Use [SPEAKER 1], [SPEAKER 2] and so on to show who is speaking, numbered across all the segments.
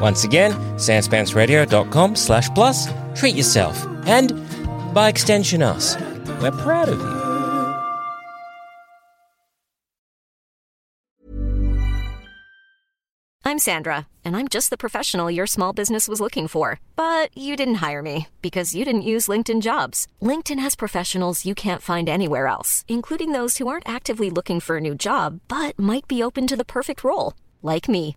[SPEAKER 1] Once again, sanspantsradio.com slash plus, treat yourself, and by extension us. We're proud of you.
[SPEAKER 2] I'm Sandra, and I'm just the professional your small business was looking for. But you didn't hire me because you didn't use LinkedIn jobs. LinkedIn has professionals you can't find anywhere else, including those who aren't actively looking for a new job but might be open to the perfect role, like me.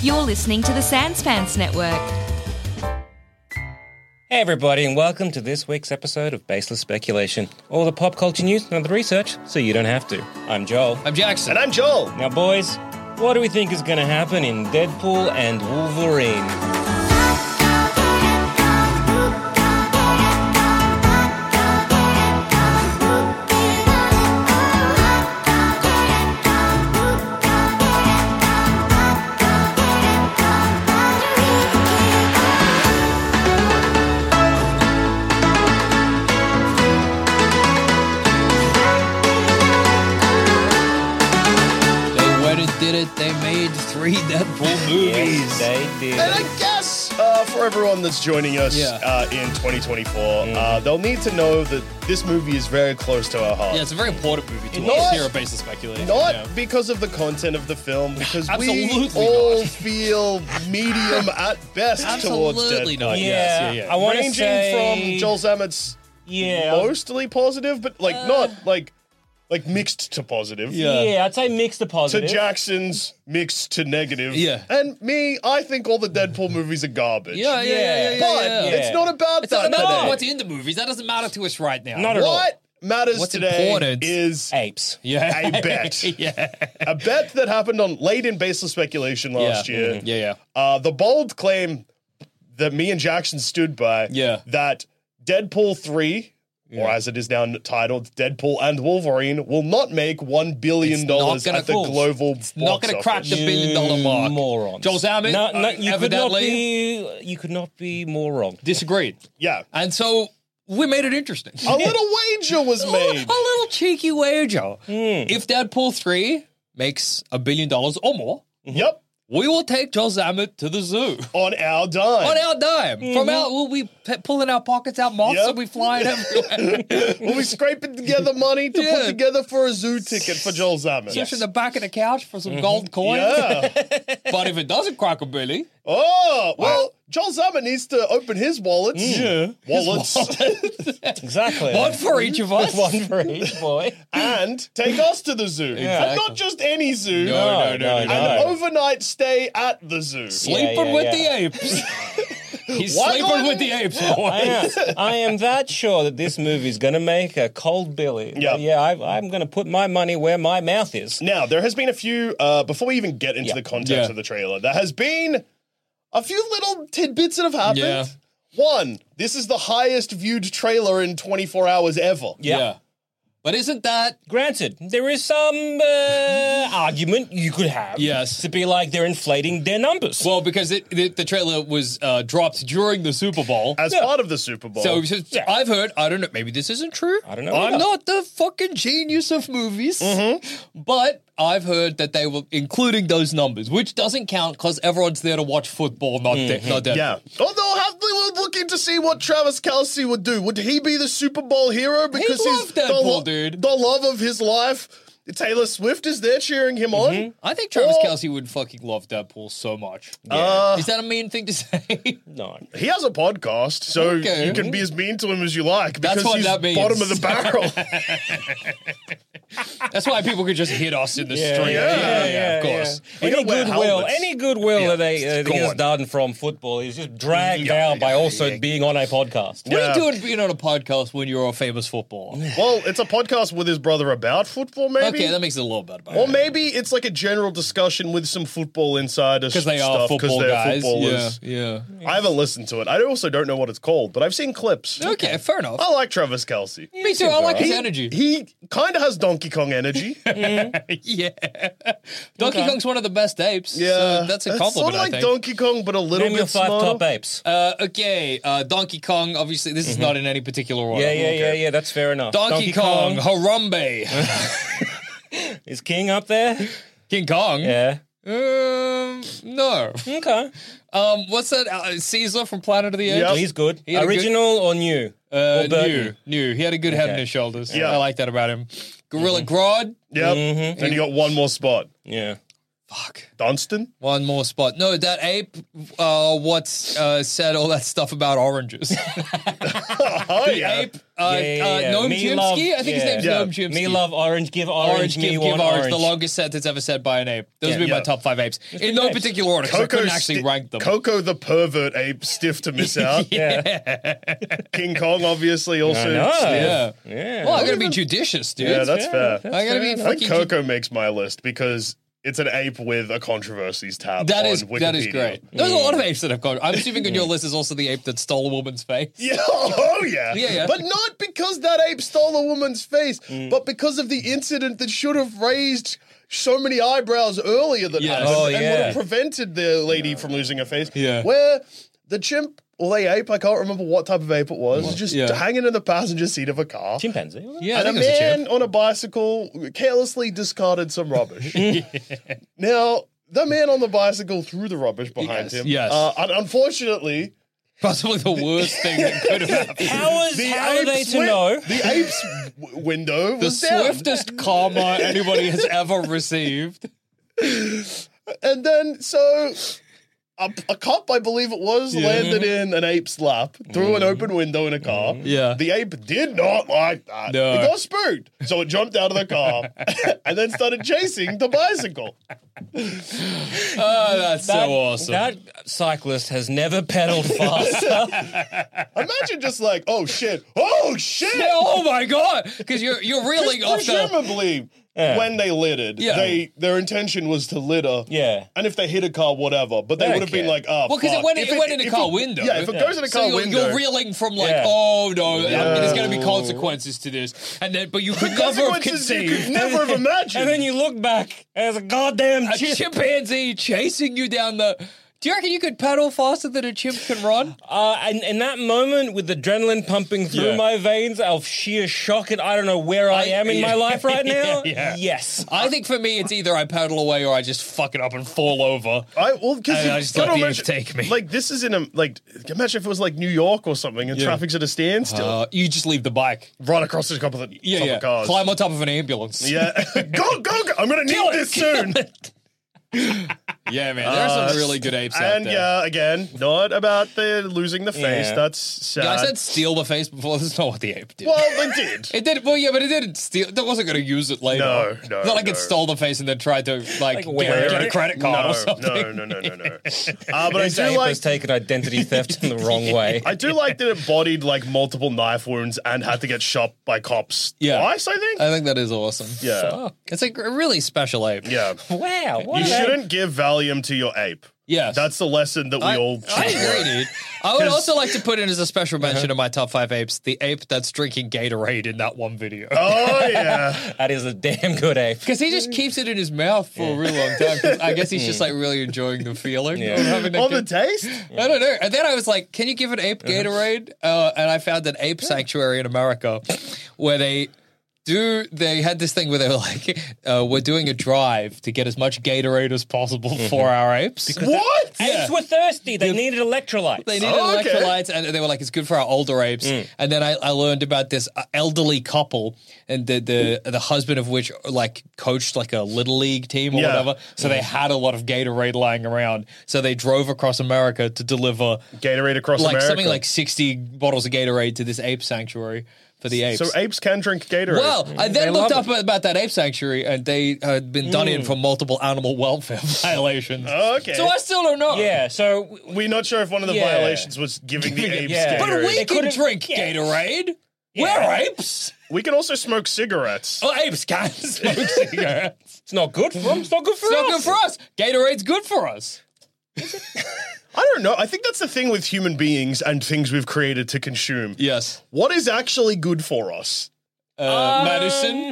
[SPEAKER 3] You're listening to the Sanspants Network.
[SPEAKER 1] Hey everybody, and welcome to this week's episode of Baseless Speculation. All the pop culture news and the research, so you don't have to. I'm Joel.
[SPEAKER 4] I'm Jackson.
[SPEAKER 5] And I'm Joel.
[SPEAKER 1] Now boys, what do we think is gonna happen in Deadpool and Wolverine?
[SPEAKER 4] They went and did it. They made three Deadpool movies.
[SPEAKER 1] Yes, they did.
[SPEAKER 5] And I guess uh, for everyone that's joining us
[SPEAKER 4] Yeah.
[SPEAKER 5] uh, in 2024, uh, they'll need to know that this movie is very close to our heart.
[SPEAKER 6] Mm-hmm. Yeah, it's a very important movie to
[SPEAKER 5] Not-
[SPEAKER 6] us here at Basis Speculation.
[SPEAKER 5] Not
[SPEAKER 6] yeah.
[SPEAKER 5] because of the content of the film, because we
[SPEAKER 6] Absolutely
[SPEAKER 5] all
[SPEAKER 6] not.
[SPEAKER 5] feel medium at best towards
[SPEAKER 6] Absolutely
[SPEAKER 5] Deadpool.
[SPEAKER 6] not.
[SPEAKER 1] Yeah,
[SPEAKER 6] Yes, yeah, yeah.
[SPEAKER 1] I want to
[SPEAKER 5] Ranging
[SPEAKER 1] say
[SPEAKER 5] from Joel Zammett's
[SPEAKER 1] Yeah,
[SPEAKER 5] mostly positive, but like not like like mixed to positive.
[SPEAKER 1] yeah.
[SPEAKER 6] Uh. Yeah.
[SPEAKER 1] I'd say mixed to
[SPEAKER 5] To
[SPEAKER 1] positive.
[SPEAKER 5] Jackson's mixed to negative.
[SPEAKER 6] Yeah.
[SPEAKER 5] And me, I think all the Deadpool movies are garbage.
[SPEAKER 6] Yeah, yeah, yeah, yeah, yeah,
[SPEAKER 5] But
[SPEAKER 6] yeah.
[SPEAKER 5] it's not about
[SPEAKER 6] It's
[SPEAKER 5] that.
[SPEAKER 6] not about
[SPEAKER 5] today.
[SPEAKER 6] what's in the movies. That doesn't matter to us right now.
[SPEAKER 1] Not at all.
[SPEAKER 5] What matters
[SPEAKER 6] What's
[SPEAKER 5] today
[SPEAKER 6] important
[SPEAKER 5] is
[SPEAKER 1] apes.
[SPEAKER 6] Yeah.
[SPEAKER 5] a bet.
[SPEAKER 6] yeah.
[SPEAKER 5] a bet that happened on late in baseless speculation last
[SPEAKER 6] yeah.
[SPEAKER 5] year.
[SPEAKER 6] Mhm. Yeah, yeah.
[SPEAKER 5] Uh, the bold claim that me and Jackson stood by
[SPEAKER 6] Yeah.
[SPEAKER 5] that Deadpool 3, or as it is now titled, Deadpool and Wolverine, will not make $1 billion
[SPEAKER 6] It's not gonna
[SPEAKER 5] at the
[SPEAKER 6] close.
[SPEAKER 5] global
[SPEAKER 6] It's not
[SPEAKER 5] going to
[SPEAKER 6] crack the billion dollar mark.
[SPEAKER 1] Morons.
[SPEAKER 6] Joel Zammit,
[SPEAKER 1] No, no,
[SPEAKER 6] uh,
[SPEAKER 1] you could not
[SPEAKER 6] evidently
[SPEAKER 1] be. You could not be more wrong.
[SPEAKER 6] disagreed.
[SPEAKER 5] Yeah.
[SPEAKER 6] And so we made it interesting.
[SPEAKER 5] A little wager was
[SPEAKER 6] A
[SPEAKER 5] made. Hmm.
[SPEAKER 6] little- a little cheeky wager. If Deadpool 3 makes a billion dollars or more,
[SPEAKER 5] yep.
[SPEAKER 6] we will take Joel Zammett to the zoo.
[SPEAKER 5] On our dime.
[SPEAKER 6] On our dime.
[SPEAKER 1] Mm-hmm.
[SPEAKER 6] From out, we'll be p- pulling our pockets out, moths,
[SPEAKER 5] Yep.
[SPEAKER 6] and we flying everywhere.
[SPEAKER 5] we'll be scraping together money to put
[SPEAKER 6] Yeah.
[SPEAKER 5] together for a zoo ticket for Joel Zammett.
[SPEAKER 6] Just in the back of the couch for
[SPEAKER 1] Mm-hmm.
[SPEAKER 6] some gold coins.
[SPEAKER 5] Yeah.
[SPEAKER 6] But if it doesn't crack a billy,
[SPEAKER 5] Oh, well, Joel Zaman needs to open his wallets.
[SPEAKER 6] Mm.
[SPEAKER 5] Yeah. Wallets.
[SPEAKER 1] Exactly.
[SPEAKER 6] one for each of us.
[SPEAKER 1] One for each boy.
[SPEAKER 5] and take us to the zoo.
[SPEAKER 6] Exactly.
[SPEAKER 5] And not just any zoo.
[SPEAKER 6] No, no, no,
[SPEAKER 1] no, no.
[SPEAKER 5] An overnight stay at the zoo.
[SPEAKER 6] Sleeping
[SPEAKER 1] Yeah, yeah,
[SPEAKER 6] with
[SPEAKER 1] yeah.
[SPEAKER 6] the apes. He's
[SPEAKER 5] Why
[SPEAKER 6] sleeping
[SPEAKER 5] not?
[SPEAKER 6] with the apes, boy.
[SPEAKER 1] I am, I am that sure that this movie's going to make a cold Billy.
[SPEAKER 5] Yeah.
[SPEAKER 1] yeah. I, I'm going to put my money where my mouth is.
[SPEAKER 5] Now, there has been a few, uh, before we even get into
[SPEAKER 1] Yeah.
[SPEAKER 5] the context
[SPEAKER 6] Yeah.
[SPEAKER 5] of the trailer, there has been a few little tidbits that have happened.
[SPEAKER 6] Yeah.
[SPEAKER 5] One, this is the highest viewed trailer in 24 hours ever.
[SPEAKER 6] Yeah. But isn't that
[SPEAKER 1] Granted, there is some uh, argument you could have.
[SPEAKER 6] Yes.
[SPEAKER 1] To be like they're inflating their numbers.
[SPEAKER 6] well because it, the, the trailer was uh, dropped during the Super Bowl?
[SPEAKER 5] As part of the Super Bowl.
[SPEAKER 6] So, so I've heard. I don't know. Maybe this isn't true.
[SPEAKER 1] I don't know
[SPEAKER 6] I'm
[SPEAKER 1] either.
[SPEAKER 5] Mm-hmm.
[SPEAKER 6] not the fucking genius of movies, but I've heard that they were including those numbers, which doesn't count because everyone's there to watch football, not mm not that.
[SPEAKER 5] Mm-hmm. Yeah. Although I have- they were looking to see what Travis Kelsey would do. Would he be the Super Bowl hero because he's
[SPEAKER 6] loved
[SPEAKER 5] the,
[SPEAKER 6] Deadpool,
[SPEAKER 5] lo-
[SPEAKER 6] dude.
[SPEAKER 5] the love of his life? Taylor Swift is there cheering him on.
[SPEAKER 6] I think Travis
[SPEAKER 5] Or-
[SPEAKER 6] Kelsey would fucking love Deadpool so much. Is that a mean thing to say?
[SPEAKER 1] No.
[SPEAKER 5] He has a podcast, so
[SPEAKER 6] Okay.
[SPEAKER 5] you can be as mean to him as you like
[SPEAKER 6] That's
[SPEAKER 5] because
[SPEAKER 6] what
[SPEAKER 5] he's
[SPEAKER 6] that means.
[SPEAKER 5] bottom of the barrel.
[SPEAKER 6] That's why people could just hit us in the street.
[SPEAKER 5] yeah,
[SPEAKER 6] of course.
[SPEAKER 5] We
[SPEAKER 1] Any
[SPEAKER 5] don't wear
[SPEAKER 1] goodwill,
[SPEAKER 5] helmets.
[SPEAKER 1] any goodwill that they, uh,
[SPEAKER 5] go
[SPEAKER 1] is
[SPEAKER 5] on.
[SPEAKER 1] done from football is just dragged
[SPEAKER 5] Yeah,
[SPEAKER 1] down by
[SPEAKER 5] yeah,
[SPEAKER 1] also
[SPEAKER 5] yeah.
[SPEAKER 1] being on a podcast.
[SPEAKER 6] What
[SPEAKER 5] Yeah.
[SPEAKER 6] are you doing being on a podcast when you're a famous footballer?
[SPEAKER 5] well, it's a podcast with his brother about football, maybe.
[SPEAKER 6] Okay, that makes it a little better.
[SPEAKER 5] or maybe it's like a general discussion with some football insiders
[SPEAKER 6] because they are
[SPEAKER 5] stuff, 'cause
[SPEAKER 6] football
[SPEAKER 5] they're
[SPEAKER 6] guys. Yeah,
[SPEAKER 5] footballers.
[SPEAKER 6] yeah.
[SPEAKER 5] I haven't listened to it. I also don't know what it's called, but I've seen clips.
[SPEAKER 6] Okay, fair enough.
[SPEAKER 5] I like Travis Kelsey.
[SPEAKER 6] Me too. I like his
[SPEAKER 5] He-
[SPEAKER 6] energy.
[SPEAKER 5] He kind of has Donkey Kong energy.
[SPEAKER 6] yeah. Donkey Kong's one of the best apes. Yeah. So that's a compliment.
[SPEAKER 5] Sort of
[SPEAKER 6] I
[SPEAKER 5] like
[SPEAKER 6] think.
[SPEAKER 5] Donkey Kong, but a little
[SPEAKER 1] Name
[SPEAKER 5] bit
[SPEAKER 1] your five
[SPEAKER 5] smarter.
[SPEAKER 1] top apes.
[SPEAKER 6] Uh, okay, uh, Donkey Kong. Obviously, this is not in any particular order.
[SPEAKER 1] yeah, yeah, yeah, yeah. That's fair enough.
[SPEAKER 6] Donkey, Kong, Harambe,
[SPEAKER 1] is King up there.
[SPEAKER 6] King Kong.
[SPEAKER 1] Yeah.
[SPEAKER 6] Um, no.
[SPEAKER 1] Okay.
[SPEAKER 6] Um, what's that? Uh, Caesar from Planet of the Apes.
[SPEAKER 5] Yep.
[SPEAKER 1] He's good.
[SPEAKER 6] had a good-
[SPEAKER 1] Original or new?
[SPEAKER 6] Uh,
[SPEAKER 1] Or Burton?
[SPEAKER 6] new, new. He had a good head on his shoulders.
[SPEAKER 5] Yeah.
[SPEAKER 6] I like that about him. Gorilla Grodd.
[SPEAKER 5] Yep.
[SPEAKER 6] Mm-hmm.
[SPEAKER 5] And you got one more spot.
[SPEAKER 1] Yeah.
[SPEAKER 6] Fuck.
[SPEAKER 5] Dunstan?
[SPEAKER 6] One more spot. No, that ape. Uh, what's uh, said all that stuff about oranges?
[SPEAKER 5] Oh, yeah.
[SPEAKER 6] ape. Uh,
[SPEAKER 1] Yeah, yeah, yeah.
[SPEAKER 6] uh, Noam
[SPEAKER 1] Me
[SPEAKER 6] Chomsky.
[SPEAKER 1] love-
[SPEAKER 6] I think his
[SPEAKER 1] yeah.
[SPEAKER 6] name's
[SPEAKER 5] Yeah.
[SPEAKER 6] Noam Chomsky.
[SPEAKER 1] Me love orange, give orange,
[SPEAKER 6] Orange,
[SPEAKER 1] me
[SPEAKER 6] give,
[SPEAKER 1] one
[SPEAKER 6] give orange.
[SPEAKER 1] orange.
[SPEAKER 6] The longest sentence ever said by an ape. Those would be
[SPEAKER 5] Yeah.
[SPEAKER 6] my top five apes in no particular order. 'cause I couldn't actually
[SPEAKER 5] sti-
[SPEAKER 6] rank them.
[SPEAKER 5] Coco the pervert ape, stiff to miss out.
[SPEAKER 1] yeah.
[SPEAKER 5] King Kong, obviously,
[SPEAKER 1] I
[SPEAKER 5] also.
[SPEAKER 1] know.
[SPEAKER 5] stiff.
[SPEAKER 6] yeah.
[SPEAKER 1] Oh, Yeah.
[SPEAKER 6] Well, I gotta be judicious, dude.
[SPEAKER 5] Yeah, that's fair.
[SPEAKER 6] I gotta be
[SPEAKER 5] I think
[SPEAKER 6] fucking.
[SPEAKER 5] Coco makes my list because it's an ape with a controversies tab.
[SPEAKER 6] That
[SPEAKER 5] on
[SPEAKER 6] is
[SPEAKER 5] Wikipedia.
[SPEAKER 6] that is great. There's a lot of apes that have gone. I'm assuming on your list is also the ape that stole a woman's face.
[SPEAKER 5] Yeah, oh yeah.
[SPEAKER 6] Yeah, yeah.
[SPEAKER 5] But not because that ape stole a woman's face,
[SPEAKER 6] Mm.
[SPEAKER 5] but because of the incident that should have raised so many eyebrows earlier that
[SPEAKER 6] Yes.
[SPEAKER 5] happened
[SPEAKER 1] Oh,
[SPEAKER 5] and
[SPEAKER 1] yeah.
[SPEAKER 5] would have prevented the lady from losing her face.
[SPEAKER 6] Yeah.
[SPEAKER 5] Where the chimp or the ape, I can't remember what type of ape it was, just
[SPEAKER 6] Yeah.
[SPEAKER 5] hanging in the passenger seat of a car.
[SPEAKER 1] Chimpanzee. wasn't it?
[SPEAKER 6] Yeah, I
[SPEAKER 5] and a
[SPEAKER 6] think it's a chimp.
[SPEAKER 5] man on a bicycle carelessly discarded some rubbish. now, the man on the bicycle threw the rubbish behind
[SPEAKER 6] Yes,
[SPEAKER 5] him.
[SPEAKER 6] yes.
[SPEAKER 5] Uh, and unfortunately,
[SPEAKER 6] Possibly the worst thing that could have happened.
[SPEAKER 1] How is how are they
[SPEAKER 5] ape's
[SPEAKER 1] to
[SPEAKER 5] win-
[SPEAKER 1] know?
[SPEAKER 5] The ape's w- window
[SPEAKER 6] The
[SPEAKER 5] was down.
[SPEAKER 6] swiftest karma anybody has ever received.
[SPEAKER 5] And then, so a, a cop, I believe it was, landed in an ape's lap through
[SPEAKER 1] Mm.
[SPEAKER 5] an open window in a car.
[SPEAKER 6] Yeah.
[SPEAKER 5] The ape did not like that.
[SPEAKER 6] No.
[SPEAKER 5] It got spooked. So it jumped out of the car and then started chasing the bicycle.
[SPEAKER 6] Oh, that's so awesome.
[SPEAKER 1] That cyclist has never pedaled faster.
[SPEAKER 5] Imagine just like, oh shit, oh shit.
[SPEAKER 6] Yeah, oh my god! Because you're you're reeling off the
[SPEAKER 5] Presumably, when they littered,
[SPEAKER 6] Yeah.
[SPEAKER 5] they their intention was to litter.
[SPEAKER 1] Yeah.
[SPEAKER 5] And if they hit a car, whatever. But they
[SPEAKER 1] They
[SPEAKER 5] would have
[SPEAKER 1] don't
[SPEAKER 5] been
[SPEAKER 1] care.
[SPEAKER 5] like, oh,
[SPEAKER 6] well, because it
[SPEAKER 5] fuck.
[SPEAKER 6] went
[SPEAKER 5] If
[SPEAKER 6] it went in a
[SPEAKER 5] if
[SPEAKER 6] car
[SPEAKER 5] it-
[SPEAKER 6] window.
[SPEAKER 5] Yeah, if it goes in a
[SPEAKER 6] So
[SPEAKER 5] car
[SPEAKER 6] you're,
[SPEAKER 5] window,
[SPEAKER 6] you're reeling from like,
[SPEAKER 1] Yeah.
[SPEAKER 6] oh no, there's going to be consequences to this, and then but you could never have
[SPEAKER 5] consequences you
[SPEAKER 6] conceived
[SPEAKER 5] could never have imagined.
[SPEAKER 1] and then you look back as a goddamn
[SPEAKER 6] a
[SPEAKER 1] chip.
[SPEAKER 6] chimpanzee chasing you down the. Do you reckon you could pedal faster than a chimp can run?
[SPEAKER 1] Uh, and in that moment, with adrenaline pumping through
[SPEAKER 6] Yeah.
[SPEAKER 1] my veins, of sheer shock, and I don't know where I,
[SPEAKER 6] I-
[SPEAKER 1] am in my
[SPEAKER 6] yeah.
[SPEAKER 1] life right now.
[SPEAKER 6] Yeah.
[SPEAKER 1] Yes.
[SPEAKER 6] I think for me, it's either I pedal away or I just fuck it up and fall over.
[SPEAKER 5] I well because
[SPEAKER 6] I- I just let the apes take me.
[SPEAKER 5] Like this is in a like imagine if it was like New York or something and traffic's at a standstill.
[SPEAKER 6] Uh, you just leave the bike.
[SPEAKER 5] right across a couple of the
[SPEAKER 6] Yeah,
[SPEAKER 5] couple
[SPEAKER 6] yeah.
[SPEAKER 5] of cars.
[SPEAKER 6] Climb on top of an ambulance.
[SPEAKER 5] yeah. go, go, go. I'm gonna need
[SPEAKER 6] Kill it,
[SPEAKER 5] this
[SPEAKER 6] kill
[SPEAKER 5] soon.
[SPEAKER 6] yeah, man. There are some really good apes out
[SPEAKER 5] Uh, And
[SPEAKER 6] there.
[SPEAKER 5] yeah, again, not about the losing the face.
[SPEAKER 1] Yeah.
[SPEAKER 5] That's sad.
[SPEAKER 6] Yeah, I said steal the face before. That's not what the ape did.
[SPEAKER 5] well, they did.
[SPEAKER 6] It did. Well, yeah, but it didn't steal. That wasn't going to use it later.
[SPEAKER 5] No,
[SPEAKER 6] It's
[SPEAKER 5] no,
[SPEAKER 6] Not like
[SPEAKER 5] no.
[SPEAKER 6] it stole the face and then tried to
[SPEAKER 1] Like,
[SPEAKER 6] like,
[SPEAKER 1] wear
[SPEAKER 6] get,
[SPEAKER 1] it.
[SPEAKER 6] a credit card
[SPEAKER 5] no,
[SPEAKER 6] or something.
[SPEAKER 5] no, no, no, no, no. Uh, but I
[SPEAKER 1] This ape
[SPEAKER 5] do like
[SPEAKER 1] has taken identity theft in the wrong way.
[SPEAKER 5] I do like that it bodied like multiple knife wounds and had to get shot by cops
[SPEAKER 6] Yeah. Uh,
[SPEAKER 5] twice. I think.
[SPEAKER 6] I think that is awesome.
[SPEAKER 5] yeah.
[SPEAKER 6] It's a gr- really special ape.
[SPEAKER 5] Yeah.
[SPEAKER 1] Wow. What
[SPEAKER 5] You
[SPEAKER 1] an ape.
[SPEAKER 5] shouldn't give Valium to your ape.
[SPEAKER 6] Yes.
[SPEAKER 5] That's the lesson that we
[SPEAKER 6] I,
[SPEAKER 5] all
[SPEAKER 6] I
[SPEAKER 5] should learn.
[SPEAKER 6] agree, dude. I would
[SPEAKER 5] 'Cause-
[SPEAKER 6] also like to put in as a special
[SPEAKER 1] Uh-huh.
[SPEAKER 6] mention of my top five apes the ape that's drinking Gatorade in that one video.
[SPEAKER 5] Oh yeah.
[SPEAKER 1] That is a damn good ape.
[SPEAKER 6] Because he just keeps it in his mouth for a real long time. 'cause I guess he's just like really enjoying the feeling. of having a
[SPEAKER 5] On the
[SPEAKER 6] good-
[SPEAKER 5] taste?
[SPEAKER 6] I don't know. And then I was like, can you give
[SPEAKER 5] Uh-huh.
[SPEAKER 6] an ape Gatorade? Uh, and I found an ape sanctuary in America where they do they had this thing where they were like, uh, we're doing a drive to get as much Gatorade as possible
[SPEAKER 5] Mm-hmm.
[SPEAKER 6] for our apes.
[SPEAKER 5] What?
[SPEAKER 6] Yeah.
[SPEAKER 1] Apes were thirsty. They needed electrolytes.
[SPEAKER 6] They needed
[SPEAKER 5] Oh, okay. Mm.
[SPEAKER 6] electrolytes, and they were like, "It's good for our older apes." And then I, I learned about this uh, elderly couple, and the
[SPEAKER 5] Mm.
[SPEAKER 6] the the husband of which like coached like a little league team or
[SPEAKER 5] Yeah. Mm.
[SPEAKER 6] whatever. So they had a lot of Gatorade lying around. So they drove across America to deliver
[SPEAKER 5] Gatorade across
[SPEAKER 6] like
[SPEAKER 5] America.
[SPEAKER 6] something like sixty bottles of Gatorade to this ape sanctuary for the apes.
[SPEAKER 5] So apes can drink Gatorade.
[SPEAKER 6] well, I then
[SPEAKER 1] They
[SPEAKER 6] looked
[SPEAKER 1] love Mm.
[SPEAKER 6] up about that ape sanctuary, and they had been done in for multiple animal welfare violations.
[SPEAKER 5] Okay.
[SPEAKER 6] So I still don't know.
[SPEAKER 1] yeah, so
[SPEAKER 5] We're not sure if one of the
[SPEAKER 1] Yeah.
[SPEAKER 5] violations was giving the apes
[SPEAKER 1] Yeah.
[SPEAKER 6] But
[SPEAKER 5] Gatorade.
[SPEAKER 6] we
[SPEAKER 1] They
[SPEAKER 6] can
[SPEAKER 1] could've-
[SPEAKER 6] drink
[SPEAKER 1] yeah.
[SPEAKER 6] Gatorade.
[SPEAKER 1] Yeah.
[SPEAKER 6] We're apes.
[SPEAKER 5] we can also smoke cigarettes.
[SPEAKER 6] Oh, apes can't smoke cigarettes.
[SPEAKER 1] it's not good for them. It's not good for
[SPEAKER 6] It's
[SPEAKER 1] us.
[SPEAKER 6] not good for us. Gatorade's good for us.
[SPEAKER 5] I don't know. I think that's the thing with human beings and things we've created to consume.
[SPEAKER 6] Yes.
[SPEAKER 5] What is actually good for us?
[SPEAKER 6] Uh,
[SPEAKER 1] Um,
[SPEAKER 6] medicine.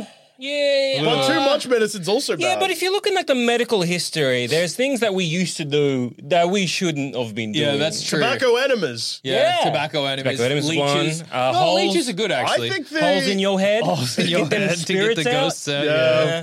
[SPEAKER 1] Yeah.
[SPEAKER 5] But too much medicine's also bad.
[SPEAKER 1] Uh, Yeah, but if you look in like the medical history, there's things that we used to do that we shouldn't have been doing.
[SPEAKER 6] Yeah, that's true.
[SPEAKER 5] tobacco enemas.
[SPEAKER 6] Yeah,
[SPEAKER 1] Yeah.
[SPEAKER 6] tobacco enemies.
[SPEAKER 1] Tobacco enemies
[SPEAKER 6] leeches.
[SPEAKER 1] one, uh,
[SPEAKER 6] no,
[SPEAKER 1] holes.
[SPEAKER 6] leeches are good actually.
[SPEAKER 5] I think the
[SPEAKER 1] holes in your head.
[SPEAKER 6] Holes in
[SPEAKER 1] Get
[SPEAKER 6] your
[SPEAKER 1] them
[SPEAKER 6] head to get the
[SPEAKER 1] spirits out.
[SPEAKER 6] ghosts out,
[SPEAKER 1] Yeah.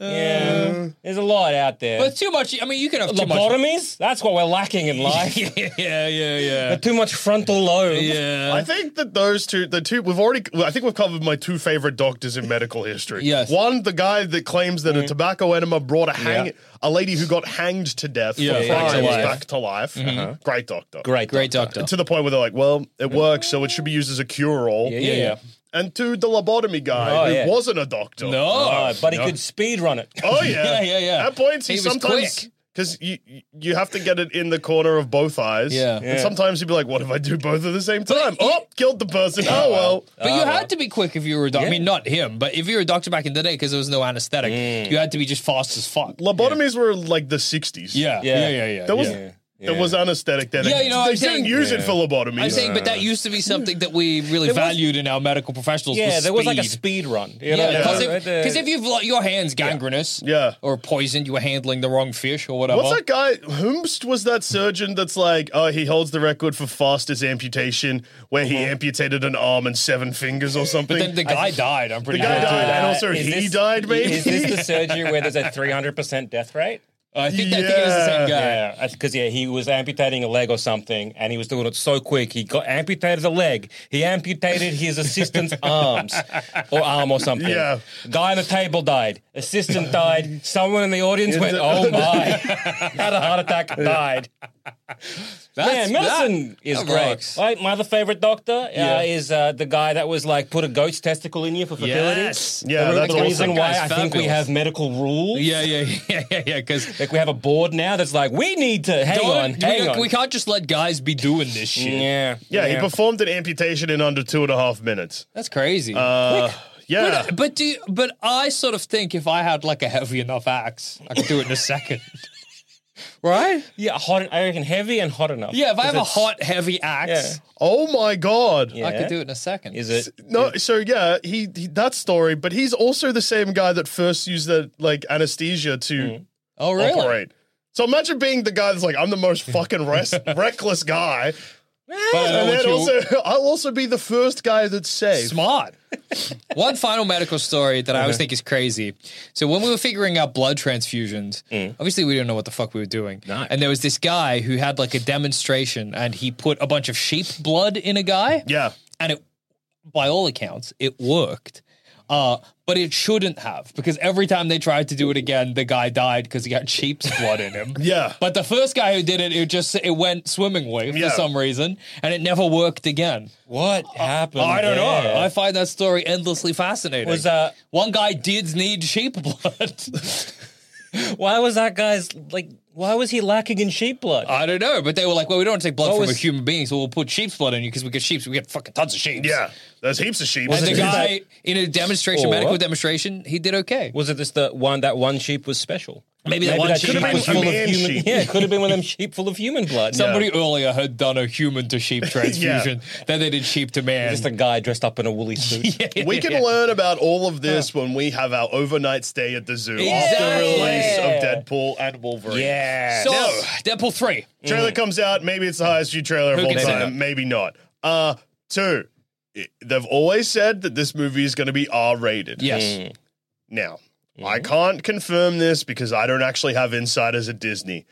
[SPEAKER 1] Yeah. There's a lot out there.
[SPEAKER 6] Um, but too much. I mean, you can have too much.
[SPEAKER 1] Lobotomies? That's what we're lacking in life.
[SPEAKER 6] yeah, yeah, yeah.
[SPEAKER 1] But too much frontal lobe.
[SPEAKER 6] Yeah.
[SPEAKER 5] I think that those two, the two, we've already, I think we've covered my two favorite doctors in medical history.
[SPEAKER 6] Yes.
[SPEAKER 5] One, the guy that claims that
[SPEAKER 1] Mm-hmm.
[SPEAKER 5] a tobacco enema brought a hang, a lady who got hanged to death
[SPEAKER 6] Yeah,
[SPEAKER 5] for
[SPEAKER 6] back to
[SPEAKER 5] crimes
[SPEAKER 6] life.
[SPEAKER 5] back to life. Uh-huh. Great doctor.
[SPEAKER 1] Mm-hmm. Great. Mm-hmm.
[SPEAKER 6] Great doctor.
[SPEAKER 5] To the point where they're like, well, it works, so it should be used as a cure all.
[SPEAKER 1] Yeah, yeah. yeah.
[SPEAKER 5] And two, the lobotomy guy
[SPEAKER 1] Oh,
[SPEAKER 5] who
[SPEAKER 1] yeah.
[SPEAKER 5] wasn't a doctor. Uh,
[SPEAKER 6] No,
[SPEAKER 1] Oh, but he
[SPEAKER 6] no.
[SPEAKER 1] could speed run it.
[SPEAKER 5] Oh, yeah.
[SPEAKER 6] Yeah, yeah, yeah.
[SPEAKER 5] At points, he,
[SPEAKER 6] He was
[SPEAKER 5] sometimes.
[SPEAKER 6] quick.
[SPEAKER 5] Because you you have to get it in the corner of both eyes.
[SPEAKER 6] Yeah.
[SPEAKER 5] And
[SPEAKER 1] Yeah.
[SPEAKER 5] sometimes you'd be like, what if I do both at the same time?
[SPEAKER 6] But you-
[SPEAKER 5] Oh, killed the person. Oh, well.
[SPEAKER 6] But
[SPEAKER 1] Uh,
[SPEAKER 6] you had to be quick if you were a doctor. I mean, not him, but if you were a doctor back in the day, because there was no anesthetic,
[SPEAKER 1] Mm.
[SPEAKER 6] you had to be just fast as fuck.
[SPEAKER 5] Lobotomies were like the 60s.
[SPEAKER 6] Yeah, yeah,
[SPEAKER 1] Yeah.
[SPEAKER 6] yeah, yeah.
[SPEAKER 5] There was,
[SPEAKER 6] yeah.
[SPEAKER 5] There was anesthetic then.
[SPEAKER 6] Yeah, you know, I'm
[SPEAKER 5] they didn't
[SPEAKER 6] saying-
[SPEAKER 5] use it for lobotomies.
[SPEAKER 6] I'm saying, but that used to be something that we really
[SPEAKER 1] There was-
[SPEAKER 6] valued in our medical professionals.
[SPEAKER 1] Yeah, there was like a
[SPEAKER 6] speed.
[SPEAKER 1] speed run. You know?
[SPEAKER 6] Yeah, because
[SPEAKER 1] Right
[SPEAKER 6] if,
[SPEAKER 1] there.
[SPEAKER 6] 'cause if you've like, your hands gangrenous,
[SPEAKER 5] Yeah.
[SPEAKER 6] or poisoned, you were handling the wrong fish or whatever.
[SPEAKER 5] What's that guy? Whomst was that surgeon that's like, oh, he holds the record for fastest amputation where
[SPEAKER 6] Uh-huh.
[SPEAKER 5] he amputated an arm and seven fingers or something?
[SPEAKER 6] But then the guy died. uh, I'm pretty
[SPEAKER 5] The guy
[SPEAKER 6] sure.
[SPEAKER 5] died. and also
[SPEAKER 1] Uh, is
[SPEAKER 5] he died, maybe?
[SPEAKER 1] Is this the surgery where there's a 300% death rate?
[SPEAKER 6] I think that thing is the same guy.
[SPEAKER 1] Yeah, because Uh, yeah, he was amputating a leg or something, and he was doing it so quick. He got amputated a leg. He amputated his assistant's arms or arm or something.
[SPEAKER 5] Yeah.
[SPEAKER 1] Guy on the table died. Assistant died. Someone in the audience went, "Oh my!" Had a heart attack. and Died.
[SPEAKER 6] That's-
[SPEAKER 1] Man, medicine
[SPEAKER 6] that-
[SPEAKER 1] is
[SPEAKER 6] that
[SPEAKER 1] great.
[SPEAKER 6] rocks.
[SPEAKER 1] Like, my other favorite doctor uh,
[SPEAKER 6] Yeah.
[SPEAKER 1] is uh, the guy that was like put a goat's testicle in you for fertility.
[SPEAKER 6] Yes.
[SPEAKER 5] Yeah,
[SPEAKER 1] the,
[SPEAKER 5] that's
[SPEAKER 1] the
[SPEAKER 5] awesome.
[SPEAKER 1] reason why I
[SPEAKER 6] That guy's
[SPEAKER 1] think we
[SPEAKER 6] fabulous.
[SPEAKER 1] have medical rules.
[SPEAKER 6] Yeah, yeah, yeah, yeah, yeah. Because
[SPEAKER 1] Like we have a board now that's like we need to hang on,
[SPEAKER 6] we,
[SPEAKER 1] hang on.
[SPEAKER 6] we can't just let guys be doing this shit.
[SPEAKER 1] Yeah,
[SPEAKER 5] yeah, he performed an amputation in under two and a half minutes.
[SPEAKER 6] That's crazy.
[SPEAKER 5] Uh, yeah.
[SPEAKER 6] but, but do you, but I sort of think if I had like a heavy enough axe, I could do it in a second. right?
[SPEAKER 1] yeah, hot. and- I reckon heavy and hot enough.
[SPEAKER 6] Yeah, if I have a
[SPEAKER 1] Because
[SPEAKER 6] hot, heavy axe,
[SPEAKER 5] oh my god.
[SPEAKER 1] Yeah.
[SPEAKER 6] I could do it in a second.
[SPEAKER 1] it's- is it?
[SPEAKER 5] No, so yeah, he, he that story, but he's also the same guy that first used that like anesthesia to
[SPEAKER 6] Oh, really?
[SPEAKER 5] operate. So imagine being the guy that's like, I'm the most fucking rest, reckless guy,
[SPEAKER 6] But I know
[SPEAKER 5] and
[SPEAKER 6] what
[SPEAKER 5] then
[SPEAKER 6] you-
[SPEAKER 5] also I'll also be the first guy that's safe.
[SPEAKER 6] Smart. One final medical story that I always think is crazy. So when we were figuring out blood transfusions,
[SPEAKER 5] Mm.
[SPEAKER 6] obviously we didn't know what the fuck we were doing. And there was this guy who had like a demonstration and he put a bunch of sheep blood in a guy.
[SPEAKER 5] Yeah,
[SPEAKER 6] And it by all accounts, it worked. Uh, but it shouldn't have because every time they tried to do it again, the guy died because he got sheep's blood in him.
[SPEAKER 5] Yeah.
[SPEAKER 6] But the first guy who did it, it just it went swimmingly for
[SPEAKER 5] Yeah.
[SPEAKER 6] some reason, and it never worked again.
[SPEAKER 1] What happened?
[SPEAKER 6] I don't know. I
[SPEAKER 1] there?
[SPEAKER 6] find that story endlessly fascinating.
[SPEAKER 1] Was that-
[SPEAKER 6] one guy did need sheep blood?
[SPEAKER 1] why was that guy's like? Why was he lacking in sheep blood?
[SPEAKER 6] I don't know, but they were like, "Well, we don't want to take blood
[SPEAKER 1] What
[SPEAKER 6] from a
[SPEAKER 1] was-
[SPEAKER 6] human being, so we'll put sheep's blood in you because we get sheep. We get fucking tons of sheep."
[SPEAKER 5] yeah. There's heaps of sheep.
[SPEAKER 6] And the
[SPEAKER 1] it-
[SPEAKER 6] guy in a demonstration,
[SPEAKER 1] Or-
[SPEAKER 6] medical demonstration, he did okay.
[SPEAKER 1] was it just the one that one sheep was special?
[SPEAKER 6] Maybe that one
[SPEAKER 1] that
[SPEAKER 6] sheep
[SPEAKER 1] sheep
[SPEAKER 6] Could've
[SPEAKER 1] was
[SPEAKER 5] been
[SPEAKER 1] full of
[SPEAKER 5] a man
[SPEAKER 1] human.
[SPEAKER 5] sheep.
[SPEAKER 1] Yeah, it could have been one of them sheep full of human blood.
[SPEAKER 6] Somebody earlier had done a human to sheep transfusion. Then they did sheep to man.
[SPEAKER 1] just a guy dressed up in a woolly suit. yeah.
[SPEAKER 5] we can learn about all of this when we have our overnight stay at the zoo after
[SPEAKER 6] Exactly.
[SPEAKER 5] release of Deadpool and Wolverine.
[SPEAKER 6] so,
[SPEAKER 5] No.
[SPEAKER 6] Deadpool 3.
[SPEAKER 5] Trailer comes out. Maybe it's the highest viewed trailer of
[SPEAKER 6] Who
[SPEAKER 5] all
[SPEAKER 6] can say
[SPEAKER 5] time.
[SPEAKER 6] that?
[SPEAKER 5] Maybe not. Uh, two. it- they've always said that this movie is going to be R rated.
[SPEAKER 6] Yes.
[SPEAKER 1] Mm.
[SPEAKER 6] Mm-hmm.
[SPEAKER 5] Now, I can't confirm this because I don't actually have insiders at Disney,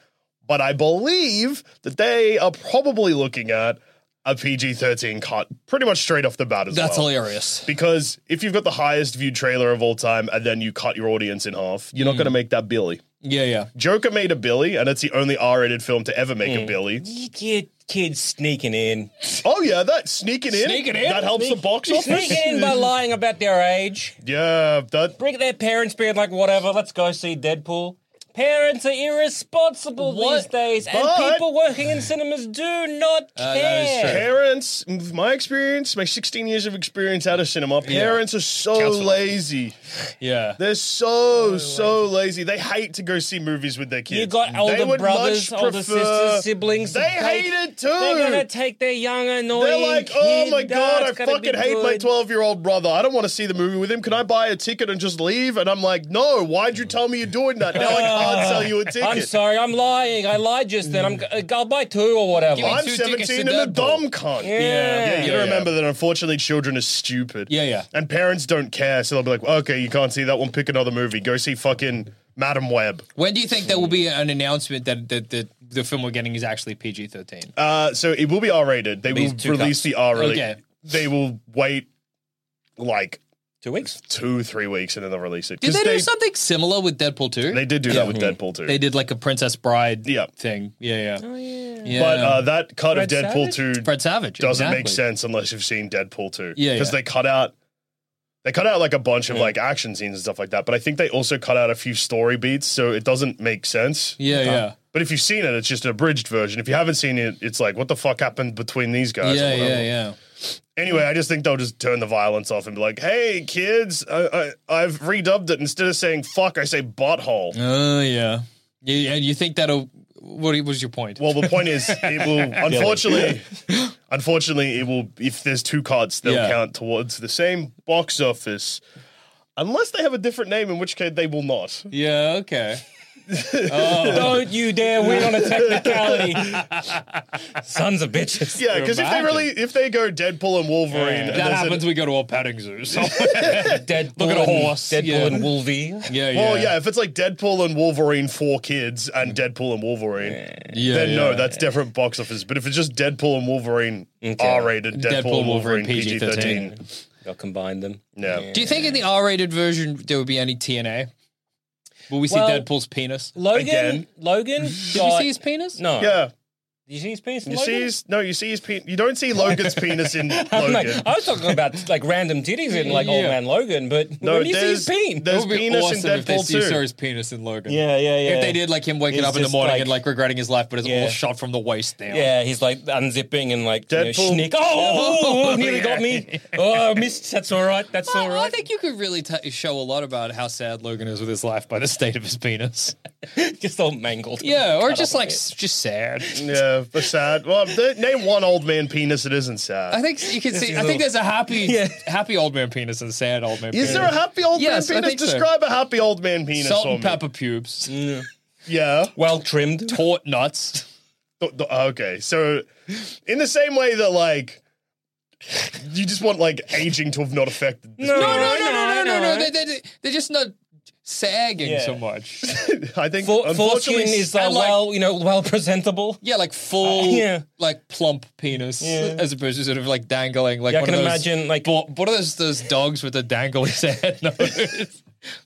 [SPEAKER 5] but I believe that they are probably looking at a PG 13 cut pretty much straight off the bat as
[SPEAKER 6] That's
[SPEAKER 5] well.
[SPEAKER 6] hilarious.
[SPEAKER 5] Because if you've got the highest viewed trailer of all time and then you cut your audience in half, you're
[SPEAKER 6] Mm.
[SPEAKER 5] not going to make that Billy.
[SPEAKER 6] Yeah, yeah.
[SPEAKER 5] Joker made a Billy, and it's the only R rated film to ever make
[SPEAKER 6] Mm.
[SPEAKER 5] a Billy.
[SPEAKER 1] You get kids sneaking in.
[SPEAKER 5] Oh, yeah, that sneaking in.
[SPEAKER 6] Sneaking in?
[SPEAKER 5] That helps the box office.
[SPEAKER 1] Sneaking in by lying about their age.
[SPEAKER 5] Yeah, that
[SPEAKER 1] Bring their parents being like, whatever, let's go see Deadpool. Parents are irresponsible these days,
[SPEAKER 5] But-
[SPEAKER 1] and people working in cinemas do not care.
[SPEAKER 6] that is true.
[SPEAKER 5] parents, with my experience, my 16 years of experience out of cinema, parents are so lazy.
[SPEAKER 6] Yeah.
[SPEAKER 5] They're so, so lazy. They hate to go see movies with their kids.
[SPEAKER 1] You got older
[SPEAKER 5] They would
[SPEAKER 1] brothers,
[SPEAKER 5] much
[SPEAKER 1] older
[SPEAKER 5] prefer-
[SPEAKER 1] sisters, siblings. to
[SPEAKER 5] They
[SPEAKER 1] take-
[SPEAKER 5] hate it too.
[SPEAKER 1] They're gonna take their young annoying.
[SPEAKER 5] They're like, oh
[SPEAKER 1] kid,
[SPEAKER 5] my god,
[SPEAKER 1] "Oh,
[SPEAKER 5] I
[SPEAKER 1] it's gonna be
[SPEAKER 5] fucking hate my
[SPEAKER 1] good."
[SPEAKER 5] 12 year old brother. I don't want to see the movie with him. Can I buy a ticket and just leave? And I'm like, no, why'd you tell me you're doing that? Now I can't sell you a ticket.
[SPEAKER 1] I'm sorry, I'm lying. I lied just then. I'm, g- I'll buy two or whatever.
[SPEAKER 6] Give me
[SPEAKER 5] I'm
[SPEAKER 6] two tickets
[SPEAKER 5] 17 and
[SPEAKER 6] to
[SPEAKER 5] a
[SPEAKER 6] Deadpool.
[SPEAKER 5] dumb cunt.
[SPEAKER 1] Yeah. Yeah,
[SPEAKER 5] you
[SPEAKER 6] yeah,
[SPEAKER 5] gotta remember that unfortunately children are stupid.
[SPEAKER 6] Yeah, yeah.
[SPEAKER 5] And parents don't care, so they'll be like, okay, you can't see that one, pick another movie. Go see fucking Madam Web.
[SPEAKER 6] When do you think there will be an announcement that, that, that the film we're getting is actually PG 13?
[SPEAKER 5] Uh, so it will be R rated. They will
[SPEAKER 1] These two
[SPEAKER 5] release
[SPEAKER 1] cuts.
[SPEAKER 5] the R rated.
[SPEAKER 6] Okay.
[SPEAKER 5] They will wait like
[SPEAKER 1] Two weeks.
[SPEAKER 5] two, three weeks and then they'll release it.
[SPEAKER 6] Did
[SPEAKER 5] 'Cause
[SPEAKER 6] they, do something similar with Deadpool 2?
[SPEAKER 5] They did do that with Deadpool too.
[SPEAKER 6] They did like a Princess Bride
[SPEAKER 5] Yeah.
[SPEAKER 6] thing. Yeah, yeah. Oh, yeah. yeah.
[SPEAKER 5] But uh, that cut of
[SPEAKER 1] Fred
[SPEAKER 5] Deadpool
[SPEAKER 1] Savage?
[SPEAKER 5] 2
[SPEAKER 6] um, Fred Savage.
[SPEAKER 5] doesn't
[SPEAKER 6] exactly.
[SPEAKER 5] make sense unless you've seen Deadpool 2.
[SPEAKER 6] Yeah,
[SPEAKER 5] Because
[SPEAKER 6] yeah.
[SPEAKER 5] they cut out they cut out like a bunch of like action scenes and stuff like that. But I think they also cut out a few story beats, so it doesn't make sense.
[SPEAKER 6] Yeah, yeah.
[SPEAKER 5] But if you've seen it, it's just an abridged version. If you haven't seen it, it's like, what the fuck happened between these guys? or
[SPEAKER 6] Yeah, yeah,
[SPEAKER 5] whatever.
[SPEAKER 6] yeah.
[SPEAKER 5] Anyway, I just think they'll just turn the violence off and be like, "Hey, kids, I, I, I've redubbed it. Instead of saying fuck, I say butthole."
[SPEAKER 6] Oh, yeah. Yeah, and you think that'll. What was your point?
[SPEAKER 5] Well, the point is, it will unfortunately, unfortunately, it will. If there's two cards, they'll
[SPEAKER 6] Yeah.
[SPEAKER 5] count towards the same box office, unless they have a different name, in which case they will not.
[SPEAKER 6] yeah, okay. Oh,
[SPEAKER 1] Don't you dare win on a technicality. Sons of bitches.
[SPEAKER 5] Yeah, because if they really, if they go Deadpool and Wolverine, and
[SPEAKER 6] If
[SPEAKER 5] there's
[SPEAKER 6] that
[SPEAKER 5] a-
[SPEAKER 6] happens, we go to a petting zoo.
[SPEAKER 1] Deadpool
[SPEAKER 6] Look at a
[SPEAKER 1] and-
[SPEAKER 6] horse,
[SPEAKER 1] Deadpool
[SPEAKER 6] yeah.
[SPEAKER 1] and Wolvie.
[SPEAKER 6] yeah, yeah.
[SPEAKER 5] well, yeah, if it's like Deadpool and Wolverine for kids and Deadpool and Wolverine,
[SPEAKER 6] Yeah,
[SPEAKER 5] then no,
[SPEAKER 6] yeah.
[SPEAKER 5] that's different box office. But if it's just Deadpool and Wolverine R-rated, Deadpool, and Wolverine PG-13,
[SPEAKER 1] I'll combine them.
[SPEAKER 5] yeah.
[SPEAKER 6] Do you think in the R-rated version there would be any TNA? Will we see
[SPEAKER 1] Well-
[SPEAKER 6] Deadpool's penis?
[SPEAKER 1] Logan.
[SPEAKER 5] Again.
[SPEAKER 1] Logan.
[SPEAKER 6] Did
[SPEAKER 5] uh,
[SPEAKER 6] you see his penis?
[SPEAKER 1] No.
[SPEAKER 5] Yeah,
[SPEAKER 1] Did you see his penis? in
[SPEAKER 5] you
[SPEAKER 1] Logan?
[SPEAKER 5] see his no, you see his penis. You don't see Logan's penis in
[SPEAKER 1] I'm
[SPEAKER 5] Logan.
[SPEAKER 1] like, I was talking about like random titties in like Old
[SPEAKER 6] Yeah.
[SPEAKER 1] Man Logan, but
[SPEAKER 5] No,
[SPEAKER 1] when you see his
[SPEAKER 5] there's-
[SPEAKER 1] peen,
[SPEAKER 5] there's
[SPEAKER 6] It would be
[SPEAKER 5] penis in
[SPEAKER 6] awesome if they
[SPEAKER 5] Deadpool
[SPEAKER 6] see-
[SPEAKER 5] too.
[SPEAKER 6] saw his penis in Logan.
[SPEAKER 1] yeah, yeah, yeah.
[SPEAKER 6] If they did like him waking
[SPEAKER 1] It's
[SPEAKER 6] up in the
[SPEAKER 1] just
[SPEAKER 6] morning
[SPEAKER 1] like-
[SPEAKER 6] and like regretting his life, but it's
[SPEAKER 1] Yeah.
[SPEAKER 6] all shot from the waist down.
[SPEAKER 1] Yeah, he's like unzipping and like you know,
[SPEAKER 5] Deadpool-
[SPEAKER 1] schnick. Oh, oh, oh, oh, nearly got me. Oh, I missed. That's all right. That's
[SPEAKER 6] Well,
[SPEAKER 1] all
[SPEAKER 6] well, I
[SPEAKER 1] right.
[SPEAKER 6] think you could really t- show a lot about how sad Logan is with his life by the state of his penis.
[SPEAKER 1] Just all mangled.
[SPEAKER 6] Yeah, or just
[SPEAKER 1] off a
[SPEAKER 6] like
[SPEAKER 1] bit.
[SPEAKER 6] s- just sad.
[SPEAKER 5] Yeah, but sad. Well, th- name one old man penis that isn't sad.
[SPEAKER 6] I think you can see.
[SPEAKER 1] is
[SPEAKER 6] I
[SPEAKER 1] a
[SPEAKER 6] think
[SPEAKER 1] little-
[SPEAKER 6] there's a happy, happy old man penis and sad old man. penis.
[SPEAKER 5] Is there a happy old
[SPEAKER 6] Yes, I
[SPEAKER 5] man
[SPEAKER 6] think
[SPEAKER 5] penis?
[SPEAKER 6] so.
[SPEAKER 5] Describe a happy old man penis.
[SPEAKER 6] salt
[SPEAKER 5] for
[SPEAKER 6] and
[SPEAKER 5] me.
[SPEAKER 6] pepper pubes,
[SPEAKER 5] Yeah.
[SPEAKER 1] Well trimmed.
[SPEAKER 6] taut nuts?
[SPEAKER 5] Th- th- Okay. So, in the same way that like. You just want like aging to have not affected. This
[SPEAKER 6] No, no, no,
[SPEAKER 1] no,
[SPEAKER 6] no, no,
[SPEAKER 1] no.
[SPEAKER 6] no. They, they, they're just not sagging
[SPEAKER 1] Yeah.
[SPEAKER 6] so much.
[SPEAKER 5] I think
[SPEAKER 1] For, fortune
[SPEAKER 5] unfortunately,
[SPEAKER 1] is uh,
[SPEAKER 6] and, like-
[SPEAKER 1] well, you know, well presentable.
[SPEAKER 6] Yeah, like full,
[SPEAKER 1] Uh, yeah.
[SPEAKER 6] like plump penis,
[SPEAKER 1] Yeah.
[SPEAKER 6] as opposed to sort of like dangling. Like
[SPEAKER 1] Yeah, I
[SPEAKER 6] one
[SPEAKER 1] can
[SPEAKER 6] of those,
[SPEAKER 1] imagine, like-
[SPEAKER 6] bo- what are those those dogs with the dangly sad nose?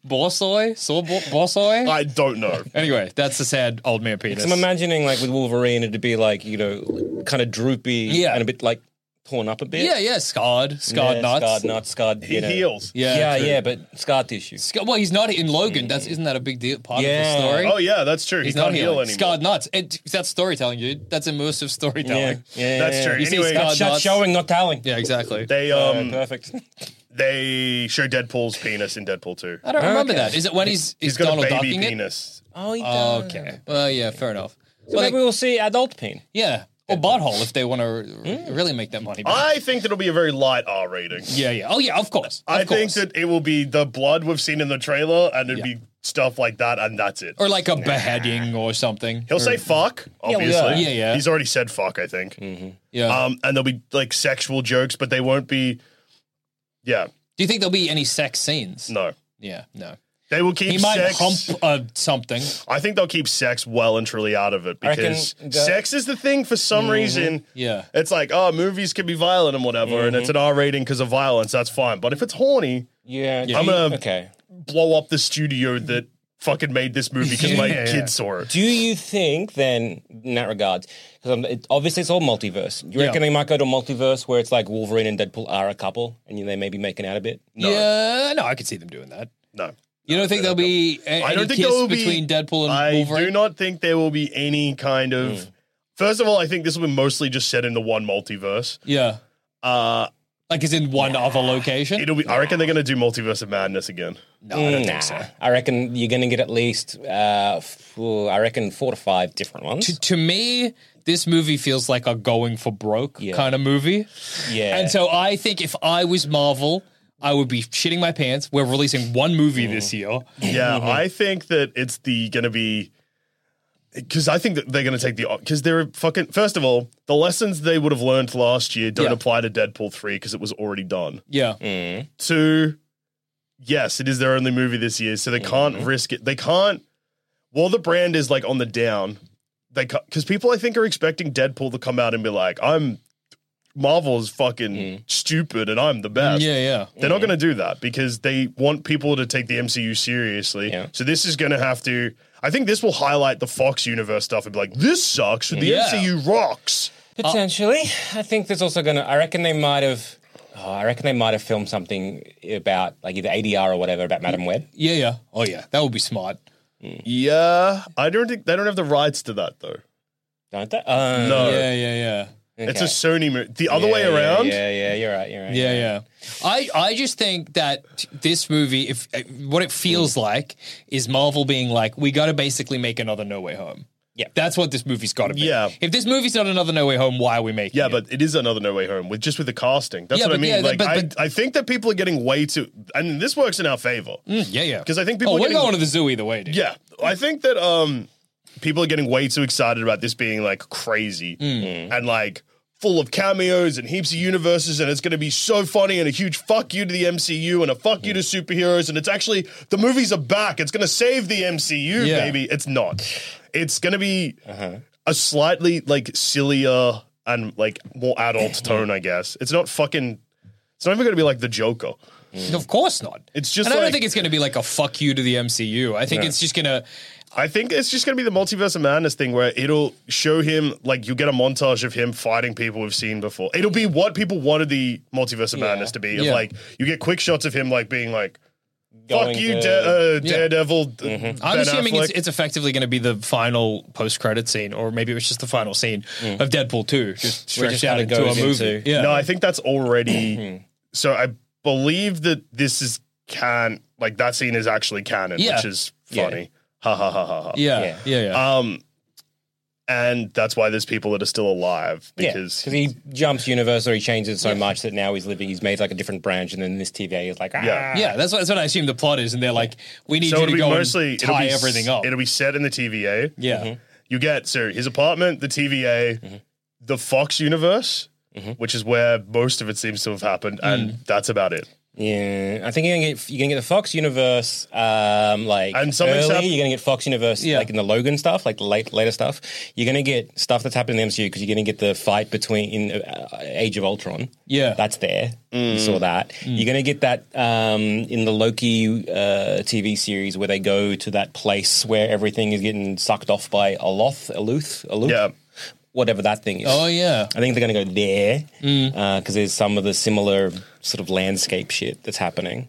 [SPEAKER 6] Borsoi, saw bo- borsoi.
[SPEAKER 5] I don't know.
[SPEAKER 6] anyway, that's the sad old man penis.
[SPEAKER 1] So I'm imagining like with Wolverine, it'd be like you know, kind of droopy
[SPEAKER 6] Yeah.
[SPEAKER 1] and a bit like torn up a bit.
[SPEAKER 6] yeah, yeah, scarred, scarred
[SPEAKER 1] Yeah,
[SPEAKER 6] nuts.
[SPEAKER 1] scarred nuts, scarred.
[SPEAKER 5] He
[SPEAKER 1] you know.
[SPEAKER 5] heals.
[SPEAKER 6] Yeah,
[SPEAKER 1] yeah,
[SPEAKER 6] true.
[SPEAKER 1] yeah, but scar tissue.
[SPEAKER 6] Scar- Well, he's not in Logan. That's isn't that a big deal? Part of
[SPEAKER 1] Mm. Yeah.
[SPEAKER 6] the story.
[SPEAKER 5] Oh yeah, that's true.
[SPEAKER 6] he's
[SPEAKER 5] he
[SPEAKER 6] not
[SPEAKER 5] can't
[SPEAKER 6] healing.
[SPEAKER 5] heal anymore.
[SPEAKER 6] Scarred nuts. It, that's storytelling, dude. That's immersive storytelling.
[SPEAKER 1] yeah,
[SPEAKER 5] That's
[SPEAKER 1] yeah,
[SPEAKER 5] true.
[SPEAKER 1] yeah.
[SPEAKER 6] see
[SPEAKER 5] anyway,
[SPEAKER 6] Scar-
[SPEAKER 1] That's shut
[SPEAKER 6] nuts.
[SPEAKER 1] showing, not telling.
[SPEAKER 6] Yeah, exactly.
[SPEAKER 5] they
[SPEAKER 1] Um,
[SPEAKER 5] um
[SPEAKER 1] perfect.
[SPEAKER 5] they show Deadpool's penis in Deadpool too.
[SPEAKER 6] I don't remember
[SPEAKER 1] Okay.
[SPEAKER 6] that. Is it when he's is
[SPEAKER 5] He's got
[SPEAKER 6] Donald
[SPEAKER 5] a baby
[SPEAKER 6] ducking it?
[SPEAKER 5] penis.
[SPEAKER 1] Oh, he
[SPEAKER 6] Oh,
[SPEAKER 1] does.
[SPEAKER 6] okay. Well, yeah, fair enough.
[SPEAKER 1] So
[SPEAKER 6] Well,
[SPEAKER 1] maybe
[SPEAKER 6] like-
[SPEAKER 1] we'll see adult peen.
[SPEAKER 6] yeah, or butthole if they want to really make that money. back.
[SPEAKER 5] Mm. I think that'll be a very light R rating.
[SPEAKER 6] yeah, yeah. Oh, yeah. Of course. Of
[SPEAKER 5] I think
[SPEAKER 6] course.
[SPEAKER 5] that it will be the blood we've seen in the trailer, and it'd be stuff like that, and that's it.
[SPEAKER 6] or like a beheading or something.
[SPEAKER 5] He'll
[SPEAKER 6] Or-
[SPEAKER 5] say fuck,
[SPEAKER 6] well,
[SPEAKER 5] obviously.
[SPEAKER 6] yeah, yeah. Mm.
[SPEAKER 5] He's already said fuck, I think.
[SPEAKER 6] Yeah.
[SPEAKER 5] Um, and there'll be like sexual jokes, but they won't be. Yeah,
[SPEAKER 6] Do you think there'll be any sex scenes?
[SPEAKER 5] no.
[SPEAKER 6] Yeah, no.
[SPEAKER 5] They will keep
[SPEAKER 6] He might
[SPEAKER 5] sex.
[SPEAKER 6] hump uh, something.
[SPEAKER 5] I think they'll keep sex well and truly out of it
[SPEAKER 1] I reckon
[SPEAKER 5] because
[SPEAKER 1] the-
[SPEAKER 5] sex is the thing for
[SPEAKER 6] Mm-hmm.
[SPEAKER 5] some reason.
[SPEAKER 6] Yeah.
[SPEAKER 5] It's like, oh, movies can be violent and whatever, and
[SPEAKER 6] Mm-hmm.
[SPEAKER 5] it's an R rating because of violence. That's fine. But if it's horny,
[SPEAKER 1] Yeah,
[SPEAKER 5] I'm gonna-
[SPEAKER 1] okay.
[SPEAKER 5] blow up the studio that fucking made this movie because my
[SPEAKER 6] Yeah.
[SPEAKER 5] kids saw it.
[SPEAKER 1] Do you think then, in that regard, because it, obviously it's all multiverse. You
[SPEAKER 6] Yeah.
[SPEAKER 1] reckon they might go to a multiverse where it's like Wolverine and Deadpool are a couple, and you- they may be making out a bit?
[SPEAKER 6] Yeah, no, I could see them doing that.
[SPEAKER 5] No.
[SPEAKER 6] You don't think there'll be a,
[SPEAKER 5] I don't
[SPEAKER 6] any
[SPEAKER 5] think
[SPEAKER 6] kiss
[SPEAKER 5] there will be
[SPEAKER 6] between Deadpool and
[SPEAKER 5] I
[SPEAKER 6] Wolverine? Mm.
[SPEAKER 5] do not think there will be any kind of. First of all, I think this will be mostly just set in the one multiverse.
[SPEAKER 6] Yeah,
[SPEAKER 5] Uh,
[SPEAKER 6] like it's in one other location.
[SPEAKER 5] it'll be. I reckon they're going to do Multiverse of Madness again.
[SPEAKER 6] no, I don't
[SPEAKER 1] nah.
[SPEAKER 6] think so.
[SPEAKER 1] I reckon you're going to get at least, uh, f- I reckon, four to five different ones.
[SPEAKER 6] To, to me, this movie feels like a going for broke
[SPEAKER 1] Yeah.
[SPEAKER 6] kind of movie.
[SPEAKER 1] yeah.
[SPEAKER 6] And so I think if I was Marvel, I would be shitting my pants. We're releasing one
[SPEAKER 5] Mm.
[SPEAKER 6] movie this year.
[SPEAKER 5] Yeah, I think that it's the going to be because I think that they're going to take the because they're fucking. First of all, the lessons they would have learned last year don't
[SPEAKER 6] Yeah.
[SPEAKER 5] apply to Deadpool three because it was already done.
[SPEAKER 6] Yeah.
[SPEAKER 5] Two, yes, it is their only movie this year, so they can't
[SPEAKER 6] Mm-hmm.
[SPEAKER 5] risk it. They can't. While the brand is like on the down, they because people I think are expecting Deadpool to come out and be like, I'm Marvel's fucking stupid and I'm the
[SPEAKER 6] Mm. Yeah,
[SPEAKER 5] best.
[SPEAKER 6] yeah.
[SPEAKER 5] They're not going to do that because they want people to take the MCU seriously.
[SPEAKER 1] Yeah.
[SPEAKER 5] So this is going to have to. I think this will highlight the Fox universe stuff and be like, this sucks. The
[SPEAKER 6] Yeah.
[SPEAKER 5] MCU rocks.
[SPEAKER 1] Potentially, I think there's also gonna. I reckon they might have. Oh, I reckon they might have filmed something about like either ADR or whatever about Madam Web.
[SPEAKER 6] Yeah, yeah. Oh, yeah. That would be smart.
[SPEAKER 5] Yeah, I don't think they don't have the rights to that though.
[SPEAKER 1] Don't they? Uh,
[SPEAKER 5] No,
[SPEAKER 6] Yeah, yeah, yeah.
[SPEAKER 5] it's a Sony movie. The other way around.
[SPEAKER 1] Yeah, yeah, you're right. You're right.
[SPEAKER 6] Yeah, yeah. I, I just think that this movie, if uh, what it feels like, is Marvel being like, we got to basically make another No Way Home.
[SPEAKER 1] Yeah.
[SPEAKER 6] that's what this movie's got to be.
[SPEAKER 5] Yeah.
[SPEAKER 6] If this movie's not another No Way Home, why are we making?
[SPEAKER 5] Yeah,
[SPEAKER 6] it?
[SPEAKER 5] but it is another No Way Home with just with the casting. That's
[SPEAKER 6] Yeah,
[SPEAKER 5] what I
[SPEAKER 6] but
[SPEAKER 5] mean.
[SPEAKER 6] yeah,
[SPEAKER 5] like,
[SPEAKER 6] but-
[SPEAKER 5] I,
[SPEAKER 6] but-
[SPEAKER 5] I think that people are getting way too, and this works in our favor.
[SPEAKER 6] Mm, yeah, yeah.
[SPEAKER 5] 'Cause I think people
[SPEAKER 6] Oh,
[SPEAKER 5] are
[SPEAKER 6] we're
[SPEAKER 5] getting-
[SPEAKER 6] going to the zoo either way, dude.
[SPEAKER 5] Yeah, I think that um, people are getting way too excited about this being like crazy and like full of cameos and heaps of universes, and it's going to be so funny and a huge fuck you to the MCU and a fuck you to superheroes, and it's actually the movies are back. It's going to save the MCU,
[SPEAKER 6] Yeah.
[SPEAKER 5] baby. It's not. It's going to be a slightly like sillier and like more adult tone, I guess. It's not fucking. It's not even going to be like the Joker.
[SPEAKER 6] Of course not.
[SPEAKER 5] It's just
[SPEAKER 6] And I don't
[SPEAKER 5] like-
[SPEAKER 6] think it's going to be like a fuck you to the MCU. I think it's just going to.
[SPEAKER 5] I think it's just going to be the multiverse of madness thing where it'll show him like you get a montage of him fighting people we've seen before. It'll be what people wanted the multiverse of madness to be. Of
[SPEAKER 6] Yeah.
[SPEAKER 5] like you get quick shots of him like being like
[SPEAKER 1] Going
[SPEAKER 5] "fuck you,
[SPEAKER 1] to-
[SPEAKER 5] Da- uh,
[SPEAKER 6] Yeah. Mm-hmm.
[SPEAKER 5] Daredevil." d-
[SPEAKER 6] I'm
[SPEAKER 5] Ben
[SPEAKER 6] assuming
[SPEAKER 5] Affleck."
[SPEAKER 6] it's, it's effectively going to be the final post credit scene, or maybe it was just the final scene of Deadpool 2, just
[SPEAKER 1] Which
[SPEAKER 6] stretched
[SPEAKER 1] Mm. just
[SPEAKER 6] out
[SPEAKER 1] kinda
[SPEAKER 6] into a
[SPEAKER 1] goes
[SPEAKER 6] movie.
[SPEAKER 1] into-
[SPEAKER 6] yeah.
[SPEAKER 5] no, I think that's already. so I believe that this is can like that scene is actually canon,
[SPEAKER 6] Yeah.
[SPEAKER 5] which is
[SPEAKER 1] Yeah.
[SPEAKER 5] funny. Ha ha ha ha ha.
[SPEAKER 6] yeah,
[SPEAKER 1] Yeah.
[SPEAKER 6] yeah, yeah,
[SPEAKER 5] Um, and that's why there's people that are still alive
[SPEAKER 1] Yeah,
[SPEAKER 5] because
[SPEAKER 1] he jumps universe or he changes so much that now he's living. He's made like a different branch, and then this TVA is like, ah,
[SPEAKER 5] Yeah.
[SPEAKER 6] yeah. That's what, that's what I assume the plot is, and they're like, we need
[SPEAKER 5] so
[SPEAKER 6] you
[SPEAKER 5] it'll
[SPEAKER 6] to
[SPEAKER 5] be
[SPEAKER 6] go
[SPEAKER 5] mostly
[SPEAKER 6] and
[SPEAKER 5] it'll
[SPEAKER 6] tie
[SPEAKER 5] be,
[SPEAKER 6] everything up.
[SPEAKER 5] It'll be set in the TVA.
[SPEAKER 6] yeah,
[SPEAKER 1] Mm-hmm.
[SPEAKER 5] You get so his apartment, the TVA,
[SPEAKER 6] Mm-hmm.
[SPEAKER 5] the Fox universe, which is where most of it seems to have happened, and
[SPEAKER 6] Mm.
[SPEAKER 5] that's about it.
[SPEAKER 1] yeah. I think you're gonna get you're gonna get the Fox Universe, um, like
[SPEAKER 5] And
[SPEAKER 1] early.
[SPEAKER 5] something's hap-
[SPEAKER 1] you're gonna get Fox Universe,
[SPEAKER 6] Yeah.
[SPEAKER 1] like in the Logan stuff, like the late later stuff. You're gonna get stuff that's happened in the MCU because you're gonna get the fight between in uh, Age of Ultron.
[SPEAKER 6] yeah.
[SPEAKER 1] That's there. You saw that. You're going to get that um, in the Loki uh, TV series where they go to that place where everything is getting sucked off by a Loth, a Luth, a Luth,
[SPEAKER 5] Yeah.
[SPEAKER 1] whatever that thing is.
[SPEAKER 6] oh yeah,
[SPEAKER 1] I think they're going to go there because
[SPEAKER 6] Mm.
[SPEAKER 1] there's some of the similar sort of landscape shit that's happening.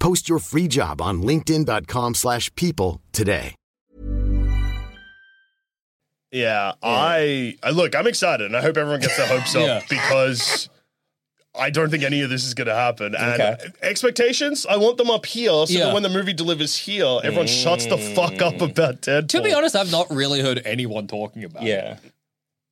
[SPEAKER 7] Post your free job on linkedin.com/people slash people today.
[SPEAKER 5] Yeah, I, I look. I'm excited, and I hope everyone gets their hopes up
[SPEAKER 6] Yeah.
[SPEAKER 5] because I don't think any of this is going to happen. And expectations, I want them up here, so
[SPEAKER 6] Yeah. Mm.
[SPEAKER 5] that when the movie delivers here, everyone shuts the fuck up about Deadpool.
[SPEAKER 6] To be honest, I've not really heard anyone talking about it.
[SPEAKER 1] Yeah.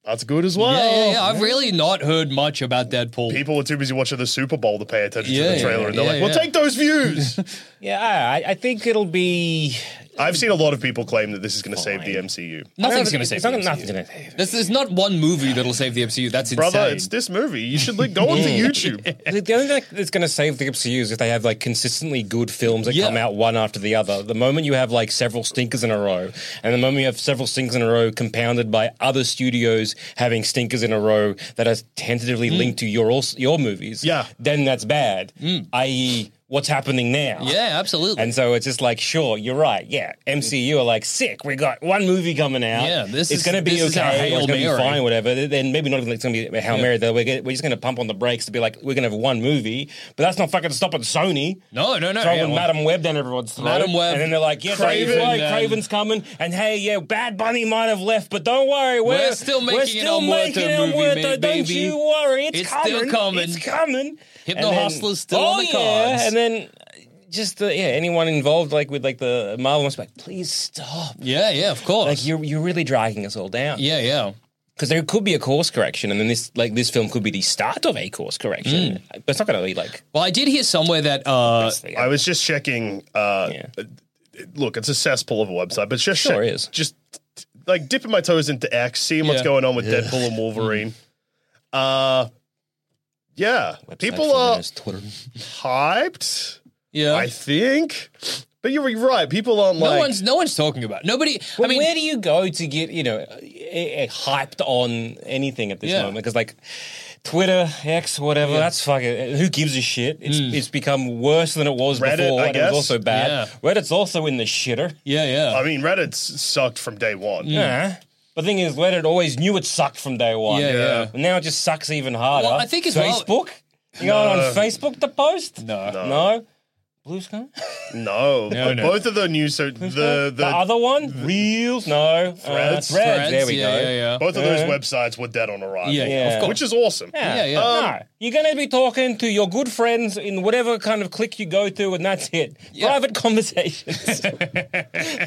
[SPEAKER 5] that's good as well.
[SPEAKER 6] yeah, yeah, yeah. I've really not heard much about Deadpool.
[SPEAKER 5] Oh. People were too busy watching the Super Bowl to pay attention
[SPEAKER 6] Yeah,
[SPEAKER 5] to the trailer,
[SPEAKER 6] yeah,
[SPEAKER 5] and they're
[SPEAKER 6] yeah,
[SPEAKER 5] like, "Well,
[SPEAKER 6] yeah.
[SPEAKER 5] take those views."
[SPEAKER 1] Yeah, I, I think it'll be.
[SPEAKER 5] I've seen a lot of people claim that this is going to save the MCU.
[SPEAKER 6] Nothing's
[SPEAKER 1] I don't
[SPEAKER 6] going to
[SPEAKER 1] think-
[SPEAKER 6] save
[SPEAKER 1] it's
[SPEAKER 6] the
[SPEAKER 1] not-
[SPEAKER 6] MCU.
[SPEAKER 1] Nothing's going to save
[SPEAKER 6] There's, there's not one movie that'll save the MCU. That's insane.
[SPEAKER 5] Brother, it's this movie. You should like go onto YouTube.
[SPEAKER 1] The the only thing that's going to save the MCU is if they have like consistently good films that
[SPEAKER 6] Yeah.
[SPEAKER 1] come out one after the other. The moment you have like several stinkers in a row, and the moment you have several stinkers in a row compounded by other studios having stinkers in a row that are
[SPEAKER 6] Mm.
[SPEAKER 1] tentatively linked to your als- your movies,
[SPEAKER 5] Yeah.
[SPEAKER 1] then that's bad. I.e., what's happening now?
[SPEAKER 6] Mm. yeah, absolutely.
[SPEAKER 1] And so it's just like, sure, you're right. Yeah, MCU are like sick. We got one movie coming out.
[SPEAKER 6] Yeah, this
[SPEAKER 1] it's
[SPEAKER 6] is-
[SPEAKER 1] going to be
[SPEAKER 6] this is our
[SPEAKER 1] okay.
[SPEAKER 6] Hail
[SPEAKER 1] It's going to be
[SPEAKER 6] Mary.
[SPEAKER 1] fine, whatever. Then maybe not even it's going to be Hail Mary. Though we're, gonna- we're just going to pump on the brakes to be like, we're going to have one movie, but that's not fucking stopping Sony.
[SPEAKER 6] no, no, no.
[SPEAKER 1] Throwing
[SPEAKER 6] yeah, well,
[SPEAKER 1] Madam Web down everyone's throat.
[SPEAKER 6] Madam Web,
[SPEAKER 1] And then they're like, yeah,
[SPEAKER 6] Craven,
[SPEAKER 1] Craven,
[SPEAKER 6] and-
[SPEAKER 1] Craven's coming. And hey, yeah, Bad Bunny might have left, but don't worry. We're,
[SPEAKER 6] We're still making
[SPEAKER 1] we're
[SPEAKER 6] it
[SPEAKER 1] still
[SPEAKER 6] on Muerto
[SPEAKER 1] making it on
[SPEAKER 6] movie,
[SPEAKER 1] Muerto.
[SPEAKER 6] ma-
[SPEAKER 1] Don't
[SPEAKER 6] baby.
[SPEAKER 1] you worry. It's,
[SPEAKER 6] It's
[SPEAKER 1] coming.
[SPEAKER 6] still coming.
[SPEAKER 1] It's coming. And
[SPEAKER 6] Hypno
[SPEAKER 1] oh,
[SPEAKER 6] Hustler's still on the cards.
[SPEAKER 1] And then just the, yeah, anyone involved like with like the Marvel must be like, please stop.
[SPEAKER 6] yeah, yeah, of course.
[SPEAKER 1] Like you're you're really dragging us all down.
[SPEAKER 6] yeah, yeah.
[SPEAKER 1] Because there could be a course correction, and then this like this film could be the start of a course correction.
[SPEAKER 6] Hmm.
[SPEAKER 1] But it's not going to be like
[SPEAKER 6] Well, I did hear somewhere that uh,
[SPEAKER 5] I was just checking. Uh,
[SPEAKER 1] Yeah.
[SPEAKER 5] Look, it's a cesspool of a website, but just
[SPEAKER 1] Sure
[SPEAKER 5] check-
[SPEAKER 1] is.
[SPEAKER 5] Just like dipping my toes into X, seeing what's
[SPEAKER 6] Yeah. Mm.
[SPEAKER 5] going on with Deadpool and Wolverine. Uh, yeah, people
[SPEAKER 1] Platform
[SPEAKER 5] are
[SPEAKER 1] is Twitter.
[SPEAKER 5] hyped.
[SPEAKER 6] yeah,
[SPEAKER 5] I think, but you're right. People aren't
[SPEAKER 6] no
[SPEAKER 5] like
[SPEAKER 6] one's no one's talking about. it. Nobody.
[SPEAKER 1] Well,
[SPEAKER 6] I mean,
[SPEAKER 1] where do you go to get you know eh, eh, hyped on anything at this
[SPEAKER 6] Yeah.
[SPEAKER 1] moment? Because like Twitter, X, whatever, that's fucking. Who gives a shit? It's
[SPEAKER 6] Mm.
[SPEAKER 1] it's become worse than it was
[SPEAKER 5] Reddit,
[SPEAKER 1] before.
[SPEAKER 5] I
[SPEAKER 1] and it was
[SPEAKER 5] guess.
[SPEAKER 1] also bad. Reddit's also in the shitter.
[SPEAKER 6] yeah, yeah.
[SPEAKER 5] I mean, Reddit's sucked from day one.
[SPEAKER 6] Hmm.
[SPEAKER 1] Yeah. But the thing is, Reddit always knew it sucked from day one.
[SPEAKER 6] Yeah, yeah.
[SPEAKER 1] And now it just sucks even harder.
[SPEAKER 6] Well, I think as well-
[SPEAKER 1] Facebook. You going on Facebook to post?
[SPEAKER 6] No.
[SPEAKER 1] no. Blue Sky.
[SPEAKER 5] No,
[SPEAKER 6] No, no.
[SPEAKER 5] both of the news. So the the,
[SPEAKER 1] The other one, Reels. No, Uh,
[SPEAKER 5] Threads.
[SPEAKER 1] Threads. There we
[SPEAKER 6] yeah,
[SPEAKER 1] go.
[SPEAKER 6] Yeah, yeah.
[SPEAKER 5] both of those websites were dead on arrival.
[SPEAKER 6] Yeah, yeah,
[SPEAKER 1] of course.
[SPEAKER 5] which is awesome.
[SPEAKER 6] Yeah, yeah.
[SPEAKER 1] Um, no, you're going to be talking to your good friends in whatever kind of clique you go to, and that's it. Private conversations.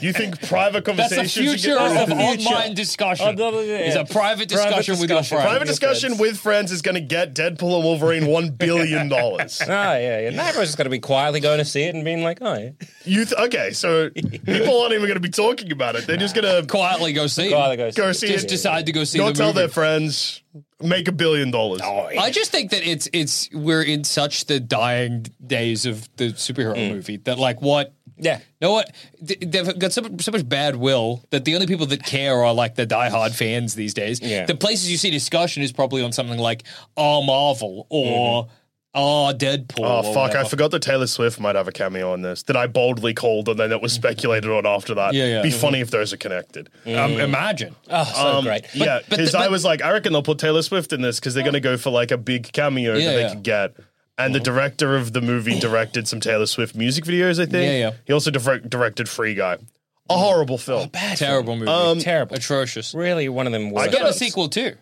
[SPEAKER 5] You think private
[SPEAKER 6] That's
[SPEAKER 5] conversations?
[SPEAKER 6] the
[SPEAKER 5] you
[SPEAKER 6] future
[SPEAKER 5] get-
[SPEAKER 6] of
[SPEAKER 1] That's the future.
[SPEAKER 6] online discussion.
[SPEAKER 1] Oh, no, yeah.
[SPEAKER 6] Is a private discussion with your
[SPEAKER 1] discussion.
[SPEAKER 6] friends.
[SPEAKER 5] Private discussion with friends is going to get Deadpool and Wolverine one billion dollars.
[SPEAKER 1] oh, yeah, yeah. No, everyone's just going to be quietly going to see it and being like, oh, yeah.
[SPEAKER 5] you th- okay? So people aren't even going to be talking about it. They're just going to
[SPEAKER 6] quietly go see.
[SPEAKER 1] Oh, they
[SPEAKER 6] it.
[SPEAKER 1] go
[SPEAKER 5] go
[SPEAKER 1] it.
[SPEAKER 5] see
[SPEAKER 6] Just
[SPEAKER 5] it.
[SPEAKER 6] decide to go see.
[SPEAKER 5] Go
[SPEAKER 6] the
[SPEAKER 5] tell
[SPEAKER 6] movie. Oh,
[SPEAKER 5] their friends. Make a billion dollars.
[SPEAKER 6] I just think that it's it's we're in such the dying days of the superhero movie that like what
[SPEAKER 1] Yeah.
[SPEAKER 6] you know what Th- they've got so, much- so much bad will that the only people that care are like the diehard fans these days.
[SPEAKER 1] Yeah.
[SPEAKER 6] The places you see discussion is probably on something like "Ah Marvel" or "Ah Deadpool."
[SPEAKER 5] Mm-hmm. Oh
[SPEAKER 6] or
[SPEAKER 5] fuck! I
[SPEAKER 6] whatever.
[SPEAKER 5] forgot that Taylor Swift might have a cameo on this that I boldly called, and then it was speculated on after that.
[SPEAKER 6] Yeah, yeah.
[SPEAKER 5] Be funny if those are connected.
[SPEAKER 6] Um, imagine.
[SPEAKER 1] Oh, so great.
[SPEAKER 5] Um, yeah,
[SPEAKER 6] but
[SPEAKER 5] because
[SPEAKER 6] the-
[SPEAKER 5] I
[SPEAKER 6] but-
[SPEAKER 5] was like, I reckon they'll put Taylor Swift in this because they're going to go for like a big cameo
[SPEAKER 6] Yeah,
[SPEAKER 5] that they
[SPEAKER 6] yeah.
[SPEAKER 5] could get. And the director of the movie directed some Taylor Swift music videos, I think.
[SPEAKER 6] Yeah, Oh, yeah.
[SPEAKER 5] He also direct- directed Free Guy, a horrible film.
[SPEAKER 6] Terrible movie.
[SPEAKER 5] Um,
[SPEAKER 1] Terrible.
[SPEAKER 6] Atrocious.
[SPEAKER 1] Really, one of them was.
[SPEAKER 6] I got a sequel too.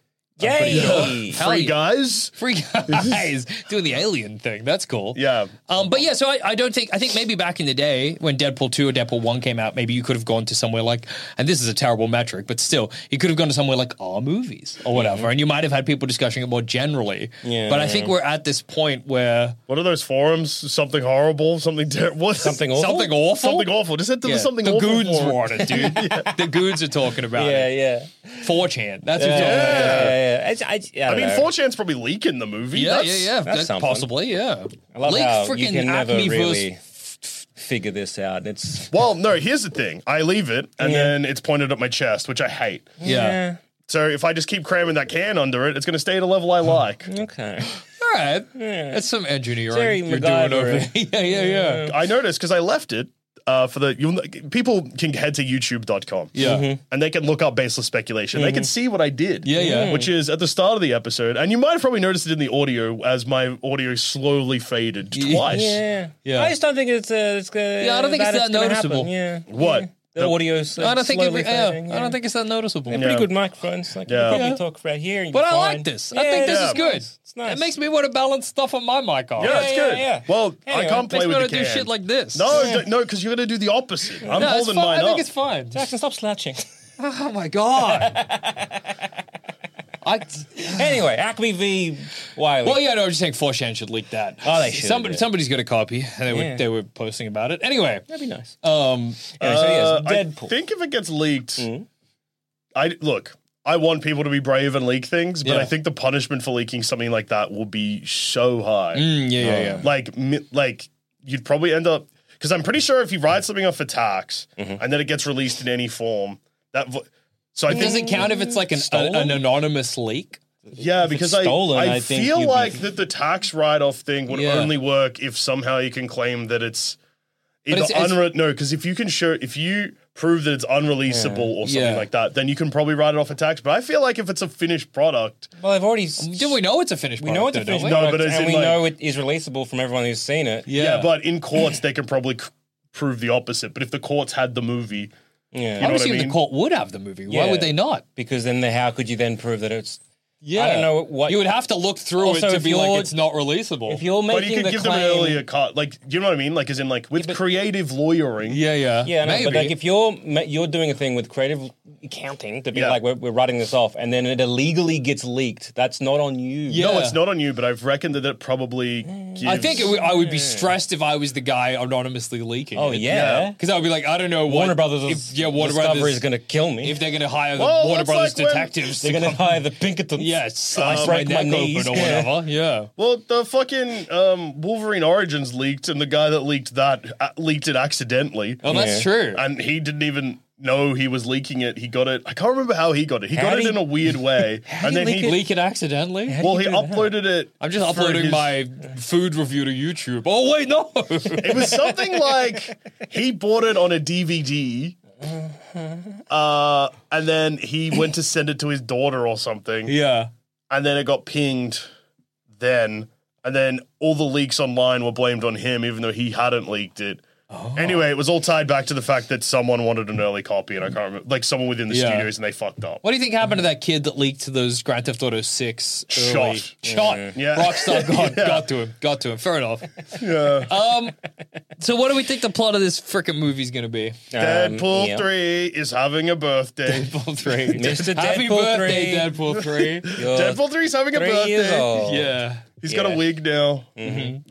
[SPEAKER 1] Yay!
[SPEAKER 6] Hell
[SPEAKER 5] Free
[SPEAKER 6] yeah.
[SPEAKER 5] Guys,
[SPEAKER 6] Free guys doing the alien thing. That's cool.
[SPEAKER 5] yeah,
[SPEAKER 6] Um, but yeah, so I, I don't think I think maybe back in the day when Deadpool two or Deadpool one came out, maybe you could have gone to somewhere like, and this is a terrible metric, but still, you could have gone to somewhere like our movies or whatever, and you might have had people discussing it more generally.
[SPEAKER 1] Mm-hmm. Yeah.
[SPEAKER 6] But I think we're at this point where
[SPEAKER 5] what are those forums? Something horrible, something ter- what?
[SPEAKER 1] Something awful?
[SPEAKER 6] something awful,
[SPEAKER 5] something awful. Just hit to
[SPEAKER 6] Yeah.
[SPEAKER 5] something
[SPEAKER 6] the
[SPEAKER 5] awful.
[SPEAKER 6] goons
[SPEAKER 5] forum.
[SPEAKER 6] were on it, dude. The goons are talking about
[SPEAKER 1] Yeah,
[SPEAKER 6] it.
[SPEAKER 1] yeah.
[SPEAKER 6] 4chan. That's who's
[SPEAKER 1] Yeah,
[SPEAKER 6] talking about it.
[SPEAKER 1] yeah, yeah. It's- I,
[SPEAKER 5] I
[SPEAKER 1] don't
[SPEAKER 5] mean,
[SPEAKER 1] know.
[SPEAKER 5] 4chan's probably leaking the movie.
[SPEAKER 6] Yeah,
[SPEAKER 5] That's-
[SPEAKER 6] yeah, yeah.
[SPEAKER 1] that's
[SPEAKER 6] That's
[SPEAKER 1] something.
[SPEAKER 6] possibly, yeah.
[SPEAKER 1] I love how you
[SPEAKER 6] frickin'
[SPEAKER 1] can never
[SPEAKER 6] Acme versus
[SPEAKER 1] really
[SPEAKER 6] f-
[SPEAKER 1] figure this out. And it's
[SPEAKER 5] Well, no, here's the thing. I leave it and then it's pointed at my chest, which I hate.
[SPEAKER 6] Yeah.
[SPEAKER 5] So if I just keep cramming that can under it, it's going to stay at a level I like.
[SPEAKER 1] okay.
[SPEAKER 6] All right. That's some engineering
[SPEAKER 1] Jerry
[SPEAKER 6] you're doing over
[SPEAKER 1] MacGyver.
[SPEAKER 6] yeah, yeah, yeah.
[SPEAKER 5] I noticed because I left it uh, for the you'll, people can head to youtube.com.
[SPEAKER 6] Yeah.
[SPEAKER 5] And they can look up baseless speculation. They
[SPEAKER 6] Mm-hmm.
[SPEAKER 5] can see what I did.
[SPEAKER 6] Yeah, yeah.
[SPEAKER 5] Which is at the start of the episode. And you might have probably noticed it in the audio as my audio slowly faded
[SPEAKER 6] Yeah.
[SPEAKER 5] twice.
[SPEAKER 1] Yeah.
[SPEAKER 6] Yeah.
[SPEAKER 1] I just don't think it's uh, it's good.
[SPEAKER 6] Yeah, I don't think it's that
[SPEAKER 1] gonna
[SPEAKER 6] noticeable.
[SPEAKER 1] happen. Yeah.
[SPEAKER 5] What?
[SPEAKER 1] The audio's uh,
[SPEAKER 6] I don't think it,
[SPEAKER 1] slowly
[SPEAKER 6] yeah,
[SPEAKER 1] fading,
[SPEAKER 6] I don't think it's that noticeable.
[SPEAKER 1] They're pretty good microphones. Like
[SPEAKER 5] Yeah.
[SPEAKER 1] you probably
[SPEAKER 6] Yeah.
[SPEAKER 1] talk right here. and
[SPEAKER 6] But
[SPEAKER 1] you're
[SPEAKER 6] I
[SPEAKER 1] fine.
[SPEAKER 6] like this. I
[SPEAKER 1] Yeah,
[SPEAKER 6] think this
[SPEAKER 1] yeah,
[SPEAKER 6] is
[SPEAKER 1] it's
[SPEAKER 6] good.
[SPEAKER 1] nice. It's nice.
[SPEAKER 6] It makes me want to balance stuff on my mic off.
[SPEAKER 5] Yeah, it's
[SPEAKER 1] yeah,
[SPEAKER 5] good.
[SPEAKER 1] yeah.
[SPEAKER 5] Well, I
[SPEAKER 1] Anyway,
[SPEAKER 5] can't play
[SPEAKER 6] makes me
[SPEAKER 5] with
[SPEAKER 6] want
[SPEAKER 5] the
[SPEAKER 6] to do
[SPEAKER 5] can.
[SPEAKER 6] shit like this.
[SPEAKER 5] No, don't- no, because you're going to do the opposite. I'm
[SPEAKER 6] No, it's
[SPEAKER 5] holding
[SPEAKER 6] fine.
[SPEAKER 5] mine
[SPEAKER 6] I think
[SPEAKER 5] up.
[SPEAKER 6] it's fine.
[SPEAKER 1] Jackson, stop slouching.
[SPEAKER 6] Oh my god. I
[SPEAKER 1] anyway, Acme v. Wiley.
[SPEAKER 6] well, yeah, no, I'm just saying 4chan should leak that.
[SPEAKER 1] Oh, they should,
[SPEAKER 6] Somebody,
[SPEAKER 1] yeah.
[SPEAKER 6] somebody's got a copy, and they
[SPEAKER 1] Yeah.
[SPEAKER 6] were they were posting about it. Anyway,
[SPEAKER 1] That'd be nice.
[SPEAKER 6] um,
[SPEAKER 1] Anyway, so
[SPEAKER 5] Uh,
[SPEAKER 1] yes, Deadpool.
[SPEAKER 5] I think if it gets leaked,
[SPEAKER 6] Mm.
[SPEAKER 5] I look. I want people to be brave and leak things, but
[SPEAKER 6] Yeah.
[SPEAKER 5] I think the punishment for leaking something like that will be so high.
[SPEAKER 6] mm, yeah, yeah, yeah.
[SPEAKER 5] Like, mi- like you'd probably end up because I'm pretty sure if you write something off for tax
[SPEAKER 6] Mm-hmm.
[SPEAKER 5] and then it gets released in any form, that vo- so I
[SPEAKER 6] Does
[SPEAKER 5] think
[SPEAKER 6] it count if it's like an,
[SPEAKER 1] Oh. Stolen?
[SPEAKER 6] an anonymous leak?
[SPEAKER 5] yeah because I
[SPEAKER 1] stolen,
[SPEAKER 5] I,
[SPEAKER 1] I think
[SPEAKER 5] feel
[SPEAKER 1] you'd be-
[SPEAKER 5] like that the tax write off thing would
[SPEAKER 6] Yeah.
[SPEAKER 5] only work if somehow you can claim that it's either
[SPEAKER 6] it's- it's-
[SPEAKER 5] unre no because if you can show if you prove that it's unreleasable or something
[SPEAKER 6] Yeah.
[SPEAKER 5] like that then you can probably write it off a tax but I feel like if it's a finished product
[SPEAKER 1] well, I've already. s-
[SPEAKER 6] Do we know it's a finished
[SPEAKER 1] We
[SPEAKER 6] product?
[SPEAKER 1] know it's a
[SPEAKER 6] though, don't
[SPEAKER 1] finished
[SPEAKER 6] we?
[SPEAKER 5] No,
[SPEAKER 1] product,
[SPEAKER 5] but as
[SPEAKER 1] and
[SPEAKER 5] in,
[SPEAKER 1] we
[SPEAKER 5] like-
[SPEAKER 1] know it is releasable from everyone who's seen it.
[SPEAKER 5] yeah,
[SPEAKER 6] Yeah,
[SPEAKER 5] but in courts they can probably c- prove the opposite but if the courts had the movie
[SPEAKER 1] Yeah.
[SPEAKER 6] I would
[SPEAKER 5] what I
[SPEAKER 6] assume
[SPEAKER 5] mean?
[SPEAKER 6] the court would have the movie. Why
[SPEAKER 1] Yeah.
[SPEAKER 6] would they not?
[SPEAKER 1] because then, the, how could you then prove that it's?
[SPEAKER 6] Yeah,
[SPEAKER 1] don't know what-
[SPEAKER 6] you would have to look through
[SPEAKER 1] Also,
[SPEAKER 6] it to
[SPEAKER 1] if
[SPEAKER 6] be like
[SPEAKER 1] you're-
[SPEAKER 6] it's not releasable.
[SPEAKER 1] If you're
[SPEAKER 5] but
[SPEAKER 1] making
[SPEAKER 5] you could
[SPEAKER 1] the
[SPEAKER 5] give
[SPEAKER 1] claim,
[SPEAKER 5] them an earlier cut like you know what I mean like as in like with creative lawyering
[SPEAKER 6] yeah, yeah,
[SPEAKER 1] Yeah, no, but
[SPEAKER 6] Maybe.
[SPEAKER 1] like if you're ma- you're doing a thing with creative accounting to be
[SPEAKER 5] Yeah.
[SPEAKER 1] like we're, we're writing this off, and then it illegally gets leaked. That's not on you.
[SPEAKER 6] Yeah.
[SPEAKER 5] no it's not on you but I've reckoned that it probably gives
[SPEAKER 6] I think it w- I would be stressed if I was the guy anonymously leaking.
[SPEAKER 1] Oh
[SPEAKER 6] it.
[SPEAKER 1] yeah.
[SPEAKER 6] because I would be like, I don't know what
[SPEAKER 1] Warner Brothers.
[SPEAKER 6] If, yeah, Warner
[SPEAKER 1] Discovery
[SPEAKER 6] Brothers
[SPEAKER 1] is going to kill me.
[SPEAKER 6] If they're going to hire the
[SPEAKER 5] Well,
[SPEAKER 6] Warner
[SPEAKER 5] it's
[SPEAKER 6] Brothers
[SPEAKER 5] like when-
[SPEAKER 6] detectives,
[SPEAKER 1] they're going to hire the Pinkertons.
[SPEAKER 6] yeah, slice
[SPEAKER 1] Um,
[SPEAKER 6] my
[SPEAKER 1] break
[SPEAKER 6] neck
[SPEAKER 1] my knees.
[SPEAKER 6] open or whatever. Yeah.
[SPEAKER 5] Well, the fucking um, Wolverine Origins leaked, and the guy that leaked that uh, leaked it accidentally,
[SPEAKER 6] Oh, that's true.
[SPEAKER 5] and he didn't even know he was leaking it. He got it. I can't remember how he got it. He
[SPEAKER 1] How
[SPEAKER 5] got
[SPEAKER 1] did
[SPEAKER 5] it
[SPEAKER 1] he-
[SPEAKER 5] in a weird way, and then he.
[SPEAKER 6] Leak it accidentally.
[SPEAKER 5] well, he uploaded it.
[SPEAKER 6] I'm just
[SPEAKER 5] for
[SPEAKER 6] uploading
[SPEAKER 5] his-
[SPEAKER 6] my food review to YouTube. Oh wait, no.
[SPEAKER 5] It was something like he bought it on a DVD,
[SPEAKER 6] Uh-huh.
[SPEAKER 5] uh, and then he went to send it to his daughter or something.
[SPEAKER 6] yeah.
[SPEAKER 5] and then it got pinged then and then all the leaks online were blamed on him even though he hadn't leaked it
[SPEAKER 6] Oh.
[SPEAKER 5] anyway it was all tied back to the fact that someone wanted an early copy and i can't remember like someone within the
[SPEAKER 6] Yeah.
[SPEAKER 5] studios and they fucked up
[SPEAKER 6] What do you think happened to that kid that leaked to those Grand Theft Auto Six? Early?
[SPEAKER 5] Shot.
[SPEAKER 6] shot.
[SPEAKER 5] Yeah.
[SPEAKER 6] Rockstar got, got to him. Got to him. Fair enough.
[SPEAKER 5] yeah.
[SPEAKER 6] Um, so what do we think the plot of this frickin' movie is going to be?
[SPEAKER 5] deadpool
[SPEAKER 1] yeah.
[SPEAKER 5] 3 is having a birthday
[SPEAKER 6] Um, Deadpool three.
[SPEAKER 1] Mr.
[SPEAKER 6] Happy
[SPEAKER 1] Deadpool
[SPEAKER 6] birthday,
[SPEAKER 1] three.
[SPEAKER 6] Deadpool three.
[SPEAKER 1] You're
[SPEAKER 5] deadpool 3 is having a
[SPEAKER 1] three years
[SPEAKER 5] birthday
[SPEAKER 1] old.
[SPEAKER 6] yeah. Mm-hmm.
[SPEAKER 5] He's got a
[SPEAKER 1] Yeah.
[SPEAKER 5] wig now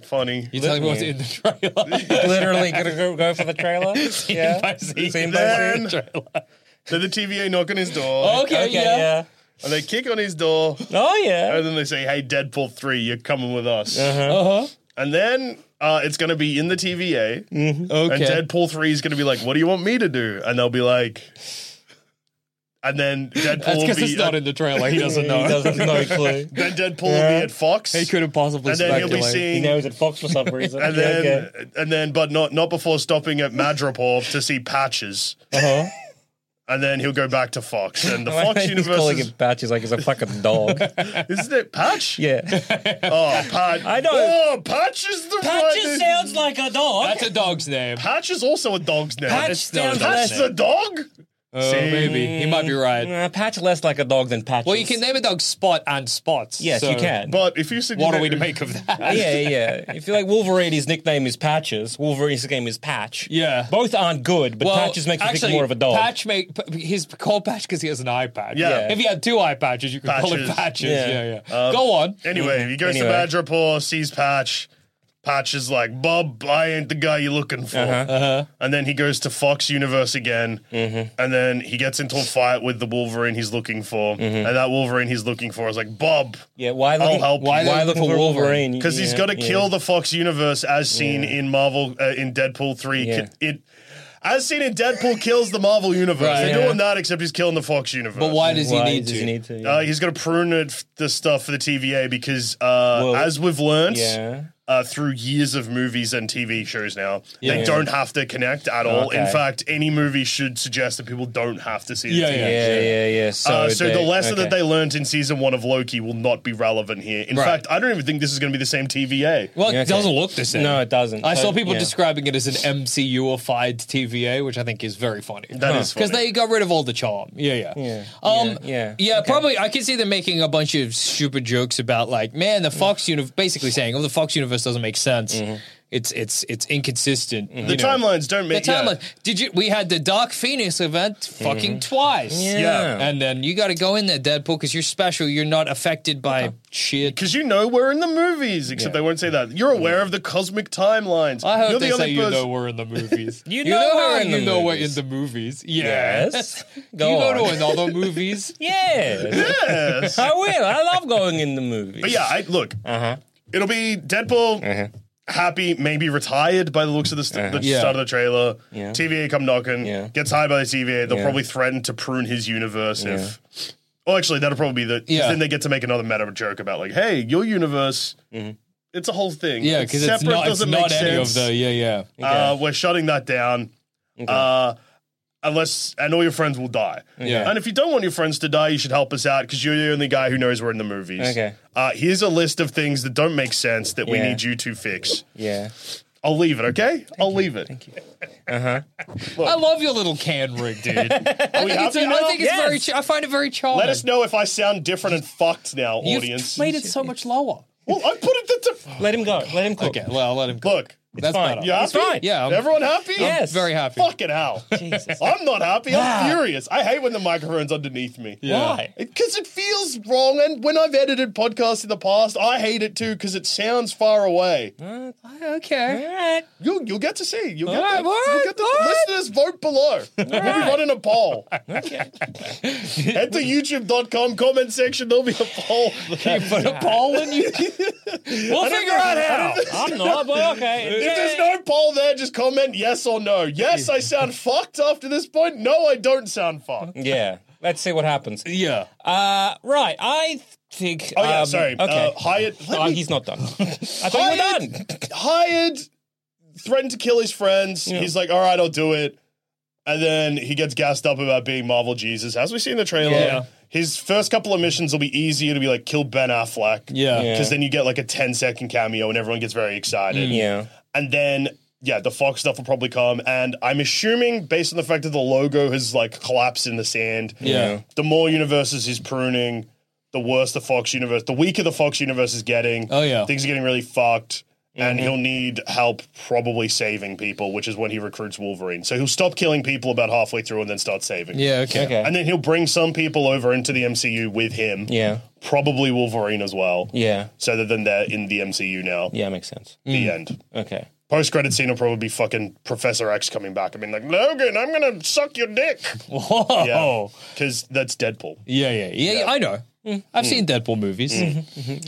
[SPEAKER 5] funny
[SPEAKER 6] You telling me what's in the trailer?
[SPEAKER 1] Literally going to go, go for the trailer. yeah.
[SPEAKER 6] by scene.
[SPEAKER 1] Scene by
[SPEAKER 5] Then-
[SPEAKER 1] scene.
[SPEAKER 5] then the tva knock on his door
[SPEAKER 6] Oh, Okay,
[SPEAKER 1] Okay,
[SPEAKER 6] yeah.
[SPEAKER 1] yeah.
[SPEAKER 5] and they kick on his door
[SPEAKER 1] Oh yeah.
[SPEAKER 5] Oh, and then they say hey deadpool 3 you're coming with us
[SPEAKER 6] Uh huh.
[SPEAKER 5] and then uh, it's going to be in the tva
[SPEAKER 1] Mm-hmm.
[SPEAKER 6] Okay.
[SPEAKER 5] And Deadpool 3 is going to be like, what do you want me to do? And they'll be like, and then Deadpool
[SPEAKER 6] That's
[SPEAKER 5] will
[SPEAKER 6] because
[SPEAKER 5] be,
[SPEAKER 6] it's not in the trailer. He doesn't know.
[SPEAKER 1] He doesn't no clue.
[SPEAKER 5] then Deadpool will
[SPEAKER 1] Yeah.
[SPEAKER 5] be at Fox.
[SPEAKER 6] He couldn't possibly.
[SPEAKER 5] and then he'll be
[SPEAKER 6] speculate.
[SPEAKER 1] He
[SPEAKER 5] seeing,
[SPEAKER 1] knows it Fox for some reason.
[SPEAKER 5] and
[SPEAKER 1] Yeah,
[SPEAKER 5] then,
[SPEAKER 1] okay.
[SPEAKER 5] and then, but not, not before stopping at Madripoor to see Patches.
[SPEAKER 1] Uh-huh.
[SPEAKER 5] And then he'll go back to Fox. And the
[SPEAKER 1] I
[SPEAKER 5] Fox
[SPEAKER 1] think he's calling
[SPEAKER 5] universe
[SPEAKER 1] it patches like it's a fucking dog.
[SPEAKER 5] is, isn't it Patch?
[SPEAKER 1] yeah.
[SPEAKER 5] Oh, Patch.
[SPEAKER 1] I know.
[SPEAKER 5] Oh, Patch is the right name.
[SPEAKER 1] sounds like a dog.
[SPEAKER 6] That's a dog's name.
[SPEAKER 5] Patch is also a dog's name.
[SPEAKER 1] Patch
[SPEAKER 5] It's-
[SPEAKER 1] sounds
[SPEAKER 5] Patch
[SPEAKER 1] less-
[SPEAKER 5] the dog?
[SPEAKER 6] Oh, maybe he might be right.
[SPEAKER 1] Uh, patch less like a dog than patches.
[SPEAKER 6] Well, you can name a dog Spot and Spots.
[SPEAKER 1] Yes,
[SPEAKER 6] so
[SPEAKER 1] you can.
[SPEAKER 5] But if you said
[SPEAKER 6] What are we to make of
[SPEAKER 1] yeah,
[SPEAKER 6] that?
[SPEAKER 1] yeah, yeah. If you like Wolverine, his nickname is Patches. Wolverine's nickname is Patch.
[SPEAKER 6] Yeah.
[SPEAKER 1] Both aren't good, but Patches makes you
[SPEAKER 6] actually,
[SPEAKER 1] think more of a dog.
[SPEAKER 6] Patch make p- he's called Patch because he has an eye patch.
[SPEAKER 5] Yeah.
[SPEAKER 6] If he had two eye patches, you could call it
[SPEAKER 5] Patches.
[SPEAKER 6] patches.
[SPEAKER 1] Yeah.
[SPEAKER 6] Yeah, yeah. Go on.
[SPEAKER 5] Anyway, he goes
[SPEAKER 1] Anyway.
[SPEAKER 5] to Madripoor, sees Patch, Patch is like, Bob, I ain't the guy you're looking for.
[SPEAKER 6] Uh-huh.
[SPEAKER 5] And then he goes to Fox Universe again.
[SPEAKER 6] Mm-hmm.
[SPEAKER 5] And then he gets into a fight with the Wolverine he's looking for.
[SPEAKER 6] Mm-hmm.
[SPEAKER 5] And that Wolverine he's looking for is like, Bob,
[SPEAKER 1] Yeah, why
[SPEAKER 5] I'll
[SPEAKER 1] look,
[SPEAKER 5] help
[SPEAKER 1] why,
[SPEAKER 5] you.
[SPEAKER 1] why look for Wolverine?
[SPEAKER 5] because he's
[SPEAKER 1] Yeah,
[SPEAKER 5] got to
[SPEAKER 1] yeah.
[SPEAKER 5] kill the Fox universe as seen in Marvel uh, in Deadpool three.
[SPEAKER 1] Yeah.
[SPEAKER 5] It as seen in Deadpool kills the Marvel universe.
[SPEAKER 6] Right,
[SPEAKER 5] They're
[SPEAKER 6] yeah.
[SPEAKER 5] doing that except he's killing the Fox universe.
[SPEAKER 6] But why does
[SPEAKER 1] Why
[SPEAKER 6] he need
[SPEAKER 1] does
[SPEAKER 6] to?
[SPEAKER 1] he need to? Yeah.
[SPEAKER 5] Uh, he's going to prune it, f- the stuff for the TVA because, uh,
[SPEAKER 1] Well,
[SPEAKER 5] as we've learnt
[SPEAKER 1] yeah.
[SPEAKER 5] uh, through years of movies and TV shows now,
[SPEAKER 1] Yeah.
[SPEAKER 5] they don't have to connect at all. In
[SPEAKER 1] Okay.
[SPEAKER 5] fact, any movie should suggest that people don't have to see. the
[SPEAKER 6] Yeah, yeah.
[SPEAKER 5] TV show.
[SPEAKER 1] yeah, yeah, yeah. So,
[SPEAKER 5] So, uh, so
[SPEAKER 1] they-
[SPEAKER 5] the lesson
[SPEAKER 1] okay.
[SPEAKER 5] that they learned in season one of Loki will not be relevant here. In
[SPEAKER 6] Right.
[SPEAKER 5] fact, I don't even think this is going to be the same TVA.
[SPEAKER 6] Well,
[SPEAKER 1] Yeah,
[SPEAKER 6] it
[SPEAKER 1] okay.
[SPEAKER 6] doesn't look the same.
[SPEAKER 1] No, it doesn't.
[SPEAKER 6] I
[SPEAKER 1] So,
[SPEAKER 6] saw people
[SPEAKER 1] yeah.
[SPEAKER 6] describing it as an MCU-ified TVA, which I think is very funny.
[SPEAKER 5] That is
[SPEAKER 6] because
[SPEAKER 5] funny.
[SPEAKER 6] they got rid of all the charm. Yeah, yeah,
[SPEAKER 1] Yeah,
[SPEAKER 6] Um,
[SPEAKER 1] yeah, yeah. Okay.
[SPEAKER 6] Probably, I can see them making a bunch of stupid jokes about like, man, the Fox universe, basically saying, oh, the Fox universe doesn't make sense.
[SPEAKER 1] Mm-hmm.
[SPEAKER 6] It's it's it's inconsistent.
[SPEAKER 5] the timelines don't
[SPEAKER 6] The
[SPEAKER 5] make
[SPEAKER 6] timeline. Did you? We had the Dark Phoenix event fucking twice.
[SPEAKER 1] Mm-hmm. Yeah.
[SPEAKER 5] Yeah.
[SPEAKER 6] and then you got to go in there, Deadpool, because you're special. You're not affected by shit.
[SPEAKER 5] Because you know we're in the movies, except they won't say that. You're aware of the cosmic timelines.
[SPEAKER 6] I hope
[SPEAKER 5] You're
[SPEAKER 6] they
[SPEAKER 5] the
[SPEAKER 6] say
[SPEAKER 5] only
[SPEAKER 6] you
[SPEAKER 5] person-
[SPEAKER 6] know we're in the movies.
[SPEAKER 1] You know we're in
[SPEAKER 6] you
[SPEAKER 1] the
[SPEAKER 6] know we're in
[SPEAKER 1] movies.
[SPEAKER 6] the movies.
[SPEAKER 1] Yes.
[SPEAKER 6] Yes.
[SPEAKER 1] Go
[SPEAKER 6] you
[SPEAKER 1] on.
[SPEAKER 6] go to another movies.
[SPEAKER 1] Yes.
[SPEAKER 5] Yes.
[SPEAKER 1] I will. I love going in the movies.
[SPEAKER 5] but yeah, I, look,
[SPEAKER 6] Uh-huh.
[SPEAKER 5] it'll be Deadpool, happy, maybe retired by the looks of the, st- the
[SPEAKER 6] Yeah.
[SPEAKER 5] start of the trailer.
[SPEAKER 1] Yeah.
[SPEAKER 5] TVA come knocking,
[SPEAKER 1] Yeah.
[SPEAKER 5] gets hired by the TVA. They'll
[SPEAKER 1] Yeah.
[SPEAKER 5] probably threaten to prune his universe if. Oh, actually, that'll probably be the. 'cause
[SPEAKER 6] Yeah.
[SPEAKER 5] Then they get to make another meta joke about like, hey, your universe. It's a whole thing.
[SPEAKER 6] Mm-hmm. Yeah, because it's
[SPEAKER 5] separate,
[SPEAKER 6] not, it's
[SPEAKER 5] doesn't make
[SPEAKER 6] not any of
[SPEAKER 5] sense.
[SPEAKER 6] the. Yeah, yeah.
[SPEAKER 5] Uh, we're shutting that down. Uh, unless and all your friends will die.
[SPEAKER 6] Yeah.
[SPEAKER 5] And if you don't want your friends to die, you should help us out because you're the only guy who knows we're in the movies.
[SPEAKER 1] Okay.
[SPEAKER 5] Uh, here's a list of things that don't make sense that we
[SPEAKER 1] Yeah.
[SPEAKER 5] need you to fix.
[SPEAKER 1] Yeah.
[SPEAKER 5] I'll leave it. Okay. I'll leave it. Thank you.
[SPEAKER 6] I love your little can rig, dude. I think it's,
[SPEAKER 5] happy
[SPEAKER 6] I
[SPEAKER 5] now?
[SPEAKER 6] think it's
[SPEAKER 1] Yes.
[SPEAKER 6] very. Ch- I find it very charming.
[SPEAKER 5] Let us know if I sound different and fucked now,
[SPEAKER 6] You've
[SPEAKER 5] audience.
[SPEAKER 6] made it so much lower.
[SPEAKER 5] well, I put it. Into,
[SPEAKER 1] Let him go. Let him cook.
[SPEAKER 6] Okay, well, I'll let him. Go.
[SPEAKER 5] look.
[SPEAKER 6] That's
[SPEAKER 1] fine.
[SPEAKER 6] better.
[SPEAKER 5] You happy?
[SPEAKER 1] It's fine.
[SPEAKER 6] Yeah, I'm-
[SPEAKER 5] Everyone happy?
[SPEAKER 1] Yes.
[SPEAKER 6] I'm very happy.
[SPEAKER 5] Fucking hell. I'm not happy. I'm furious. I hate when the microphone's underneath me.
[SPEAKER 1] Why?
[SPEAKER 5] Because it feels wrong. And when I've edited podcasts in the past, I hate it too because it sounds far away.
[SPEAKER 6] Okay.
[SPEAKER 5] You'll, you'll get to see. You'll get,
[SPEAKER 6] right,
[SPEAKER 5] that.
[SPEAKER 6] all
[SPEAKER 5] you'll
[SPEAKER 6] right,
[SPEAKER 5] get the
[SPEAKER 6] all right.
[SPEAKER 5] listeners vote below. We'll be running a poll. Head to youtube.com comment section. There'll be a poll.
[SPEAKER 6] Put a ball in you.
[SPEAKER 1] We'll figure out how. I'm not, but okay.
[SPEAKER 5] If there's no poll there, just comment yes or no. Yes, I sound fucked after this point. No, I don't sound fucked.
[SPEAKER 1] Yeah. Let's see what happens.
[SPEAKER 6] yeah.
[SPEAKER 1] Uh, right. I think.
[SPEAKER 5] Oh, yeah,
[SPEAKER 1] um,
[SPEAKER 5] sorry.
[SPEAKER 1] Okay.
[SPEAKER 5] Uh, hired.
[SPEAKER 1] Oh, he's not done. I thought we were
[SPEAKER 5] hired,
[SPEAKER 1] done.
[SPEAKER 5] hired, threatened to kill his friends. He's like, all right, I'll do it. And then he gets gassed up about being Marvel Jesus, as we see in the trailer.
[SPEAKER 6] Yeah.
[SPEAKER 5] His first couple of missions will be easier to be like, kill Ben Affleck.
[SPEAKER 6] Yeah. Mm.
[SPEAKER 1] Yeah.
[SPEAKER 5] Because then you get like a 10 second cameo and everyone gets very excited.
[SPEAKER 1] Yeah.
[SPEAKER 5] And then, yeah, the Fox stuff will probably come. And I'm assuming, based on the fact that the logo has like collapsed in the sand,
[SPEAKER 6] Yeah.
[SPEAKER 5] the more universes he's pruning, the worse the Fox universe, the weaker the Fox universe is getting.
[SPEAKER 6] Oh, yeah.
[SPEAKER 5] Things are getting really fucked. And
[SPEAKER 6] Mm-hmm.
[SPEAKER 5] he'll need help probably saving people, which is when he recruits Wolverine. So he'll stop killing people about halfway through and then start saving.
[SPEAKER 6] Yeah. Okay.
[SPEAKER 1] Okay.
[SPEAKER 5] And then he'll bring some people over into the MCU with him.
[SPEAKER 1] Yeah.
[SPEAKER 5] Probably Wolverine as well.
[SPEAKER 1] Yeah.
[SPEAKER 5] So that then they're in the MCU now.
[SPEAKER 1] Yeah. Makes sense.
[SPEAKER 5] The
[SPEAKER 6] Mm.
[SPEAKER 5] end.
[SPEAKER 1] Okay.
[SPEAKER 5] Post credit scene will probably be fucking Professor X coming back. I mean, like, Logan, I'm gonna suck your dick.
[SPEAKER 6] Whoa.
[SPEAKER 5] Yeah. Because that's Deadpool.
[SPEAKER 6] Yeah, yeah, yeah, yeah, Mm. I know. I've seen Deadpool movies.
[SPEAKER 1] Okay,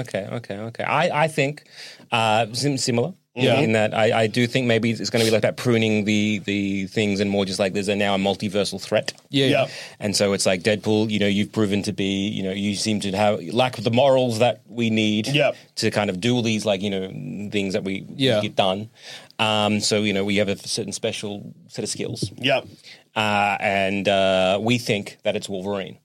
[SPEAKER 1] okay, okay, okay. I, I think uh, sim- similar.
[SPEAKER 6] Yeah.
[SPEAKER 1] In that I, I do think maybe it's going to be like that pruning the the things and more just like there's a now a multiversal threat.
[SPEAKER 6] Yeah, yeah.
[SPEAKER 5] Yeah.
[SPEAKER 1] And so it's like Deadpool, you know, you've proven to be, you know, you seem to have lack of the morals that we need
[SPEAKER 5] Yep.
[SPEAKER 1] to kind of do all these like, you know, things that we
[SPEAKER 6] Yeah.
[SPEAKER 1] get done. Um, so, you know, we have a certain special set of skills.
[SPEAKER 5] Yeah.
[SPEAKER 1] Uh, and uh, we think that it's Wolverine.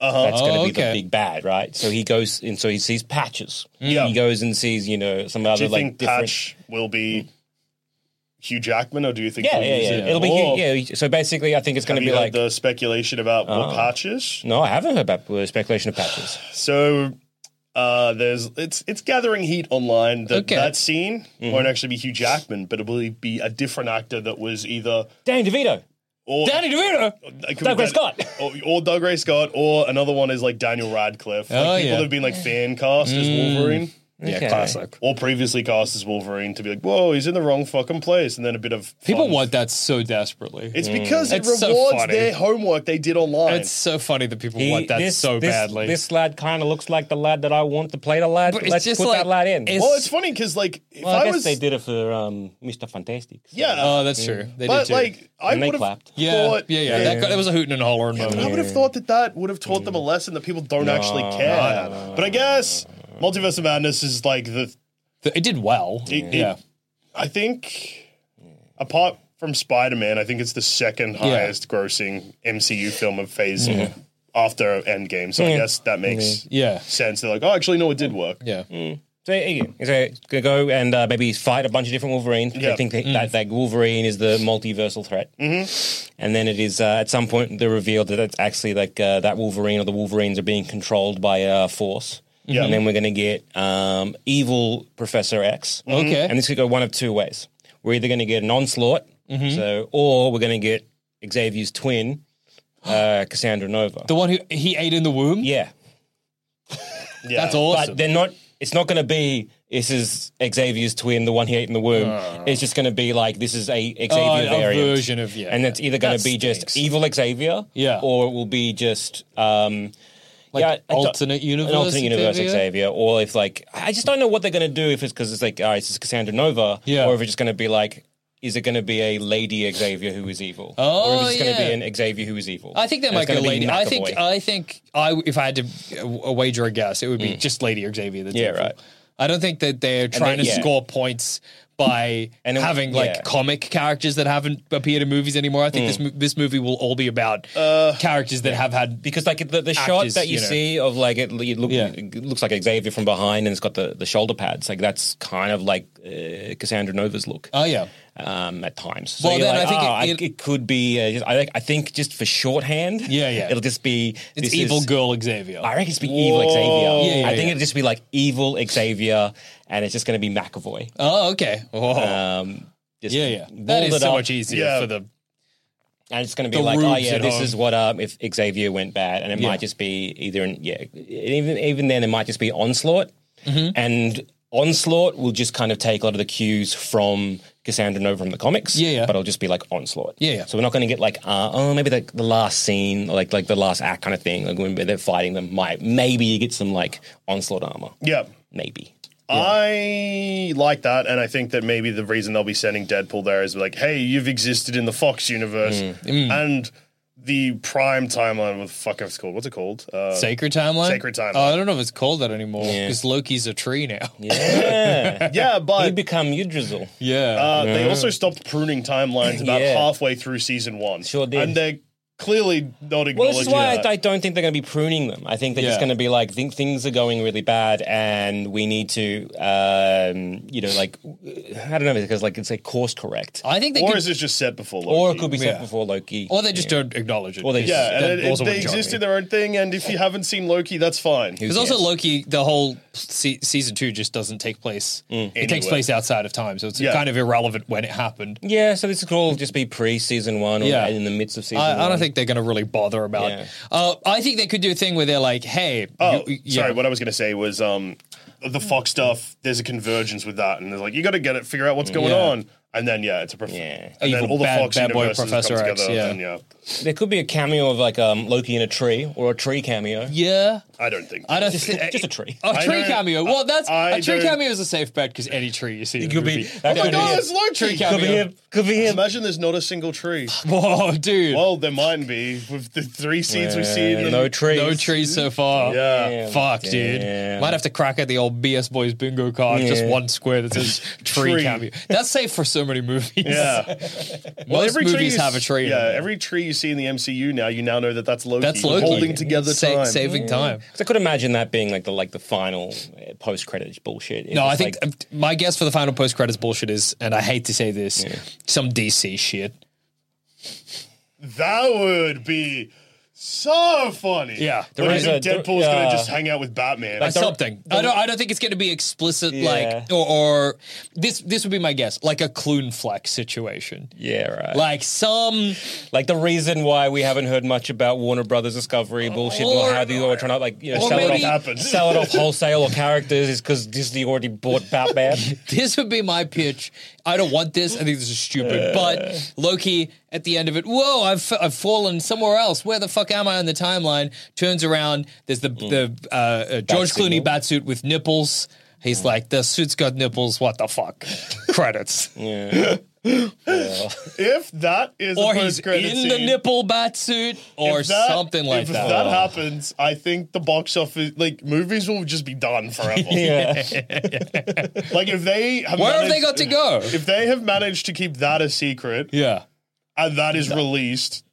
[SPEAKER 5] Uh-huh.
[SPEAKER 1] That's going to
[SPEAKER 6] Oh,
[SPEAKER 1] be
[SPEAKER 6] okay.
[SPEAKER 1] the big bad, right? So he goes and so he sees patches.
[SPEAKER 5] Yeah.
[SPEAKER 1] He goes and sees, you know, some
[SPEAKER 5] Mm. Do
[SPEAKER 1] other
[SPEAKER 5] you
[SPEAKER 1] like
[SPEAKER 5] think
[SPEAKER 1] different. Hmm.
[SPEAKER 5] Patch will be Hugh Jackman, or do you think?
[SPEAKER 1] yeah,
[SPEAKER 5] he'll
[SPEAKER 1] yeah,
[SPEAKER 5] use
[SPEAKER 1] yeah.
[SPEAKER 5] it?
[SPEAKER 1] It'll be
[SPEAKER 5] Or
[SPEAKER 1] yeah. So basically, I think it's
[SPEAKER 5] Have
[SPEAKER 1] going to
[SPEAKER 5] you
[SPEAKER 1] be
[SPEAKER 5] heard
[SPEAKER 1] like. Oh.
[SPEAKER 5] the speculation about what Patch is?
[SPEAKER 1] no, I haven't heard about uh, speculation of patches.
[SPEAKER 5] So uh, there's it's it's gathering heat online that
[SPEAKER 6] Okay.
[SPEAKER 5] that scene
[SPEAKER 1] Mm-hmm.
[SPEAKER 5] won't actually be Hugh Jackman, but it will be a different actor that was either
[SPEAKER 1] Danny DeVito,
[SPEAKER 5] or
[SPEAKER 6] Danny DeVito.
[SPEAKER 5] it could be
[SPEAKER 1] Doug Ray
[SPEAKER 5] Dan-
[SPEAKER 1] Scott.
[SPEAKER 5] or, or Doug Ray Scott, or another one is like Daniel Radcliffe. Like
[SPEAKER 6] Oh,
[SPEAKER 5] people
[SPEAKER 6] yeah.
[SPEAKER 1] Mm.
[SPEAKER 5] that have been like fan cast as Wolverine.
[SPEAKER 1] Okay.
[SPEAKER 6] Yeah, classic.
[SPEAKER 5] Or previously cast as Wolverine to be like, whoa, he's in the wrong fucking place, and then a bit of
[SPEAKER 6] People
[SPEAKER 5] fun.
[SPEAKER 6] want that so desperately.
[SPEAKER 5] It's because it
[SPEAKER 6] It's Mm, so
[SPEAKER 5] rewards
[SPEAKER 6] funny.
[SPEAKER 5] their homework they did online.
[SPEAKER 6] It's so funny that people
[SPEAKER 1] He-
[SPEAKER 6] want that
[SPEAKER 1] this-
[SPEAKER 6] so
[SPEAKER 1] this-
[SPEAKER 6] badly.
[SPEAKER 1] This lad kind of looks like the lad that I want to play the lad.
[SPEAKER 6] But it's
[SPEAKER 1] Let's
[SPEAKER 6] just
[SPEAKER 1] put that
[SPEAKER 6] like-
[SPEAKER 1] lad in.
[SPEAKER 6] it's-
[SPEAKER 5] well, it's funny because like if
[SPEAKER 1] Well, I,
[SPEAKER 5] I,
[SPEAKER 1] guess
[SPEAKER 5] was
[SPEAKER 1] they did it for um, Mr. Fantastic. so-
[SPEAKER 5] yeah,
[SPEAKER 6] oh, that's true. They
[SPEAKER 5] but
[SPEAKER 6] did too.
[SPEAKER 5] like I
[SPEAKER 1] And they
[SPEAKER 5] would have
[SPEAKER 1] clapped.
[SPEAKER 6] yeah,
[SPEAKER 5] thought,
[SPEAKER 6] yeah, yeah, That, got, that was a hooting and hollering
[SPEAKER 5] But
[SPEAKER 6] moment.
[SPEAKER 5] I would have thought that that would have taught
[SPEAKER 6] Mm.
[SPEAKER 5] them a lesson that people don't actually care. but I guess Multiverse of Madness is like the.
[SPEAKER 6] Th- It did well.
[SPEAKER 5] It- it-
[SPEAKER 6] yeah.
[SPEAKER 5] I think, apart from Spider Man, I think it's the second highest grossing MCU film of phase after Endgame. So I guess that makes
[SPEAKER 6] yeah.
[SPEAKER 5] sense. They're like, oh, actually, no, it did work.
[SPEAKER 6] Yeah.
[SPEAKER 1] Mm-hmm. So yeah, so it's gonna go and uh, maybe fight a bunch of different Wolverines. I
[SPEAKER 5] Yeah.
[SPEAKER 1] think that, that that Wolverine is the multiversal threat, mm-hmm. and then it is uh, at some point they reveal that it's actually like uh, that Wolverine or the Wolverines are being controlled by a force.
[SPEAKER 5] Yeah.
[SPEAKER 1] and then we're gonna get um, evil Professor X.
[SPEAKER 6] Okay.
[SPEAKER 1] and this could go one of two ways. We're either gonna get an onslaught,
[SPEAKER 6] Mm-hmm.
[SPEAKER 1] so or we're gonna get Xavier's twin, uh, Cassandra Nova.
[SPEAKER 6] The one who he ate in the womb?
[SPEAKER 1] yeah,
[SPEAKER 5] Yeah.
[SPEAKER 6] That's awesome.
[SPEAKER 1] but they're not. It's not going to be. This is Xavier's twin, the one he ate in the womb. it's just going to be like this is a Xavier
[SPEAKER 6] Oh, a
[SPEAKER 1] variant,
[SPEAKER 6] version of- yeah.
[SPEAKER 1] and it's either going
[SPEAKER 6] That
[SPEAKER 1] to be just
[SPEAKER 6] stinks.
[SPEAKER 1] evil Xavier,
[SPEAKER 6] Yeah.
[SPEAKER 1] or it will be just um,
[SPEAKER 6] Like
[SPEAKER 1] yeah, I don't-
[SPEAKER 6] alternate universe.
[SPEAKER 1] an alternate universe
[SPEAKER 6] Xavier?
[SPEAKER 1] Xavier, or if like I just don't know what they're going to do if it's because it's like all right, it's Cassandra Nova,
[SPEAKER 6] Yeah.
[SPEAKER 1] or if it's just going to be like. Is it going to be a lady Xavier who is evil,
[SPEAKER 6] Oh,
[SPEAKER 1] or if it's going to
[SPEAKER 6] yeah.
[SPEAKER 1] be an Xavier who is evil?
[SPEAKER 6] I think there
[SPEAKER 1] And
[SPEAKER 6] might
[SPEAKER 1] it's
[SPEAKER 6] be a
[SPEAKER 1] gonna
[SPEAKER 6] lady. I think uh,
[SPEAKER 1] McAvoy.
[SPEAKER 6] I think I if I had to uh, uh, wager a guess, it would be just Lady Xavier. That's
[SPEAKER 1] Mm. Yeah,
[SPEAKER 6] evil.
[SPEAKER 1] right.
[SPEAKER 6] I don't think that they're trying
[SPEAKER 1] then-
[SPEAKER 6] to
[SPEAKER 1] yeah.
[SPEAKER 6] score points by
[SPEAKER 1] And then-
[SPEAKER 6] having like
[SPEAKER 1] yeah. Mm.
[SPEAKER 6] comic characters that haven't appeared in movies anymore. I think this this this movie will all be about
[SPEAKER 1] Uh,
[SPEAKER 6] characters that have had
[SPEAKER 1] because like the, the shot
[SPEAKER 6] Actors,
[SPEAKER 1] that you,
[SPEAKER 6] you know.
[SPEAKER 1] see of like it, it, look,
[SPEAKER 6] Yeah.
[SPEAKER 1] it looks like Xavier from behind and it's got the, the shoulder pads like that's kind of like uh, Cassandra Nova's look
[SPEAKER 6] Oh yeah,
[SPEAKER 1] um, at times. So
[SPEAKER 6] Well,
[SPEAKER 1] you're
[SPEAKER 6] then
[SPEAKER 1] like,
[SPEAKER 6] I think
[SPEAKER 1] oh,
[SPEAKER 6] it-
[SPEAKER 1] I-
[SPEAKER 6] it-
[SPEAKER 1] it could be. Uh, just, I, think- I think just for shorthand,
[SPEAKER 6] Yeah, yeah.
[SPEAKER 1] it'll just be
[SPEAKER 6] it's
[SPEAKER 1] this
[SPEAKER 6] evil
[SPEAKER 1] is-
[SPEAKER 6] girl Xavier.
[SPEAKER 1] I reckon it's be evil Xavier.
[SPEAKER 6] Yeah, yeah,
[SPEAKER 1] I think
[SPEAKER 6] yeah.
[SPEAKER 1] it'll just be like evil Xavier, and it's just going to be McAvoy.
[SPEAKER 6] oh okay. Oh.
[SPEAKER 1] Um, just
[SPEAKER 6] yeah, yeah. That
[SPEAKER 1] bold
[SPEAKER 6] is
[SPEAKER 1] it
[SPEAKER 6] so
[SPEAKER 1] up.
[SPEAKER 6] much easier
[SPEAKER 5] Yeah.
[SPEAKER 6] for the
[SPEAKER 1] And it's going to be
[SPEAKER 6] The
[SPEAKER 1] like, oh
[SPEAKER 6] rubes
[SPEAKER 1] yeah,
[SPEAKER 6] at
[SPEAKER 1] this
[SPEAKER 6] home.
[SPEAKER 1] is what um, if Xavier went bad, and it
[SPEAKER 6] Yeah.
[SPEAKER 1] might just be either an, yeah, even even then it might just be onslaught,
[SPEAKER 6] Mm-hmm.
[SPEAKER 1] and onslaught will just kind of take a lot of the cues from Cassandra Nova from the comics,
[SPEAKER 6] Yeah, yeah.
[SPEAKER 1] but it'll just be like onslaught,
[SPEAKER 6] Yeah, yeah.
[SPEAKER 1] So we're not going to get like, uh, oh, maybe the, the last scene, like like the last act kind of thing, like when they're fighting them, might maybe you get some like onslaught armor,
[SPEAKER 5] Yeah.
[SPEAKER 1] maybe.
[SPEAKER 5] I like that, and I think that maybe the reason they'll be sending Deadpool there is like, hey, you've existed in the Fox universe,
[SPEAKER 1] Mm.
[SPEAKER 5] and the Prime timeline. What the fuck it's called? What's it called? Uh,
[SPEAKER 6] sacred timeline.
[SPEAKER 5] Sacred timeline.
[SPEAKER 6] Oh, I don't know if it's called that anymore because Loki's a tree now. Yeah.
[SPEAKER 1] Yeah,
[SPEAKER 5] yeah,
[SPEAKER 1] you
[SPEAKER 5] but
[SPEAKER 1] become Yggdrasil.
[SPEAKER 5] uh, they also stopped pruning timelines about
[SPEAKER 1] Yeah.
[SPEAKER 5] halfway through season one.
[SPEAKER 1] Sure did.
[SPEAKER 5] and they're clearly not acknowledging
[SPEAKER 1] Well, this is why
[SPEAKER 5] that.
[SPEAKER 1] I, I don't think they're going to be pruning them. I think they're just
[SPEAKER 6] Yeah.
[SPEAKER 1] going to be like, think things are going really bad, and we need to, um, you know, like, I don't know, because like it's a course correct,
[SPEAKER 6] I think they
[SPEAKER 5] or
[SPEAKER 6] could,
[SPEAKER 5] is this just set before? Loki?
[SPEAKER 1] or it could be set
[SPEAKER 6] Yeah.
[SPEAKER 1] before Loki,
[SPEAKER 6] or they just don't acknowledge it.
[SPEAKER 1] Or they
[SPEAKER 5] yeah,
[SPEAKER 6] That
[SPEAKER 5] and it,
[SPEAKER 6] also
[SPEAKER 5] they
[SPEAKER 6] wouldn't shock
[SPEAKER 5] exist
[SPEAKER 6] me.
[SPEAKER 5] in their own thing. And if you haven't seen Loki, that's fine.
[SPEAKER 1] Who
[SPEAKER 6] Because also
[SPEAKER 1] cares?
[SPEAKER 6] Loki, the whole se- season two just doesn't take place.
[SPEAKER 1] Mm.
[SPEAKER 6] It takes
[SPEAKER 5] Anywhere.
[SPEAKER 6] place outside of time, so it's
[SPEAKER 5] Yeah.
[SPEAKER 6] kind of irrelevant when it happened.
[SPEAKER 1] yeah. So this could all just be pre-season one, or
[SPEAKER 6] Yeah.
[SPEAKER 1] in the midst of season.
[SPEAKER 6] I, I
[SPEAKER 1] one.
[SPEAKER 6] don't think they're going to really bother about.
[SPEAKER 1] Yeah.
[SPEAKER 6] it. Uh, I think they could do a thing where they're like, "Hey,
[SPEAKER 5] Oh,
[SPEAKER 6] you- you-
[SPEAKER 5] sorry.
[SPEAKER 6] yeah.
[SPEAKER 5] What I was going to say was um, the Fox stuff. There's a convergence with that, and there's like you got to get it, figure out what's going
[SPEAKER 6] Yeah.
[SPEAKER 5] on, and then yeah, it's a prof-
[SPEAKER 1] Yeah.
[SPEAKER 5] and then
[SPEAKER 6] Evil
[SPEAKER 5] all the
[SPEAKER 6] bad-
[SPEAKER 5] Fox
[SPEAKER 6] bad boy
[SPEAKER 5] universes
[SPEAKER 6] Professor
[SPEAKER 5] come
[SPEAKER 6] X,
[SPEAKER 5] together.
[SPEAKER 6] yeah.
[SPEAKER 5] And then, yeah,
[SPEAKER 1] there could be a cameo of like um, Loki in a tree, or a tree cameo.
[SPEAKER 6] yeah,
[SPEAKER 5] I don't think.
[SPEAKER 6] I don't
[SPEAKER 1] Just-
[SPEAKER 6] thi-
[SPEAKER 1] just a tree.
[SPEAKER 6] A
[SPEAKER 5] I
[SPEAKER 6] tree
[SPEAKER 5] don't-
[SPEAKER 6] cameo. Well, that's
[SPEAKER 5] I
[SPEAKER 6] a tree
[SPEAKER 5] don't-
[SPEAKER 6] cameo is a safe bet because any tree you see, it
[SPEAKER 1] could be- that
[SPEAKER 5] oh my
[SPEAKER 1] could be
[SPEAKER 5] god,
[SPEAKER 1] it.
[SPEAKER 5] it's Loki.
[SPEAKER 6] Tree
[SPEAKER 1] Could
[SPEAKER 6] cameo.
[SPEAKER 1] be him. Could be him.
[SPEAKER 5] Imagine there's not a single tree.
[SPEAKER 6] Whoa, dude,
[SPEAKER 5] Well, there might be with the three seeds we've seen.
[SPEAKER 1] Uh,
[SPEAKER 5] and-
[SPEAKER 1] no trees.
[SPEAKER 6] no trees so far.
[SPEAKER 5] Yeah.
[SPEAKER 1] Damn.
[SPEAKER 6] Fuck,
[SPEAKER 1] Damn.
[SPEAKER 6] dude. Might have to crack at the old BS Boys bingo card. Just
[SPEAKER 1] Yeah.
[SPEAKER 6] one square that says tree,
[SPEAKER 5] Tree.
[SPEAKER 6] cameo. That's safe for so many movies.
[SPEAKER 5] Yeah,
[SPEAKER 6] Most
[SPEAKER 5] Well, tree
[SPEAKER 6] movies
[SPEAKER 5] you s-
[SPEAKER 6] have a tree. in
[SPEAKER 5] Yeah,
[SPEAKER 6] them.
[SPEAKER 5] every tree you see in the MCU now, you now know that that's Loki.
[SPEAKER 6] that's Loki
[SPEAKER 5] holding together
[SPEAKER 6] Sa-
[SPEAKER 5] time.
[SPEAKER 6] saving time.
[SPEAKER 1] 'Cause I could imagine that being like the like the final post credits bullshit. It's
[SPEAKER 6] No, I
[SPEAKER 1] just
[SPEAKER 6] think
[SPEAKER 1] like-
[SPEAKER 6] uh, my guess for the final post credits bullshit is, and I hate to say this, some DC shit.
[SPEAKER 5] That would be so funny.
[SPEAKER 6] Yeah.
[SPEAKER 5] But I
[SPEAKER 1] is
[SPEAKER 5] think
[SPEAKER 1] a- there-
[SPEAKER 5] Deadpool's
[SPEAKER 1] yeah.
[SPEAKER 5] gonna just hang out with Batman.
[SPEAKER 6] Or something. I don't. I don't think it's going to be explicit,
[SPEAKER 1] Yeah.
[SPEAKER 6] like or, or this. This would be my guess, like a Clunfleck situation,
[SPEAKER 1] Yeah, right. Like,
[SPEAKER 6] like some
[SPEAKER 1] the reason why we haven't heard much about Warner Brothers Discovery bullshit or,
[SPEAKER 6] Or-
[SPEAKER 1] how they were trying to like you know
[SPEAKER 6] or
[SPEAKER 1] sell
[SPEAKER 6] maybe-
[SPEAKER 1] it off,
[SPEAKER 5] Happened.
[SPEAKER 1] sell it off wholesale or characters is because Disney already bought Batman.
[SPEAKER 6] this would be my pitch. I don't want this. I think this is stupid. But Loki, at the end of it, whoa, I've, I've fallen somewhere else. Where the fuck am I on the timeline? Turns around. There's the the uh, uh, George Clooney
[SPEAKER 1] signal.
[SPEAKER 6] bat suit with nipples. He's like, the suit's got nipples. What the fuck? Credits.
[SPEAKER 5] if that is
[SPEAKER 6] Or
[SPEAKER 5] a
[SPEAKER 6] he's
[SPEAKER 5] post-credit
[SPEAKER 6] in
[SPEAKER 5] scene,
[SPEAKER 6] the nipple bat suit
[SPEAKER 5] if
[SPEAKER 6] or
[SPEAKER 5] that-
[SPEAKER 6] something like
[SPEAKER 5] if
[SPEAKER 6] that.
[SPEAKER 5] that happens, I think the box office, like movies, will just be done forever.
[SPEAKER 1] yeah,
[SPEAKER 5] Like if they have
[SPEAKER 6] Where have
[SPEAKER 5] managed,
[SPEAKER 6] they got to go?
[SPEAKER 5] If they have managed to keep that a secret,
[SPEAKER 6] yeah.
[SPEAKER 5] and that is released,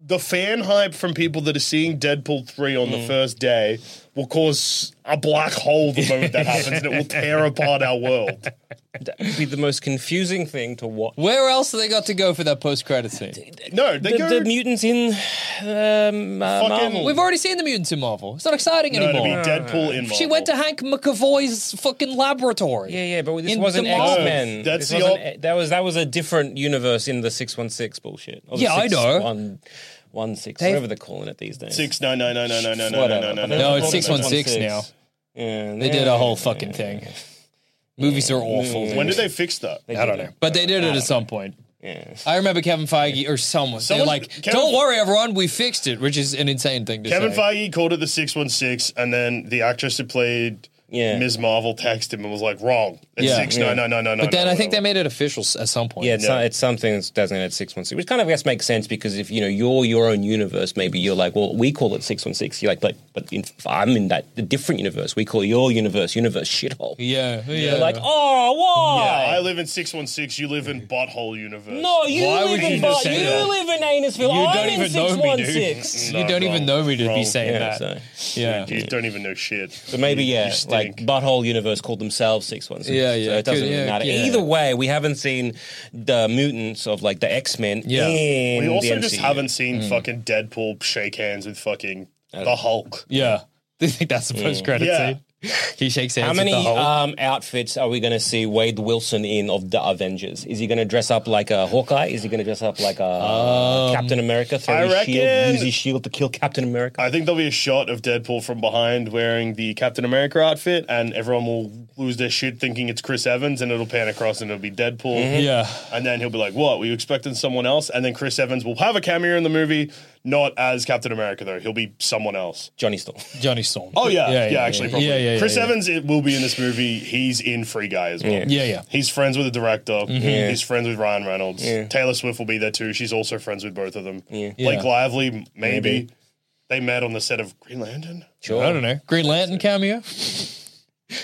[SPEAKER 5] the fan hype from people that are seeing Deadpool 3 on
[SPEAKER 6] Mm.
[SPEAKER 5] the first day will cause a black hole the moment that happens and it will tear apart our world.
[SPEAKER 1] That'd be the most confusing thing to watch.
[SPEAKER 6] Where else have they got to go for that post credit scene?
[SPEAKER 5] No, they
[SPEAKER 1] The,
[SPEAKER 5] go
[SPEAKER 1] the mutants in um, uh,
[SPEAKER 5] Fucking-
[SPEAKER 1] Marvel.
[SPEAKER 6] We've already seen the mutants in Marvel. It's not exciting
[SPEAKER 5] no, it'll
[SPEAKER 6] anymore.
[SPEAKER 5] be Deadpool in Marvel.
[SPEAKER 6] She went to Hank McAvoy's fucking laboratory.
[SPEAKER 1] Yeah, yeah, but this
[SPEAKER 6] In
[SPEAKER 1] wasn't
[SPEAKER 6] the Marvel-
[SPEAKER 1] X Men.
[SPEAKER 5] That's the op-
[SPEAKER 1] that was that was a different universe in the six one six bullshit. Or the
[SPEAKER 6] Yeah, I know.
[SPEAKER 1] One, one six,
[SPEAKER 6] They've-
[SPEAKER 1] whatever they're calling it these days.
[SPEAKER 5] six no no no no no no no
[SPEAKER 1] Whatever. I
[SPEAKER 5] no no no
[SPEAKER 1] think
[SPEAKER 6] No,
[SPEAKER 1] they're
[SPEAKER 6] it's
[SPEAKER 1] calling it
[SPEAKER 6] 616 now.
[SPEAKER 1] Yeah,
[SPEAKER 6] They did a whole fucking thing. Movies are awful.
[SPEAKER 5] When did they fix that?
[SPEAKER 6] I don't know. But they did it at some point.
[SPEAKER 1] Yeah.
[SPEAKER 6] I remember Kevin Feige or someone. They're
[SPEAKER 5] Someone-
[SPEAKER 6] like,
[SPEAKER 5] Kevin-
[SPEAKER 6] don't worry, everyone, we fixed it, which is an insane thing to
[SPEAKER 5] Kevin
[SPEAKER 6] say.
[SPEAKER 5] Feige called it the 616 and then the actress who played
[SPEAKER 1] Yeah.
[SPEAKER 5] Ms. Marvel texted him and was like, wrong. It's
[SPEAKER 6] Yeah.
[SPEAKER 5] six
[SPEAKER 1] Yeah.
[SPEAKER 5] no no no no no.
[SPEAKER 6] But then
[SPEAKER 5] no,
[SPEAKER 6] I think they
[SPEAKER 5] whatever.
[SPEAKER 6] made it official s- at some point.
[SPEAKER 1] Yeah, it's, not- it's something that's designated six one six, which kind of I guess makes sense because if you know you're your own universe, maybe you're like, well, we call it six one six. You're like, but but in, I'm in that the different universe. We call your universe universe shithole.
[SPEAKER 6] Yeah. Yeah.
[SPEAKER 1] You're like, oh, why?
[SPEAKER 5] I live in 616, you live in butthole universe.
[SPEAKER 1] No, you
[SPEAKER 6] Why
[SPEAKER 1] live
[SPEAKER 6] would
[SPEAKER 1] in
[SPEAKER 6] you
[SPEAKER 1] Bar-
[SPEAKER 6] just say
[SPEAKER 1] you
[SPEAKER 6] that?
[SPEAKER 1] live in Anusville.
[SPEAKER 6] You
[SPEAKER 1] "Oh, I'm
[SPEAKER 6] don't
[SPEAKER 1] in
[SPEAKER 6] even know me, dude.
[SPEAKER 1] 616.
[SPEAKER 6] you
[SPEAKER 5] No,
[SPEAKER 6] don't even
[SPEAKER 5] wrong,
[SPEAKER 6] know me to be
[SPEAKER 5] wrong.
[SPEAKER 6] saying
[SPEAKER 1] Yeah,
[SPEAKER 6] that.
[SPEAKER 1] so-
[SPEAKER 6] Yeah.
[SPEAKER 5] You don't even know shit.
[SPEAKER 1] So maybe yeah, like
[SPEAKER 5] stink.
[SPEAKER 1] butthole universe called themselves six one six.
[SPEAKER 6] Yeah, yeah,
[SPEAKER 1] So it doesn't
[SPEAKER 6] good,
[SPEAKER 1] really
[SPEAKER 6] yeah,
[SPEAKER 1] matter.
[SPEAKER 6] yeah.
[SPEAKER 1] Either way, we haven't seen the mutants of like the X Men.
[SPEAKER 6] Yeah.
[SPEAKER 1] in
[SPEAKER 5] We also
[SPEAKER 1] the
[SPEAKER 5] just
[SPEAKER 1] MCU.
[SPEAKER 5] haven't seen fucking Deadpool shake hands with fucking the Hulk.
[SPEAKER 6] Yeah. They think that's the post credit
[SPEAKER 5] Yeah.
[SPEAKER 6] scene. He shakes hands
[SPEAKER 1] How
[SPEAKER 6] with the
[SPEAKER 1] many
[SPEAKER 6] Hulk.
[SPEAKER 1] um, outfits are we going to see Wade Wilson in of the Avengers? Is he going to dress up like a Hawkeye? Is he going to dress up like a uh, Captain America? Throw
[SPEAKER 5] I
[SPEAKER 1] his shield,
[SPEAKER 5] reckon-
[SPEAKER 1] use his shield to kill Captain America.
[SPEAKER 5] I think there'll be a shot of Deadpool from behind wearing the Captain America outfit, and everyone will lose their shit thinking it's Chris Evans, and it'll pan across and it'll be Deadpool.
[SPEAKER 6] yeah.
[SPEAKER 5] And then he'll be like, What? Were you expecting someone else? And then Chris Evans will have a cameo in the movie, not as Captain America, though. He'll be someone else.
[SPEAKER 1] Johnny Storm.
[SPEAKER 6] Johnny Storm.
[SPEAKER 5] Oh, yeah. Yeah, actually, probably.
[SPEAKER 6] Yeah, yeah, yeah,
[SPEAKER 5] Chris
[SPEAKER 6] yeah.
[SPEAKER 5] Evans it will be in this movie. He's in Free Guy as well.
[SPEAKER 6] Yeah, yeah.
[SPEAKER 5] He's friends with the director.
[SPEAKER 6] Mm-hmm.
[SPEAKER 5] He's friends with Ryan Reynolds. Taylor Swift will be there too. She's also friends with both of them. Blake
[SPEAKER 6] Yeah.
[SPEAKER 5] Lively, maybe. They met on the set of Green Lantern.
[SPEAKER 1] Sure.
[SPEAKER 6] I don't know. Green Lantern cameo?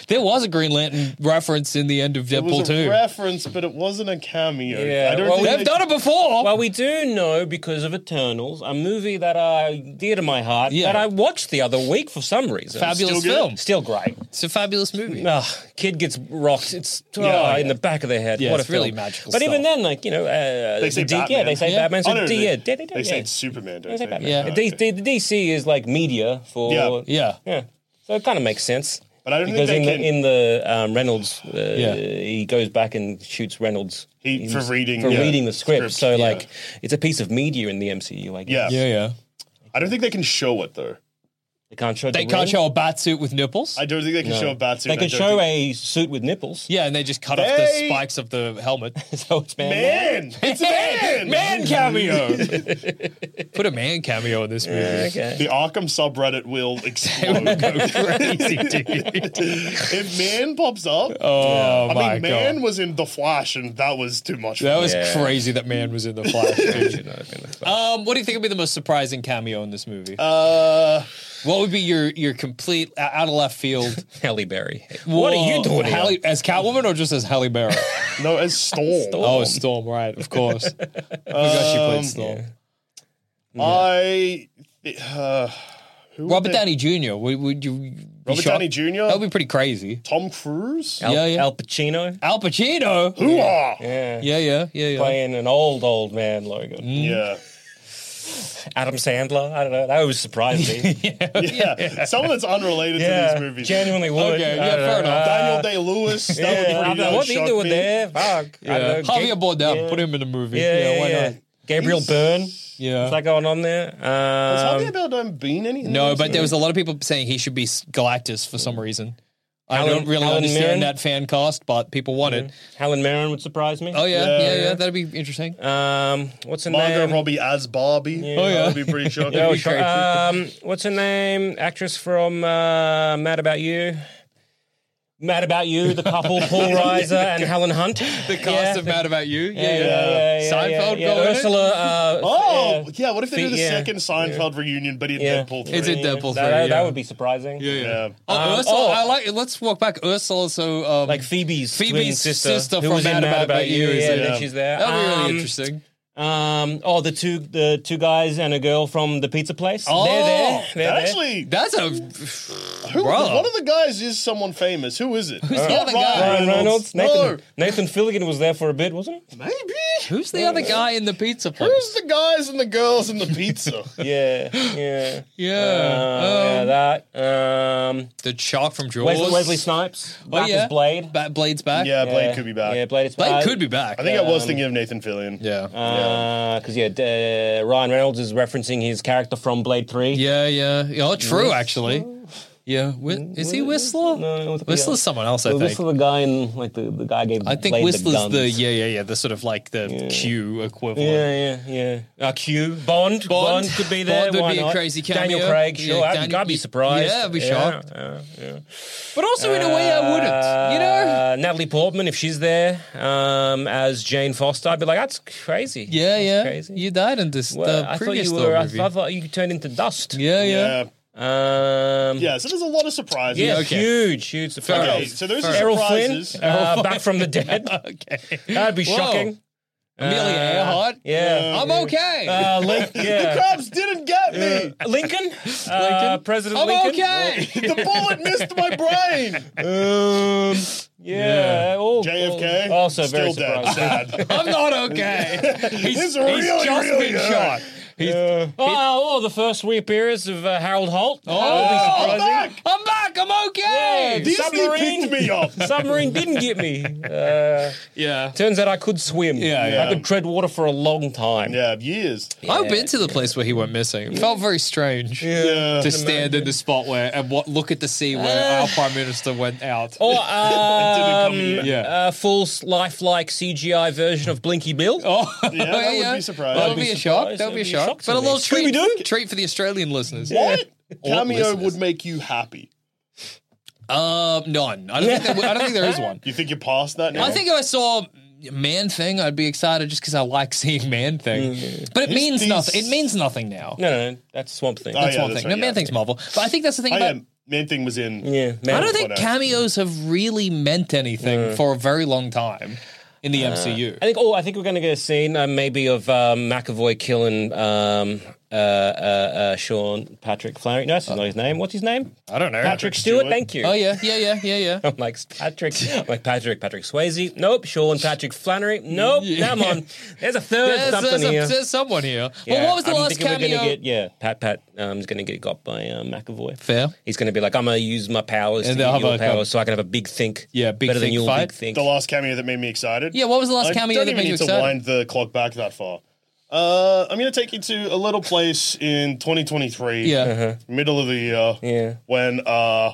[SPEAKER 6] there was a Green Lantern reference in the end of
[SPEAKER 5] It
[SPEAKER 6] Deadpool
[SPEAKER 5] was a
[SPEAKER 6] 2.
[SPEAKER 5] reference, but it wasn't a cameo.
[SPEAKER 1] Yeah,
[SPEAKER 5] I don't
[SPEAKER 1] well,
[SPEAKER 5] think
[SPEAKER 6] They've
[SPEAKER 5] they-
[SPEAKER 6] done it before.
[SPEAKER 1] Well, we do know because of Eternals, a movie that I dear to my heart
[SPEAKER 6] Yeah.
[SPEAKER 1] that I watched the other week for some reason.
[SPEAKER 6] fabulous
[SPEAKER 5] still good.
[SPEAKER 6] film.
[SPEAKER 1] Still great.
[SPEAKER 6] It's a fabulous movie.
[SPEAKER 1] Ugh, kid gets rocked. It's oh,
[SPEAKER 5] Yeah.
[SPEAKER 1] in the back of their head.
[SPEAKER 6] Yeah,
[SPEAKER 1] what
[SPEAKER 6] it's
[SPEAKER 1] a film.
[SPEAKER 6] really magical
[SPEAKER 1] But even
[SPEAKER 6] stuff.
[SPEAKER 1] then, like you know, uh,
[SPEAKER 5] They say
[SPEAKER 1] the D- yeah,
[SPEAKER 5] Batman.
[SPEAKER 1] they say
[SPEAKER 6] Yeah.
[SPEAKER 1] Batman. So
[SPEAKER 5] Oh, no,
[SPEAKER 1] D-
[SPEAKER 5] they,
[SPEAKER 1] yeah, they, they,
[SPEAKER 5] they say
[SPEAKER 1] yeah.
[SPEAKER 5] it's Superman. Don't
[SPEAKER 1] They say
[SPEAKER 5] they?
[SPEAKER 1] Batman.
[SPEAKER 6] Yeah.
[SPEAKER 1] D- D- the DC is like media for
[SPEAKER 5] Yeah.
[SPEAKER 6] Yeah.
[SPEAKER 1] yeah. So it kind of makes sense.
[SPEAKER 5] But I don't think
[SPEAKER 1] because
[SPEAKER 5] they
[SPEAKER 1] in,
[SPEAKER 5] can-
[SPEAKER 1] the, in the um, Reynolds, uh,
[SPEAKER 6] Yeah.
[SPEAKER 1] he goes back and shoots Reynolds
[SPEAKER 5] He- for
[SPEAKER 1] him-
[SPEAKER 5] reading-
[SPEAKER 1] for
[SPEAKER 5] yeah,
[SPEAKER 1] reading the script.
[SPEAKER 5] script,
[SPEAKER 1] So
[SPEAKER 5] yeah.
[SPEAKER 1] like, it's a piece of media in the MCU. I guess.
[SPEAKER 5] Yeah.
[SPEAKER 6] Yeah, yeah.
[SPEAKER 5] I don't think they can show it though.
[SPEAKER 1] They can't show.
[SPEAKER 6] They
[SPEAKER 1] the
[SPEAKER 6] can't
[SPEAKER 1] ring.
[SPEAKER 6] show a bat suit with nipples.
[SPEAKER 5] I don't think they can show a Batsuit.
[SPEAKER 1] They can show a suit with nipples.
[SPEAKER 6] yeah, and they just cut off the
[SPEAKER 5] They-
[SPEAKER 6] spikes of the helmet.
[SPEAKER 1] so it's man.
[SPEAKER 5] man. It's man.
[SPEAKER 6] man cameo. Put a man cameo in this movie.
[SPEAKER 1] Okay.
[SPEAKER 5] The Arkham subreddit will explode.
[SPEAKER 6] Go crazy, dude.
[SPEAKER 5] if man pops up,
[SPEAKER 6] Oh
[SPEAKER 5] I
[SPEAKER 6] my
[SPEAKER 5] mean,
[SPEAKER 6] god.
[SPEAKER 5] man was in the Flash, and that was too much.
[SPEAKER 6] that
[SPEAKER 5] for
[SPEAKER 6] was
[SPEAKER 5] me.
[SPEAKER 1] Yeah.
[SPEAKER 6] crazy that man was in the flash. dude. um, what do you think would be the most surprising cameo in this movie?
[SPEAKER 5] uh,
[SPEAKER 6] what would be your your complete uh, out of left field?
[SPEAKER 1] Halle Berry. What are you
[SPEAKER 6] Whoa,
[SPEAKER 1] doing?
[SPEAKER 6] Halle,
[SPEAKER 1] here?
[SPEAKER 6] as Catwoman or just as Halle Berry?
[SPEAKER 5] no, as Storm.
[SPEAKER 6] oh, Storm, right? Of course. I forgot she
[SPEAKER 1] Um,
[SPEAKER 6] played Storm.
[SPEAKER 5] I uh, who would
[SPEAKER 6] Robert
[SPEAKER 5] they-
[SPEAKER 6] Downey Jr. Would, would you? be
[SPEAKER 5] Robert
[SPEAKER 6] shocked?
[SPEAKER 5] Downey Jr.
[SPEAKER 6] That would be pretty crazy.
[SPEAKER 5] Tom Cruise.
[SPEAKER 1] Al,
[SPEAKER 6] Yeah, yeah.
[SPEAKER 1] Al Pacino
[SPEAKER 6] Al Pacino.
[SPEAKER 5] Who are?
[SPEAKER 1] yeah.
[SPEAKER 6] Yeah, yeah, yeah, yeah.
[SPEAKER 1] playing an old old man Logan.
[SPEAKER 5] Yeah.
[SPEAKER 1] Adam Sandler. I don't know. That would surprise me.
[SPEAKER 5] Yeah, someone that's unrelated to
[SPEAKER 1] yeah,
[SPEAKER 5] these movies. Uh,
[SPEAKER 1] genuinely would.
[SPEAKER 6] Okay,
[SPEAKER 1] I
[SPEAKER 6] yeah,
[SPEAKER 1] don't know.
[SPEAKER 6] fair enough.
[SPEAKER 5] Daniel Day Lewis. That would
[SPEAKER 1] Yeah,
[SPEAKER 5] pretty
[SPEAKER 1] I don't know.
[SPEAKER 5] much
[SPEAKER 1] What are you
[SPEAKER 5] shock
[SPEAKER 1] doing
[SPEAKER 5] me.
[SPEAKER 1] there? Fuck. I
[SPEAKER 6] Yeah.
[SPEAKER 1] don't know.
[SPEAKER 6] Javier Bardem,
[SPEAKER 1] yeah.
[SPEAKER 6] put him in the movie.
[SPEAKER 1] Yeah, yeah,
[SPEAKER 6] why
[SPEAKER 1] yeah.
[SPEAKER 6] not?
[SPEAKER 1] Gabriel Byrne.
[SPEAKER 6] Yeah.
[SPEAKER 1] Is that going on there?
[SPEAKER 5] Has
[SPEAKER 1] Um,
[SPEAKER 5] Javier Bardem been any?
[SPEAKER 6] No, but there was a lot of people saying he should be s- Galactus for some reason. I
[SPEAKER 1] Alan-
[SPEAKER 6] don't really
[SPEAKER 1] Alan
[SPEAKER 6] understand
[SPEAKER 1] Mirren?
[SPEAKER 6] that fan cast, but people want it.
[SPEAKER 1] Helen Mirren would surprise me.
[SPEAKER 6] Oh yeah, yeah,
[SPEAKER 5] Yeah,
[SPEAKER 6] yeah,
[SPEAKER 5] yeah.
[SPEAKER 6] That'd be interesting.
[SPEAKER 1] Um, what's her
[SPEAKER 5] Margot
[SPEAKER 1] name?
[SPEAKER 5] Robbie as Barbie.
[SPEAKER 6] Oh, yeah.
[SPEAKER 5] that'd be pretty shocking.
[SPEAKER 1] Oh,
[SPEAKER 6] That'd be
[SPEAKER 1] sure.
[SPEAKER 6] crazy.
[SPEAKER 1] Um, what's her name? Actress from uh, Mad About You. Mad About You, the couple Paul Reiser and Helen Hunt.
[SPEAKER 6] The cast
[SPEAKER 1] Yeah,
[SPEAKER 6] of Mad About You. Yeah,
[SPEAKER 1] yeah,
[SPEAKER 6] yeah.
[SPEAKER 1] yeah, yeah,
[SPEAKER 6] Seinfeld
[SPEAKER 1] yeah, yeah.
[SPEAKER 6] going in?
[SPEAKER 1] Ursula. Uh,
[SPEAKER 5] Oh, yeah. What if they do the
[SPEAKER 1] Yeah.
[SPEAKER 5] second Seinfeld reunion, but in
[SPEAKER 1] yeah.
[SPEAKER 5] Deadpool
[SPEAKER 1] yeah.
[SPEAKER 5] three?
[SPEAKER 6] It's in Deadpool
[SPEAKER 1] That,
[SPEAKER 6] three,
[SPEAKER 1] that
[SPEAKER 6] yeah.
[SPEAKER 1] would be surprising.
[SPEAKER 6] Yeah,
[SPEAKER 5] Yeah.
[SPEAKER 6] yeah. Oh,
[SPEAKER 1] Um,
[SPEAKER 6] Ursula,
[SPEAKER 1] oh.
[SPEAKER 6] I like. Let's walk back. Ursula, so um,
[SPEAKER 1] Like Phoebe's
[SPEAKER 6] Phoebe's
[SPEAKER 1] twin sister,
[SPEAKER 6] sister
[SPEAKER 1] who
[SPEAKER 6] from
[SPEAKER 1] was in
[SPEAKER 6] Mad About
[SPEAKER 1] Yeah,
[SPEAKER 6] You, is
[SPEAKER 1] and
[SPEAKER 6] it?
[SPEAKER 1] then
[SPEAKER 5] Yeah.
[SPEAKER 1] she's there.
[SPEAKER 6] that'd be really
[SPEAKER 1] Um,
[SPEAKER 6] interesting.
[SPEAKER 1] Um, oh, the two the two guys and a girl from the pizza place.
[SPEAKER 6] Oh,
[SPEAKER 1] they're there. They're
[SPEAKER 5] That
[SPEAKER 1] there.
[SPEAKER 5] actually,
[SPEAKER 6] That's a
[SPEAKER 5] who,
[SPEAKER 6] brother.
[SPEAKER 5] one of the guys is someone famous. Who is it? Uh, Who's
[SPEAKER 6] the other guy?
[SPEAKER 1] Ryan Reynolds. Nathan,
[SPEAKER 5] No,
[SPEAKER 1] Nathan Fillion was there for a bit, wasn't he?
[SPEAKER 5] maybe.
[SPEAKER 6] Who's the other guy in the pizza
[SPEAKER 5] Who's
[SPEAKER 6] place?
[SPEAKER 5] the guys and the girls and the pizza?
[SPEAKER 1] Yeah, yeah,
[SPEAKER 6] Yeah,
[SPEAKER 1] Uh,
[SPEAKER 6] um,
[SPEAKER 1] yeah. That um,
[SPEAKER 6] the chalk from Jaws.
[SPEAKER 1] Wesley, Wesley Snipes.
[SPEAKER 6] Oh,
[SPEAKER 1] Back
[SPEAKER 6] yeah.
[SPEAKER 1] as Blade.
[SPEAKER 6] Ba- Blade's back.
[SPEAKER 5] yeah, Blade
[SPEAKER 1] Yeah. Uh,
[SPEAKER 5] could be back.
[SPEAKER 1] Yeah, Blade is
[SPEAKER 6] Blade
[SPEAKER 1] back.
[SPEAKER 6] could be back.
[SPEAKER 5] I think I was thinking of Nathan Fillion.
[SPEAKER 6] Yeah.
[SPEAKER 1] uh, Because yeah, d- uh, Ryan Reynolds is referencing his character from Blade Three.
[SPEAKER 6] yeah, yeah, yeah. Oh, true, actually. Yeah, Whi- is he Whistler?
[SPEAKER 1] No, I think-
[SPEAKER 6] Whistler's someone else, I
[SPEAKER 1] Well,
[SPEAKER 6] think.
[SPEAKER 1] This is the guy in like the, the guy gave.
[SPEAKER 6] I think
[SPEAKER 1] Blade
[SPEAKER 6] Whistler's the,
[SPEAKER 1] guns.
[SPEAKER 6] yeah, yeah, yeah. The sort of like the Q equivalent.
[SPEAKER 1] Yeah, yeah, yeah. Uh, Q Bond. Bond. could be there.
[SPEAKER 6] Bond would
[SPEAKER 1] why
[SPEAKER 6] be a
[SPEAKER 1] not?
[SPEAKER 6] crazy
[SPEAKER 1] Daniel
[SPEAKER 6] cameo.
[SPEAKER 1] Craig.
[SPEAKER 6] Yeah,
[SPEAKER 1] Sure, I'd,
[SPEAKER 6] Daniel-
[SPEAKER 1] I'd be surprised.
[SPEAKER 6] Yeah, I'd be shocked.
[SPEAKER 1] Yeah, yeah.
[SPEAKER 6] But also in a way, I wouldn't. You know.
[SPEAKER 1] Uh, Natalie Portman, if she's there um, as Jane Foster, I'd be like, that's crazy.
[SPEAKER 6] Yeah,
[SPEAKER 1] That's
[SPEAKER 6] yeah.
[SPEAKER 1] crazy.
[SPEAKER 6] You died in this
[SPEAKER 1] Well,
[SPEAKER 6] the
[SPEAKER 1] I thought
[SPEAKER 6] previous
[SPEAKER 1] you
[SPEAKER 6] Thor
[SPEAKER 1] were. I,
[SPEAKER 6] movie.
[SPEAKER 1] I thought you turned into dust.
[SPEAKER 6] yeah, Oh, yeah,
[SPEAKER 5] yeah,
[SPEAKER 1] Um,
[SPEAKER 5] yeah. So there's a lot of surprises.
[SPEAKER 1] yeah,
[SPEAKER 6] okay.
[SPEAKER 1] huge, huge surprise.
[SPEAKER 5] Okay, so there's
[SPEAKER 1] Errol Flynn,
[SPEAKER 5] surprises.
[SPEAKER 1] uh, back from the dead.
[SPEAKER 6] Okay.
[SPEAKER 1] That'd be
[SPEAKER 6] Whoa.
[SPEAKER 1] shocking.
[SPEAKER 6] Amelia
[SPEAKER 1] Uh,
[SPEAKER 6] Earhart.
[SPEAKER 1] Yeah.
[SPEAKER 6] I'm okay.
[SPEAKER 1] Uh, Link,
[SPEAKER 5] The
[SPEAKER 1] yeah.
[SPEAKER 5] crabs didn't get me.
[SPEAKER 1] Uh, Lincoln, uh, President
[SPEAKER 6] I'm
[SPEAKER 1] Lincoln.
[SPEAKER 6] okay.
[SPEAKER 5] the bullet missed my brain.
[SPEAKER 1] Um, yeah, all-
[SPEAKER 5] JFK
[SPEAKER 1] all- also
[SPEAKER 5] still
[SPEAKER 1] very
[SPEAKER 5] dead.
[SPEAKER 1] surprising.
[SPEAKER 5] Sad.
[SPEAKER 6] I'm not okay. He's,
[SPEAKER 5] This
[SPEAKER 6] he's
[SPEAKER 5] really,
[SPEAKER 6] just
[SPEAKER 5] really
[SPEAKER 6] been
[SPEAKER 5] hurt.
[SPEAKER 6] shot. He's,
[SPEAKER 1] Oh, oh, the first reappearance of uh, Harold Holt. Oh,
[SPEAKER 6] Oh,
[SPEAKER 1] that'll
[SPEAKER 5] I'm
[SPEAKER 1] be surprising.
[SPEAKER 5] back.
[SPEAKER 6] I'm back. I'm okay.
[SPEAKER 1] Yeah.
[SPEAKER 5] Disney
[SPEAKER 1] Submarine.
[SPEAKER 5] picked me up.
[SPEAKER 1] Submarine didn't get me. Uh,
[SPEAKER 6] Yeah.
[SPEAKER 1] turns out I could swim.
[SPEAKER 6] Yeah, yeah.
[SPEAKER 1] I could tread water for a long time.
[SPEAKER 5] yeah, years.
[SPEAKER 6] I've been to the place where he went missing. It felt very strange
[SPEAKER 5] Yeah.
[SPEAKER 6] to stand in the spot where and what, look at the sea where our prime minister went out.
[SPEAKER 1] Or um,
[SPEAKER 5] Didn't come
[SPEAKER 6] Yeah.
[SPEAKER 1] a full s- lifelike CGI version of Blinky Bill.
[SPEAKER 6] Oh,
[SPEAKER 5] Yeah, that would be surprising.
[SPEAKER 6] That
[SPEAKER 5] I'd
[SPEAKER 6] would
[SPEAKER 5] be
[SPEAKER 6] be a
[SPEAKER 1] surprised.
[SPEAKER 6] shock. That
[SPEAKER 1] That'd
[SPEAKER 6] would be a
[SPEAKER 1] be a
[SPEAKER 6] shock.
[SPEAKER 1] shock to
[SPEAKER 6] But a
[SPEAKER 1] me.
[SPEAKER 6] little treat,
[SPEAKER 1] Scooby-Doo?
[SPEAKER 6] treat for the Australian listeners.
[SPEAKER 5] What
[SPEAKER 6] All
[SPEAKER 5] cameo
[SPEAKER 6] listeners.
[SPEAKER 5] would make you happy?
[SPEAKER 6] Um, none. I don't, think there, I don't think there is one.
[SPEAKER 5] You think you're past that now?
[SPEAKER 6] I think if I saw Man Thing, I'd be excited just because I like seeing Man Thing. But it
[SPEAKER 5] These-
[SPEAKER 6] means
[SPEAKER 5] these-
[SPEAKER 6] nothing. It means nothing now.
[SPEAKER 1] No, no, no, that's Swamp Thing.
[SPEAKER 5] Oh,
[SPEAKER 6] That's
[SPEAKER 5] yeah,
[SPEAKER 6] one
[SPEAKER 5] that's
[SPEAKER 6] thing. no,
[SPEAKER 5] right, yeah.
[SPEAKER 6] Man Thing's Marvel. But I think that's the thing
[SPEAKER 5] I
[SPEAKER 6] about.
[SPEAKER 5] am. Man Oh, thing was in.
[SPEAKER 1] yeah, man.
[SPEAKER 6] I don't think
[SPEAKER 5] Whatever.
[SPEAKER 6] cameos have really meant anything for a very long time in the MCU.
[SPEAKER 1] I think. Oh, I think we're going to get a scene uh, maybe of um, McAvoy killing um, uh, uh, uh, Sean Patrick Flaherty. No, that's not his name. What's his name?
[SPEAKER 6] I don't know.
[SPEAKER 1] Patrick Stewart. Thank you.
[SPEAKER 6] Oh yeah, yeah, yeah, yeah, yeah.
[SPEAKER 1] I'm like Patrick, I'm like Patrick, Patrick Swayze. Nope. Sean Patrick Flannery. Nope. Come on. Oh, There's a third
[SPEAKER 6] There's,
[SPEAKER 1] something
[SPEAKER 6] there's, a-
[SPEAKER 1] here.
[SPEAKER 6] there's someone here.
[SPEAKER 1] Yeah,
[SPEAKER 6] well, what was the
[SPEAKER 1] I'm
[SPEAKER 6] last
[SPEAKER 1] thinking
[SPEAKER 6] cameo?
[SPEAKER 1] We're gonna get, yeah, Pat Pat um, is going to get got by um, McAvoy.
[SPEAKER 6] Fair.
[SPEAKER 1] He's going to be like, I'm going to use my powers
[SPEAKER 6] And
[SPEAKER 1] to
[SPEAKER 6] they'll
[SPEAKER 1] get
[SPEAKER 6] have
[SPEAKER 1] your
[SPEAKER 6] a-
[SPEAKER 1] powers so I can have a big think.
[SPEAKER 6] Yeah, big
[SPEAKER 1] better than
[SPEAKER 6] think
[SPEAKER 1] your
[SPEAKER 6] fight.
[SPEAKER 1] big think.
[SPEAKER 5] The last cameo that made me excited.
[SPEAKER 6] Yeah, what was the last
[SPEAKER 5] I
[SPEAKER 6] cameo
[SPEAKER 5] don't
[SPEAKER 6] that
[SPEAKER 5] even
[SPEAKER 6] made
[SPEAKER 5] need
[SPEAKER 6] you
[SPEAKER 5] to
[SPEAKER 6] excited?
[SPEAKER 5] wind the clock back that far. Uh, I'm going to take you to a little place in 2023,
[SPEAKER 6] Yeah.
[SPEAKER 5] middle of the year,
[SPEAKER 1] Yeah.
[SPEAKER 5] when uh,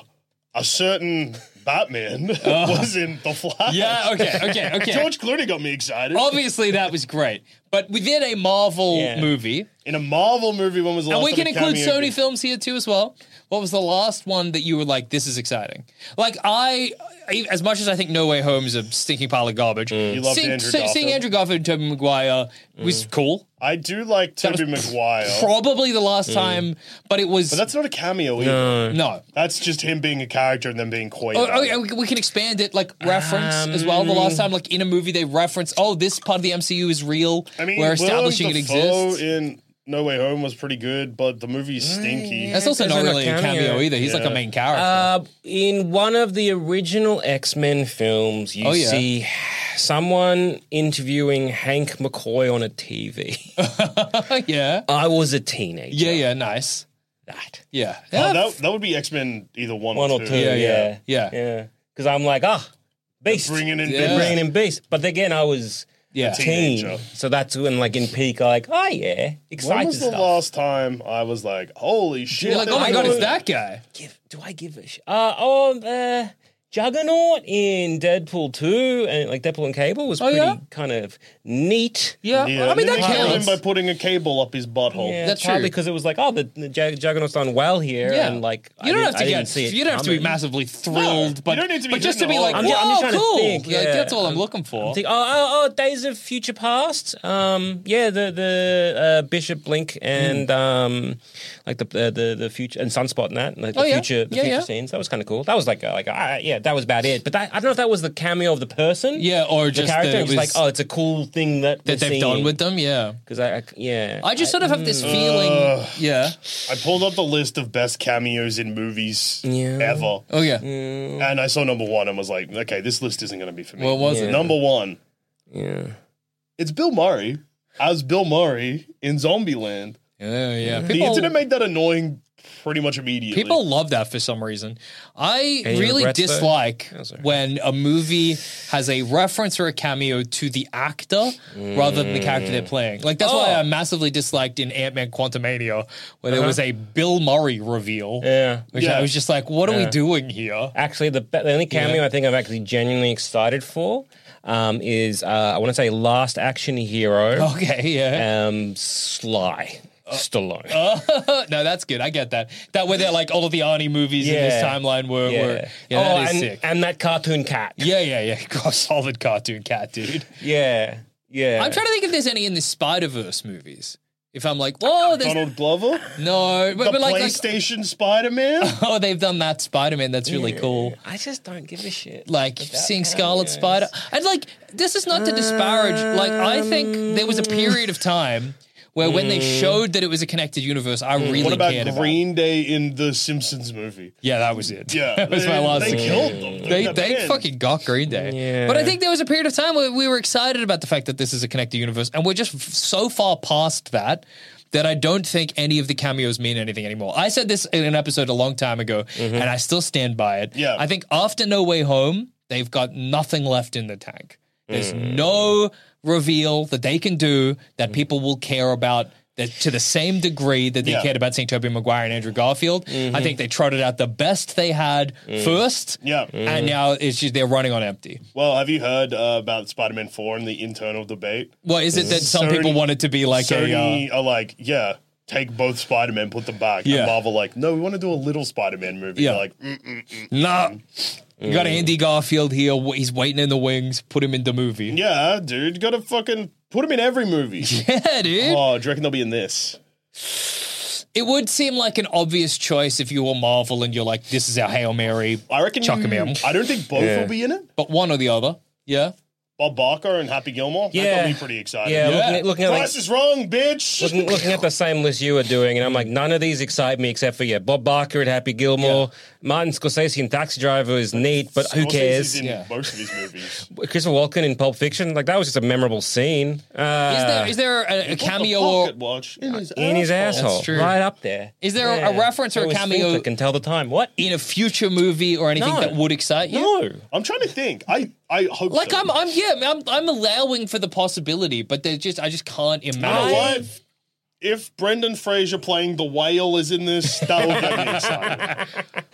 [SPEAKER 5] a certain Batman was in The Flash.
[SPEAKER 6] Oh. Yeah. Okay. Okay. Okay.
[SPEAKER 5] George Clooney got me excited.
[SPEAKER 6] Obviously, that was great. But within a Marvel
[SPEAKER 1] Yeah.
[SPEAKER 6] movie,
[SPEAKER 5] in a Marvel movie, when was the last
[SPEAKER 6] and we
[SPEAKER 5] time
[SPEAKER 6] can
[SPEAKER 5] a
[SPEAKER 6] include
[SPEAKER 5] cameo
[SPEAKER 6] Sony
[SPEAKER 5] did-
[SPEAKER 6] films here too as well. What was the last one that you were like, "This is exciting"? Like I, I- as much as I think No Way Home is a stinking pile of garbage,
[SPEAKER 5] Mm. You loved
[SPEAKER 6] seeing,
[SPEAKER 5] Andrew
[SPEAKER 6] see- seeing
[SPEAKER 5] Garfield. Mm.
[SPEAKER 6] Andrew Garfield and Tobey Maguire was cool.
[SPEAKER 5] I do like Tobey Maguire.
[SPEAKER 6] Probably the last time, but it was
[SPEAKER 5] Mm. but that's not a cameo either.
[SPEAKER 6] no.
[SPEAKER 5] That's just him being a character and then being coy.
[SPEAKER 6] Oh,
[SPEAKER 5] about
[SPEAKER 6] oh,
[SPEAKER 5] it.
[SPEAKER 6] yeah, we, we can expand it like reference as well. The
[SPEAKER 5] Um,
[SPEAKER 6] last time, like in a movie, they reference, "Oh, this part of the MCU is real."
[SPEAKER 5] I mean,
[SPEAKER 6] we're establishing it
[SPEAKER 5] Willem Dafoe
[SPEAKER 6] exists.
[SPEAKER 5] in No Way Home was pretty good, but the movie's stinky.
[SPEAKER 6] That's also
[SPEAKER 1] There's
[SPEAKER 6] not
[SPEAKER 1] no
[SPEAKER 6] really a
[SPEAKER 1] cameo.
[SPEAKER 6] cameo either. He's like a main character.
[SPEAKER 1] Uh, in one of the original X Men films, you
[SPEAKER 6] Oh, yeah.
[SPEAKER 1] see someone interviewing Hank McCoy on a TV.
[SPEAKER 5] Uh,
[SPEAKER 6] yeah.
[SPEAKER 1] I was a teenager.
[SPEAKER 6] Yeah, yeah, nice.
[SPEAKER 1] That.
[SPEAKER 6] Yeah.
[SPEAKER 5] Oh,
[SPEAKER 6] Yeah,
[SPEAKER 5] that, that would be X Men either one,
[SPEAKER 1] One or two. Yeah, yeah.
[SPEAKER 6] yeah, yeah.
[SPEAKER 1] Yeah. Because I'm like, ah, Beast.
[SPEAKER 5] Bringing in
[SPEAKER 6] Yeah.
[SPEAKER 1] They're
[SPEAKER 5] big
[SPEAKER 1] bringing in Beast. But again, I was
[SPEAKER 6] Yeah.
[SPEAKER 1] a teen.
[SPEAKER 5] Teenager.
[SPEAKER 1] So that's when, like, in peak, I like, oh, yeah,
[SPEAKER 5] When
[SPEAKER 1] excited
[SPEAKER 5] was the
[SPEAKER 1] stuff.
[SPEAKER 5] last time I was like, holy shit?
[SPEAKER 6] You're like,
[SPEAKER 5] they're
[SPEAKER 6] oh my god,
[SPEAKER 5] doing
[SPEAKER 6] it's that guy.
[SPEAKER 1] give do I give a sh- uh oh uh Juggernaut in Deadpool 2 and like Deadpool and Cable was
[SPEAKER 6] Oh,
[SPEAKER 1] pretty
[SPEAKER 6] yeah?
[SPEAKER 1] kind of neat.
[SPEAKER 6] Yeah.
[SPEAKER 5] Yeah,
[SPEAKER 6] I mean, that
[SPEAKER 5] they killed him
[SPEAKER 6] counts.
[SPEAKER 5] by putting a cable up his butthole.
[SPEAKER 1] Yeah,
[SPEAKER 6] That's
[SPEAKER 1] partly
[SPEAKER 6] true.
[SPEAKER 1] because it was like, oh, the, the Jug- Juggernaut's done well here,
[SPEAKER 6] Yeah.
[SPEAKER 1] and like I
[SPEAKER 6] you don't
[SPEAKER 1] didn't-
[SPEAKER 6] have
[SPEAKER 1] I
[SPEAKER 6] to
[SPEAKER 1] didn't
[SPEAKER 6] get.
[SPEAKER 1] see it
[SPEAKER 6] You don't have to be
[SPEAKER 1] coming.
[SPEAKER 6] massively thrilled,
[SPEAKER 5] you
[SPEAKER 6] but
[SPEAKER 5] don't need to be
[SPEAKER 6] but just to
[SPEAKER 5] hitting
[SPEAKER 6] be
[SPEAKER 5] all
[SPEAKER 6] like,
[SPEAKER 5] over.
[SPEAKER 1] I'm ju- I'm just
[SPEAKER 6] whoa,
[SPEAKER 1] trying to
[SPEAKER 6] cool.
[SPEAKER 1] think,
[SPEAKER 6] Like,
[SPEAKER 1] yeah.
[SPEAKER 6] that's all I'm looking for.
[SPEAKER 1] I think, oh, oh, oh, Days of Future Past. Um, yeah, the the uh, Bishop Blink and
[SPEAKER 6] Hmm.
[SPEAKER 1] um, like the, the the the future and Sunspot and that, like the
[SPEAKER 6] Oh, yeah.
[SPEAKER 1] future the
[SPEAKER 6] Yeah,
[SPEAKER 1] future
[SPEAKER 6] yeah.
[SPEAKER 1] scenes. That was kind of cool. That was like uh, like uh, yeah, that was about it. But that, I don't know if that was the cameo of the person,
[SPEAKER 6] Yeah, or
[SPEAKER 1] the
[SPEAKER 6] just that
[SPEAKER 1] character.
[SPEAKER 6] it
[SPEAKER 1] It's
[SPEAKER 6] was-
[SPEAKER 1] like, oh, it's a cool thing that
[SPEAKER 6] that they've done with them, yeah.
[SPEAKER 1] because I, I c- yeah.
[SPEAKER 6] I just sort of have this
[SPEAKER 1] Mm.
[SPEAKER 6] feeling, yeah.
[SPEAKER 5] I pulled up the list of best cameos in movies ever,
[SPEAKER 6] Oh yeah.
[SPEAKER 1] Mm.
[SPEAKER 5] and I saw number one and was like, okay, this list isn't going to be for me.
[SPEAKER 6] What was it?
[SPEAKER 5] Number one,
[SPEAKER 1] yeah.
[SPEAKER 5] it's Bill Murray as Bill Murray in Zombieland.
[SPEAKER 6] Yeah, yeah.
[SPEAKER 5] The
[SPEAKER 6] People,
[SPEAKER 5] internet made that annoying pretty much immediately.
[SPEAKER 6] people love that for some reason. I
[SPEAKER 1] Any
[SPEAKER 6] really
[SPEAKER 1] regrets, though?
[SPEAKER 6] dislike
[SPEAKER 1] Oh, sorry.
[SPEAKER 6] when a movie has a reference or a cameo to the actor rather than the character they're playing. Like that's why
[SPEAKER 1] Oh. Uh-huh.
[SPEAKER 6] I massively disliked in Ant Man Quantumania where there was a Bill Murray reveal.
[SPEAKER 1] Yeah.
[SPEAKER 6] Which
[SPEAKER 5] Yeah.
[SPEAKER 6] I was just like, what are we doing here?
[SPEAKER 1] Actually, the, be- the only cameo I think I'm actually genuinely excited for um, is uh, I want to say Last Action Hero.
[SPEAKER 6] Okay, Uh, yeah.
[SPEAKER 1] um, Sly Stallone.
[SPEAKER 6] no, that's good. I get that. That way they're like all of the Arnie movies in this
[SPEAKER 1] Yeah.
[SPEAKER 6] timeline were yeah. were yeah, that
[SPEAKER 1] oh,
[SPEAKER 6] is
[SPEAKER 1] and,
[SPEAKER 6] sick.
[SPEAKER 1] and that cartoon cat.
[SPEAKER 6] yeah, yeah, yeah. God, solid cartoon cat, dude.
[SPEAKER 1] yeah, yeah.
[SPEAKER 6] I'm trying to think if there's any in the Spider Verse movies. If I'm like, whoa, there's
[SPEAKER 5] uh, Donald Glover,
[SPEAKER 6] no, but,
[SPEAKER 5] the
[SPEAKER 6] but like, like,
[SPEAKER 5] PlayStation Spider Man.
[SPEAKER 6] oh, they've done that Spider Man. That's really cool.
[SPEAKER 1] I just don't give a shit.
[SPEAKER 6] Like seeing Scarlet Spider, and like this is not to disparage. Like I think there was a period of time where when they showed that it was a connected universe, I really
[SPEAKER 5] Mm. What about
[SPEAKER 6] cared about.
[SPEAKER 5] Green Day in the Simpsons movie?
[SPEAKER 6] Yeah, that was it.
[SPEAKER 5] Yeah,
[SPEAKER 6] that was
[SPEAKER 5] they,
[SPEAKER 6] my last.
[SPEAKER 5] They
[SPEAKER 6] thing.
[SPEAKER 5] killed them.
[SPEAKER 6] They,
[SPEAKER 5] They're
[SPEAKER 6] they
[SPEAKER 5] dead.
[SPEAKER 6] fucking got Green Day.
[SPEAKER 1] Yeah.
[SPEAKER 6] But I think there was a period of time where we were excited about the fact that this is a connected universe, and we're just f- so far past that that I don't think any of the cameos mean anything anymore. I said this in an episode a long time ago, and I still stand by it.
[SPEAKER 5] Mm-hmm. Yeah.
[SPEAKER 6] I think after No Way Home, they've got nothing left in the tank. There's
[SPEAKER 5] Mm.
[SPEAKER 6] no reveal that they can do that people will care about. That to the same degree that they
[SPEAKER 5] Yeah. Mm-hmm.
[SPEAKER 6] cared about seeing Tobey Maguire and Andrew Garfield, I think they trotted out the best they had
[SPEAKER 5] Mm.
[SPEAKER 6] first,
[SPEAKER 5] Yeah.
[SPEAKER 6] and now it's just they're running on empty.
[SPEAKER 5] Well, have you heard uh, about Spider Man 4 and the internal debate?
[SPEAKER 6] Well, is it that some
[SPEAKER 5] Sony-
[SPEAKER 6] people want it to be like a? Uh,
[SPEAKER 5] Sony are like, yeah, take both Spider Man, put them back.
[SPEAKER 6] Yeah.
[SPEAKER 5] And Marvel like, no, we want to do a little Spider Man movie.
[SPEAKER 6] Yeah.
[SPEAKER 5] They're Like, mm,
[SPEAKER 6] no, you got Andy Garfield here. wa- He's waiting in the wings. Put him in the movie.
[SPEAKER 5] yeah, dude, you gotta fucking put him in every movie.
[SPEAKER 6] Yeah, dude.
[SPEAKER 5] Oh, do you reckon they'll be in this?
[SPEAKER 6] It would seem like an obvious choice if you were Marvel and you're like, this is our hail mary.
[SPEAKER 5] I reckon.
[SPEAKER 6] Chuck 'em in.
[SPEAKER 5] I don't think both
[SPEAKER 1] Yeah.
[SPEAKER 5] will be in it.
[SPEAKER 6] But one or the other. Yeah.
[SPEAKER 5] Bob Barker and Happy Gilmore.
[SPEAKER 1] Yeah.
[SPEAKER 5] That'll be pretty exciting.
[SPEAKER 1] yeah,
[SPEAKER 6] Yeah.
[SPEAKER 1] looking at, looking at like,
[SPEAKER 5] Price is wrong, bitch.
[SPEAKER 1] looking, looking at the same list you were doing, and I'm like, none of these excite me except for yeah, Bob Barker at Happy Gilmore, Martin Scorsese in Taxi Driver is neat, but who
[SPEAKER 5] Scorsese's
[SPEAKER 1] cares?
[SPEAKER 5] in
[SPEAKER 6] Yeah.
[SPEAKER 5] most of his movies.
[SPEAKER 1] Christopher Walken in Pulp Fiction, like that was just a memorable scene. Uh,
[SPEAKER 6] Is there is there a, a cameo or
[SPEAKER 5] Pocket watch in his
[SPEAKER 1] in his asshole,
[SPEAKER 6] That's true.
[SPEAKER 1] right up there.
[SPEAKER 6] Is there a- a reference or a
[SPEAKER 1] Always
[SPEAKER 6] cameo-
[SPEAKER 1] think I can tell the time? What?
[SPEAKER 6] in a future movie or anything
[SPEAKER 1] No.
[SPEAKER 6] that would excite you?
[SPEAKER 1] No.
[SPEAKER 5] I'm trying to think. I I hope
[SPEAKER 6] Like
[SPEAKER 5] so.
[SPEAKER 6] I'm, I'm yeah, I'm, I'm allowing for the possibility, but they're just, I just can't
[SPEAKER 5] You know
[SPEAKER 6] imagine.
[SPEAKER 5] what? If Brendan Fraser playing the whale is in this, that will get me excited.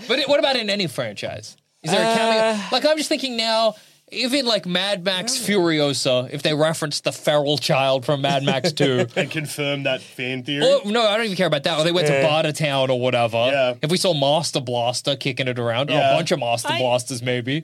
[SPEAKER 6] But it, what about in any franchise? Is there a cameo?
[SPEAKER 1] Uh,
[SPEAKER 6] Like I'm just thinking now, even like Mad Max
[SPEAKER 1] Mm.
[SPEAKER 6] Furiosa, if they reference the feral child from Mad Max Two.
[SPEAKER 5] And confirm that fan theory.
[SPEAKER 6] Or, no, I don't even care about that. Or they went to Barter Town or whatever.
[SPEAKER 5] Yeah.
[SPEAKER 6] If we saw Master Blaster kicking it around, or
[SPEAKER 5] Yeah.
[SPEAKER 6] a bunch of Master Blasters maybe,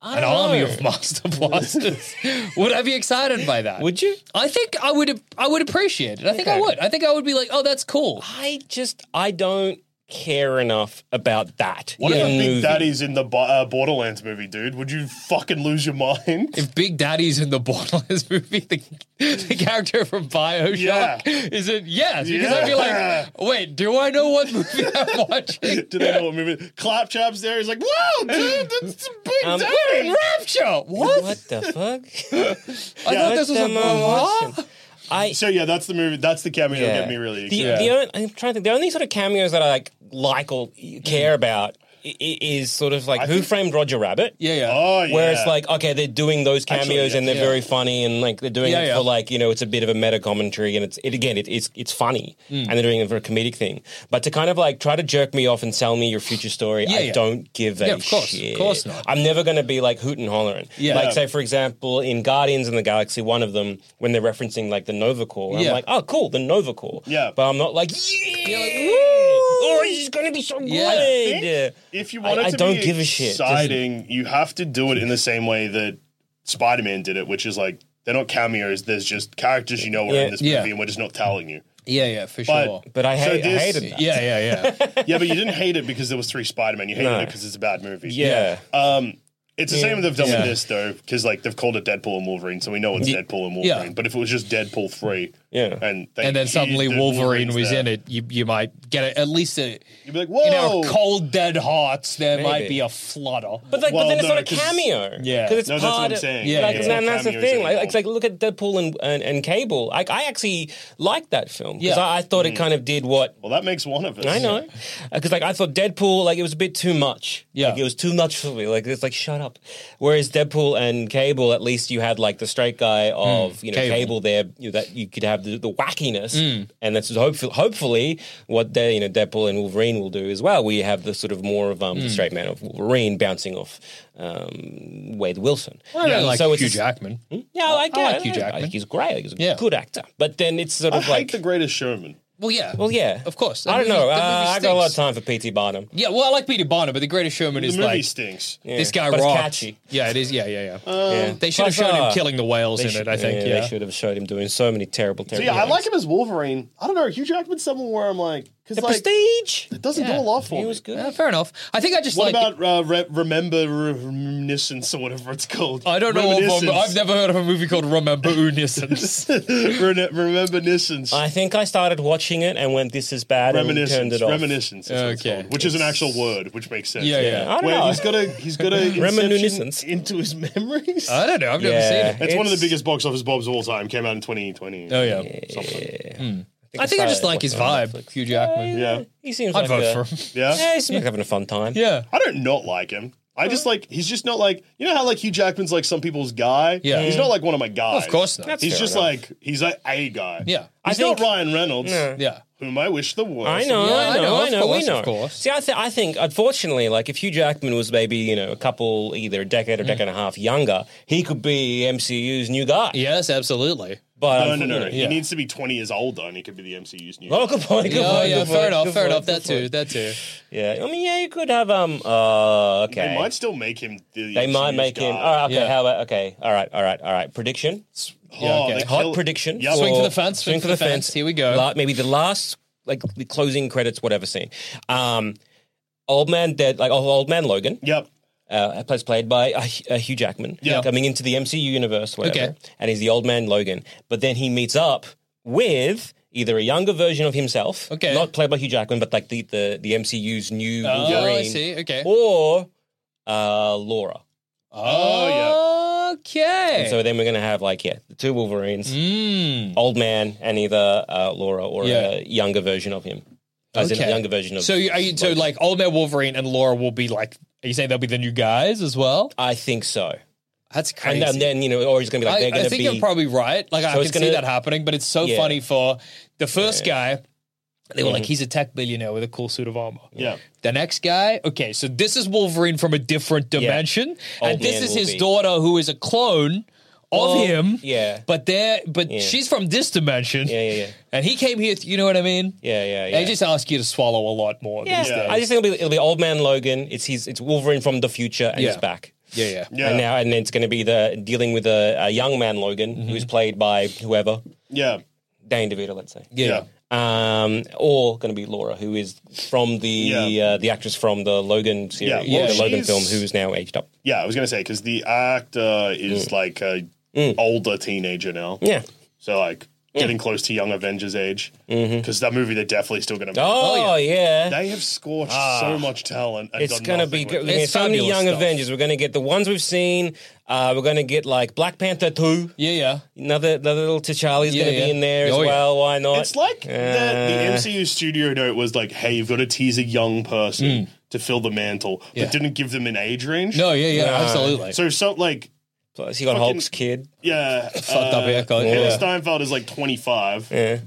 [SPEAKER 6] an army of Master Blasters, would I be excited by that?
[SPEAKER 1] Would you?
[SPEAKER 6] I think I would. I would appreciate it. I think I
[SPEAKER 1] Okay.
[SPEAKER 6] would. I think I would be like, oh, that's cool.
[SPEAKER 1] I just I don't care enough about that.
[SPEAKER 5] What
[SPEAKER 1] in
[SPEAKER 5] if a
[SPEAKER 1] movie.
[SPEAKER 5] Big Daddy's in the Bo- uh, Borderlands movie, dude? Would you fucking lose your mind?
[SPEAKER 6] If Big Daddy's in the Borderlands movie, the, the character from Bioshock
[SPEAKER 5] Yeah.
[SPEAKER 6] is it? Yes, because I'd be
[SPEAKER 5] Yeah.
[SPEAKER 6] like, wait, do I know what movie I'm watching?
[SPEAKER 5] Do they know what movie? Claptrap's there. He's like, "Wow, dude, that's a Big
[SPEAKER 1] Um,
[SPEAKER 6] We're
[SPEAKER 5] Daddy."
[SPEAKER 6] in Rapture. What?
[SPEAKER 1] What? the fuck?
[SPEAKER 6] I
[SPEAKER 5] Yeah.
[SPEAKER 6] thought this was a
[SPEAKER 1] Them, um,
[SPEAKER 6] movie.
[SPEAKER 1] watching. I
[SPEAKER 5] So yeah, that's the movie. That's the cameo
[SPEAKER 1] yeah.
[SPEAKER 5] that get me really.
[SPEAKER 1] The,
[SPEAKER 5] Excited.
[SPEAKER 6] Yeah.
[SPEAKER 1] the only, I'm trying to think. The only sort of cameos that I like, like or care about i- i- is sort of like Who
[SPEAKER 5] Mm. think-
[SPEAKER 1] Framed Roger Rabbit.
[SPEAKER 6] Yeah, yeah.
[SPEAKER 5] Oh yeah.
[SPEAKER 1] Where it's like, okay, they're doing those cameos
[SPEAKER 5] Actually, yeah.
[SPEAKER 1] and they're very funny and like they're doing
[SPEAKER 6] Yeah,
[SPEAKER 1] it
[SPEAKER 6] yeah.
[SPEAKER 1] for like you know it's a bit of a meta commentary and it's it again it, it's it's funny
[SPEAKER 6] Mm.
[SPEAKER 1] and they're doing it for a comedic thing. But to kind of like try to jerk me off and sell me your future story,
[SPEAKER 6] Yeah,
[SPEAKER 1] I
[SPEAKER 6] yeah.
[SPEAKER 1] don't give a
[SPEAKER 6] Yeah, of course. Of
[SPEAKER 1] shit.
[SPEAKER 6] course not.
[SPEAKER 1] I'm never going to be like hoot and hollering.
[SPEAKER 6] Yeah.
[SPEAKER 1] Like say for example in Guardians in the Galaxy, one of them when they're referencing like the Nova Corps,
[SPEAKER 6] Yeah.
[SPEAKER 1] I'm like, oh cool, the Nova Corps.
[SPEAKER 5] Yeah.
[SPEAKER 1] But I'm not like yeah, like, oh, this is going to be so
[SPEAKER 6] Yeah. I
[SPEAKER 1] good.
[SPEAKER 5] think if you want
[SPEAKER 1] I-
[SPEAKER 5] it
[SPEAKER 1] I
[SPEAKER 5] to
[SPEAKER 1] don't
[SPEAKER 5] be
[SPEAKER 1] give a shit. Doesn't-
[SPEAKER 5] exciting, you have to do it in the same way that Spider-Man did it, which is like they're not cameos. There's just characters you know are
[SPEAKER 1] Yeah.
[SPEAKER 5] in this movie,
[SPEAKER 6] Yeah.
[SPEAKER 5] and we're just not telling you.
[SPEAKER 6] yeah, yeah, for
[SPEAKER 5] But-
[SPEAKER 6] sure.
[SPEAKER 1] But I,
[SPEAKER 5] So
[SPEAKER 1] hate, I
[SPEAKER 5] this-
[SPEAKER 1] hated that.
[SPEAKER 6] yeah, yeah, yeah.
[SPEAKER 5] Yeah, but you didn't hate it because there was three Spider-Man. You hated
[SPEAKER 1] No.
[SPEAKER 5] it because it's a bad movie.
[SPEAKER 1] Yeah.
[SPEAKER 5] Um, it's the same they've done
[SPEAKER 6] Yeah.
[SPEAKER 5] with this though, because like they've called it Deadpool and Wolverine, so we know it's Deadpool and Wolverine.
[SPEAKER 6] yeah.
[SPEAKER 5] But if it was just Deadpool three,
[SPEAKER 1] Yeah.
[SPEAKER 5] and they
[SPEAKER 6] and then
[SPEAKER 5] teased
[SPEAKER 6] suddenly
[SPEAKER 5] that
[SPEAKER 6] Wolverine
[SPEAKER 5] Wolverine's
[SPEAKER 6] was
[SPEAKER 5] there,
[SPEAKER 6] in it. You you might get a, at least a
[SPEAKER 5] You'd be like,
[SPEAKER 6] in our
[SPEAKER 5] whoa,
[SPEAKER 6] cold dead hearts there might
[SPEAKER 1] Maybe.
[SPEAKER 6] be a flutter.
[SPEAKER 1] But like, but
[SPEAKER 5] Well,
[SPEAKER 1] then it's
[SPEAKER 5] no,
[SPEAKER 1] not a
[SPEAKER 5] 'cause-
[SPEAKER 1] cameo.
[SPEAKER 6] Yeah.
[SPEAKER 1] because it's
[SPEAKER 5] No, that's what
[SPEAKER 1] part
[SPEAKER 5] I'm
[SPEAKER 1] of-
[SPEAKER 5] saying.
[SPEAKER 6] Yeah,
[SPEAKER 1] like,
[SPEAKER 6] yeah.
[SPEAKER 1] and
[SPEAKER 6] It's not
[SPEAKER 1] that's the
[SPEAKER 5] cameos
[SPEAKER 1] thing. Like,
[SPEAKER 5] anymore.
[SPEAKER 1] it's like look at Deadpool and and, and Cable. Like, I actually liked that film because
[SPEAKER 6] Yeah.
[SPEAKER 1] I, I thought
[SPEAKER 5] Mm.
[SPEAKER 1] it kind of did what.
[SPEAKER 5] well, that makes one of us.
[SPEAKER 1] I know, because Uh, like I thought Deadpool, like it was a bit too much.
[SPEAKER 6] Yeah.
[SPEAKER 1] like, it was too much for me. Like it's like shut up. Whereas Deadpool and Cable, at least you had like the straight guy of you know
[SPEAKER 6] Hmm.
[SPEAKER 1] Cable,
[SPEAKER 6] Cable. Hmm.
[SPEAKER 1] there you know, that you could have the, the wackiness, and that's hopefully hopefully what they you know Deadpool and Wolverine will do as well. We have the sort of more of
[SPEAKER 6] Hmm.
[SPEAKER 1] um the straight man of Wolverine bouncing off um, Wade Wilson.
[SPEAKER 6] I don't
[SPEAKER 1] Yeah,
[SPEAKER 6] like
[SPEAKER 1] so it's
[SPEAKER 6] Hugh
[SPEAKER 1] just- Hmm?
[SPEAKER 6] Jackman.
[SPEAKER 1] Yeah, I like,
[SPEAKER 6] I like
[SPEAKER 1] it.
[SPEAKER 6] Hugh Jackman.
[SPEAKER 1] He's great. Like, He's a
[SPEAKER 6] Yeah.
[SPEAKER 1] good actor. But then it's sort
[SPEAKER 5] I
[SPEAKER 1] of
[SPEAKER 5] hate
[SPEAKER 1] like
[SPEAKER 5] the Greatest Showman.
[SPEAKER 6] Well, yeah.
[SPEAKER 1] well, yeah,
[SPEAKER 6] Of course.
[SPEAKER 1] I don't
[SPEAKER 6] The movie-
[SPEAKER 1] know.
[SPEAKER 6] the
[SPEAKER 1] Uh,
[SPEAKER 6] movie
[SPEAKER 1] I got a lot of
[SPEAKER 6] stinks.
[SPEAKER 1] time for PT Barnum.
[SPEAKER 6] Yeah, well, I like Peter Bonner, but The Greatest Showman
[SPEAKER 5] The
[SPEAKER 6] is
[SPEAKER 5] movie
[SPEAKER 6] like
[SPEAKER 5] stinks.
[SPEAKER 6] this guy
[SPEAKER 1] but it's
[SPEAKER 6] rocks.
[SPEAKER 1] catchy.
[SPEAKER 6] Yeah, it is. Yeah, yeah, yeah.
[SPEAKER 1] Yeah.
[SPEAKER 6] They should have
[SPEAKER 1] Plus,
[SPEAKER 6] shown
[SPEAKER 1] uh,
[SPEAKER 6] him killing the whales
[SPEAKER 1] they
[SPEAKER 6] in
[SPEAKER 1] should-
[SPEAKER 6] it. I think.
[SPEAKER 1] yeah,
[SPEAKER 6] Yeah.
[SPEAKER 1] they should have showed him doing so many terrible,
[SPEAKER 5] So
[SPEAKER 1] terrible.
[SPEAKER 5] yeah, I
[SPEAKER 1] things.
[SPEAKER 5] like him as Wolverine. I don't know. Hugh Jackman's someone where I'm like, because
[SPEAKER 1] the
[SPEAKER 5] like
[SPEAKER 1] Prestige.
[SPEAKER 5] it doesn't do a lot for
[SPEAKER 1] He
[SPEAKER 5] me.
[SPEAKER 1] was good.
[SPEAKER 6] Uh, fair enough. I think I just
[SPEAKER 5] What
[SPEAKER 6] like.
[SPEAKER 5] about uh, re- remember reminiscence or whatever it's called?
[SPEAKER 6] I don't know. Of,
[SPEAKER 5] Reminiscence.
[SPEAKER 6] I've never heard of a movie called Remember Unisons.
[SPEAKER 5] Rene- reminiscence.
[SPEAKER 1] I think I started watching it and went, "This is bad," and turned
[SPEAKER 5] Reminiscence.
[SPEAKER 1] it off.
[SPEAKER 5] Reminiscence. Is what it's
[SPEAKER 6] Okay.
[SPEAKER 5] called, which is an actual word, which makes sense.
[SPEAKER 6] Yeah, yeah.
[SPEAKER 1] Yeah, I don't
[SPEAKER 5] Where
[SPEAKER 1] know.
[SPEAKER 5] he's got a he's got a
[SPEAKER 1] Reminiscence.
[SPEAKER 5] reminiscence into his memories.
[SPEAKER 6] I don't know. I've never
[SPEAKER 1] Yeah.
[SPEAKER 6] seen it.
[SPEAKER 5] That's one of the
[SPEAKER 1] It's-
[SPEAKER 5] biggest box office bobs of all time. Came out in 2020.
[SPEAKER 6] Oh yeah.
[SPEAKER 5] Something.
[SPEAKER 6] I think I just
[SPEAKER 1] started
[SPEAKER 6] like his
[SPEAKER 1] watching it.
[SPEAKER 6] vibe, Hugh Jackman.
[SPEAKER 5] Yeah.
[SPEAKER 1] He seems
[SPEAKER 6] I'd
[SPEAKER 1] like
[SPEAKER 6] vote
[SPEAKER 1] a-
[SPEAKER 6] for him.
[SPEAKER 5] Yeah.
[SPEAKER 1] Yeah, he seems like having a fun time.
[SPEAKER 6] Yeah.
[SPEAKER 5] I don't not like him. I just like he's just not like you know how like Hugh Jackman's like some people's guy.
[SPEAKER 6] Yeah.
[SPEAKER 5] he's not like one of my guys.
[SPEAKER 6] Of course not.
[SPEAKER 1] That's
[SPEAKER 5] he's
[SPEAKER 1] fair
[SPEAKER 5] just
[SPEAKER 1] enough.
[SPEAKER 5] like he's like a guy.
[SPEAKER 6] Yeah.
[SPEAKER 1] I
[SPEAKER 5] he's
[SPEAKER 1] think-
[SPEAKER 5] not Ryan Reynolds,
[SPEAKER 6] Yeah.
[SPEAKER 5] whom I wish the worst.
[SPEAKER 1] I know,
[SPEAKER 6] Yeah,
[SPEAKER 1] I know, I
[SPEAKER 6] of
[SPEAKER 1] know,
[SPEAKER 6] course,
[SPEAKER 1] we know.
[SPEAKER 6] of course.
[SPEAKER 1] See, I, th- I think, unfortunately, like if Hugh Jackman was maybe you know a couple, either a decade or
[SPEAKER 6] Mm.
[SPEAKER 1] decade and a half younger, he could be MCU's new guy.
[SPEAKER 6] Yes, absolutely.
[SPEAKER 1] But
[SPEAKER 5] No,
[SPEAKER 1] um,
[SPEAKER 5] no, no.
[SPEAKER 1] you know,
[SPEAKER 5] He
[SPEAKER 6] yeah.
[SPEAKER 5] needs to be 20 years older, and he could be the MCU's new.
[SPEAKER 1] Oh, good point. Good
[SPEAKER 6] Oh
[SPEAKER 1] point,
[SPEAKER 6] yeah,
[SPEAKER 1] good
[SPEAKER 6] fair
[SPEAKER 1] point,
[SPEAKER 6] enough,
[SPEAKER 1] good
[SPEAKER 6] fair
[SPEAKER 1] point, good
[SPEAKER 6] enough.
[SPEAKER 1] point.
[SPEAKER 6] That too, that too.
[SPEAKER 1] Yeah, I mean, yeah, you could have um. Uh, okay,
[SPEAKER 5] They might still make him. The
[SPEAKER 1] They might
[SPEAKER 5] MCU's
[SPEAKER 1] make him.
[SPEAKER 5] guy.
[SPEAKER 1] All right, okay,
[SPEAKER 6] Yeah.
[SPEAKER 1] how about okay? All right, all right, all right. Prediction.
[SPEAKER 5] Oh,
[SPEAKER 6] okay.
[SPEAKER 5] they
[SPEAKER 1] Hot
[SPEAKER 5] kill-
[SPEAKER 1] prediction.
[SPEAKER 5] Yep.
[SPEAKER 6] Swing to
[SPEAKER 1] for-
[SPEAKER 6] the fence, swing to the fence. Here we go.
[SPEAKER 1] La- maybe the last, like the closing credits, whatever scene. Um, old man dead, like oh, old man Logan.
[SPEAKER 5] Yep.
[SPEAKER 1] uh, plays played by uh, H- uh, Hugh Jackman,
[SPEAKER 5] Yeah.
[SPEAKER 1] coming into the MCU universe, whatever,
[SPEAKER 6] Okay.
[SPEAKER 1] and he's the old man Logan. But then he meets up with either a younger version of himself,
[SPEAKER 6] Okay.
[SPEAKER 1] not played by Hugh Jackman, but like the the, the MCU's new
[SPEAKER 6] Oh, I
[SPEAKER 1] Wolverine,
[SPEAKER 6] see, okay.
[SPEAKER 1] or uh, Laura.
[SPEAKER 5] Oh,
[SPEAKER 6] Okay.
[SPEAKER 1] And so then we're gonna have like yeah, the two Wolverines,
[SPEAKER 6] Mm.
[SPEAKER 1] old man and either uh, Laura or
[SPEAKER 6] Yeah.
[SPEAKER 1] a younger version of him, as in
[SPEAKER 6] Okay.
[SPEAKER 1] a younger version of.
[SPEAKER 6] So you, are you, so like Old Man Wolverine and Laura will be like. Are you saying they'll be the new guys as well?
[SPEAKER 1] I think so,
[SPEAKER 6] That's
[SPEAKER 1] and, then then you know, or he's gonna be like they're
[SPEAKER 6] I,
[SPEAKER 1] gonna
[SPEAKER 6] I think
[SPEAKER 1] be
[SPEAKER 6] you're probably right. Like I
[SPEAKER 1] So
[SPEAKER 6] can
[SPEAKER 1] it's
[SPEAKER 6] see
[SPEAKER 1] gonna-
[SPEAKER 6] that happening, but it's so
[SPEAKER 1] Yeah. Mm-hmm.
[SPEAKER 6] funny for the first guy. They were like, he's a tech billionaire with a cool suit of armor.
[SPEAKER 5] Yeah.
[SPEAKER 6] The next guy, okay, so this is Wolverine from a different dimension, and
[SPEAKER 1] Old
[SPEAKER 6] this
[SPEAKER 1] man
[SPEAKER 6] is his
[SPEAKER 1] Wolverine.
[SPEAKER 6] daughter who is a clone of
[SPEAKER 1] Well,
[SPEAKER 6] him.
[SPEAKER 1] yeah.
[SPEAKER 6] but there, but
[SPEAKER 1] Yeah.
[SPEAKER 6] she's from this dimension.
[SPEAKER 1] Yeah, yeah, yeah.
[SPEAKER 6] And he came here. You know what I mean?
[SPEAKER 1] yeah, yeah, yeah.
[SPEAKER 6] They just ask you to swallow a lot more these days.
[SPEAKER 1] I just think it'll be, it'll be old man Logan. It's his, it's Wolverine from the future, and
[SPEAKER 6] Yeah.
[SPEAKER 1] he's back.
[SPEAKER 6] yeah, yeah.
[SPEAKER 5] Yeah.
[SPEAKER 1] And now, and then it's going to be the dealing with a, a young man Logan, who's played by whoever
[SPEAKER 5] Yeah.
[SPEAKER 1] Dane DeVito, let's say.
[SPEAKER 6] Yeah.
[SPEAKER 5] Yeah.
[SPEAKER 1] um, or going to be Laura, who is from the
[SPEAKER 5] Yeah.
[SPEAKER 1] uh, the actress from the Logan series,
[SPEAKER 5] Yeah, well,
[SPEAKER 1] the Logan
[SPEAKER 5] she's-
[SPEAKER 1] film, who is now aged up.
[SPEAKER 5] Yeah, I was gonna say because the actor is like a older teenager now,
[SPEAKER 1] Yeah.
[SPEAKER 5] so like getting close to young Avengers age.
[SPEAKER 6] Mm-hmm.
[SPEAKER 5] Because that movie, they're definitely still gonna. Make.
[SPEAKER 1] Oh, yeah.
[SPEAKER 5] They have scorched
[SPEAKER 6] Ah.
[SPEAKER 5] so much talent. And
[SPEAKER 1] It's
[SPEAKER 5] going
[SPEAKER 1] gonna
[SPEAKER 5] to
[SPEAKER 1] be good.
[SPEAKER 5] good.
[SPEAKER 1] We're gonna
[SPEAKER 6] It's
[SPEAKER 1] get so many
[SPEAKER 6] fabulous
[SPEAKER 1] young
[SPEAKER 6] stuff.
[SPEAKER 1] Avengers. We're gonna get the ones we've seen. Uh, we're gonna get like Black Panther two.
[SPEAKER 6] Yeah, yeah.
[SPEAKER 1] Another, another little T'Challa's
[SPEAKER 6] Yeah,
[SPEAKER 1] gonna
[SPEAKER 6] yeah.
[SPEAKER 1] be in there as
[SPEAKER 6] Oh, yeah.
[SPEAKER 1] well. Why not?
[SPEAKER 5] It's like
[SPEAKER 1] Uh,
[SPEAKER 5] that the MCU studio note was like, "Hey, you've got to tease a young person to fill the mantle,"
[SPEAKER 6] Mm. Yeah.
[SPEAKER 5] but didn't give them an age range.
[SPEAKER 6] No, yeah, yeah, absolutely.
[SPEAKER 5] So some like
[SPEAKER 1] Plus, you got
[SPEAKER 5] fucking-
[SPEAKER 1] Hulk's kid.
[SPEAKER 5] yeah,
[SPEAKER 6] Fucked up haircut.
[SPEAKER 5] Haley
[SPEAKER 6] Yeah.
[SPEAKER 5] Steinfeld is like twenty five,
[SPEAKER 1] Yeah.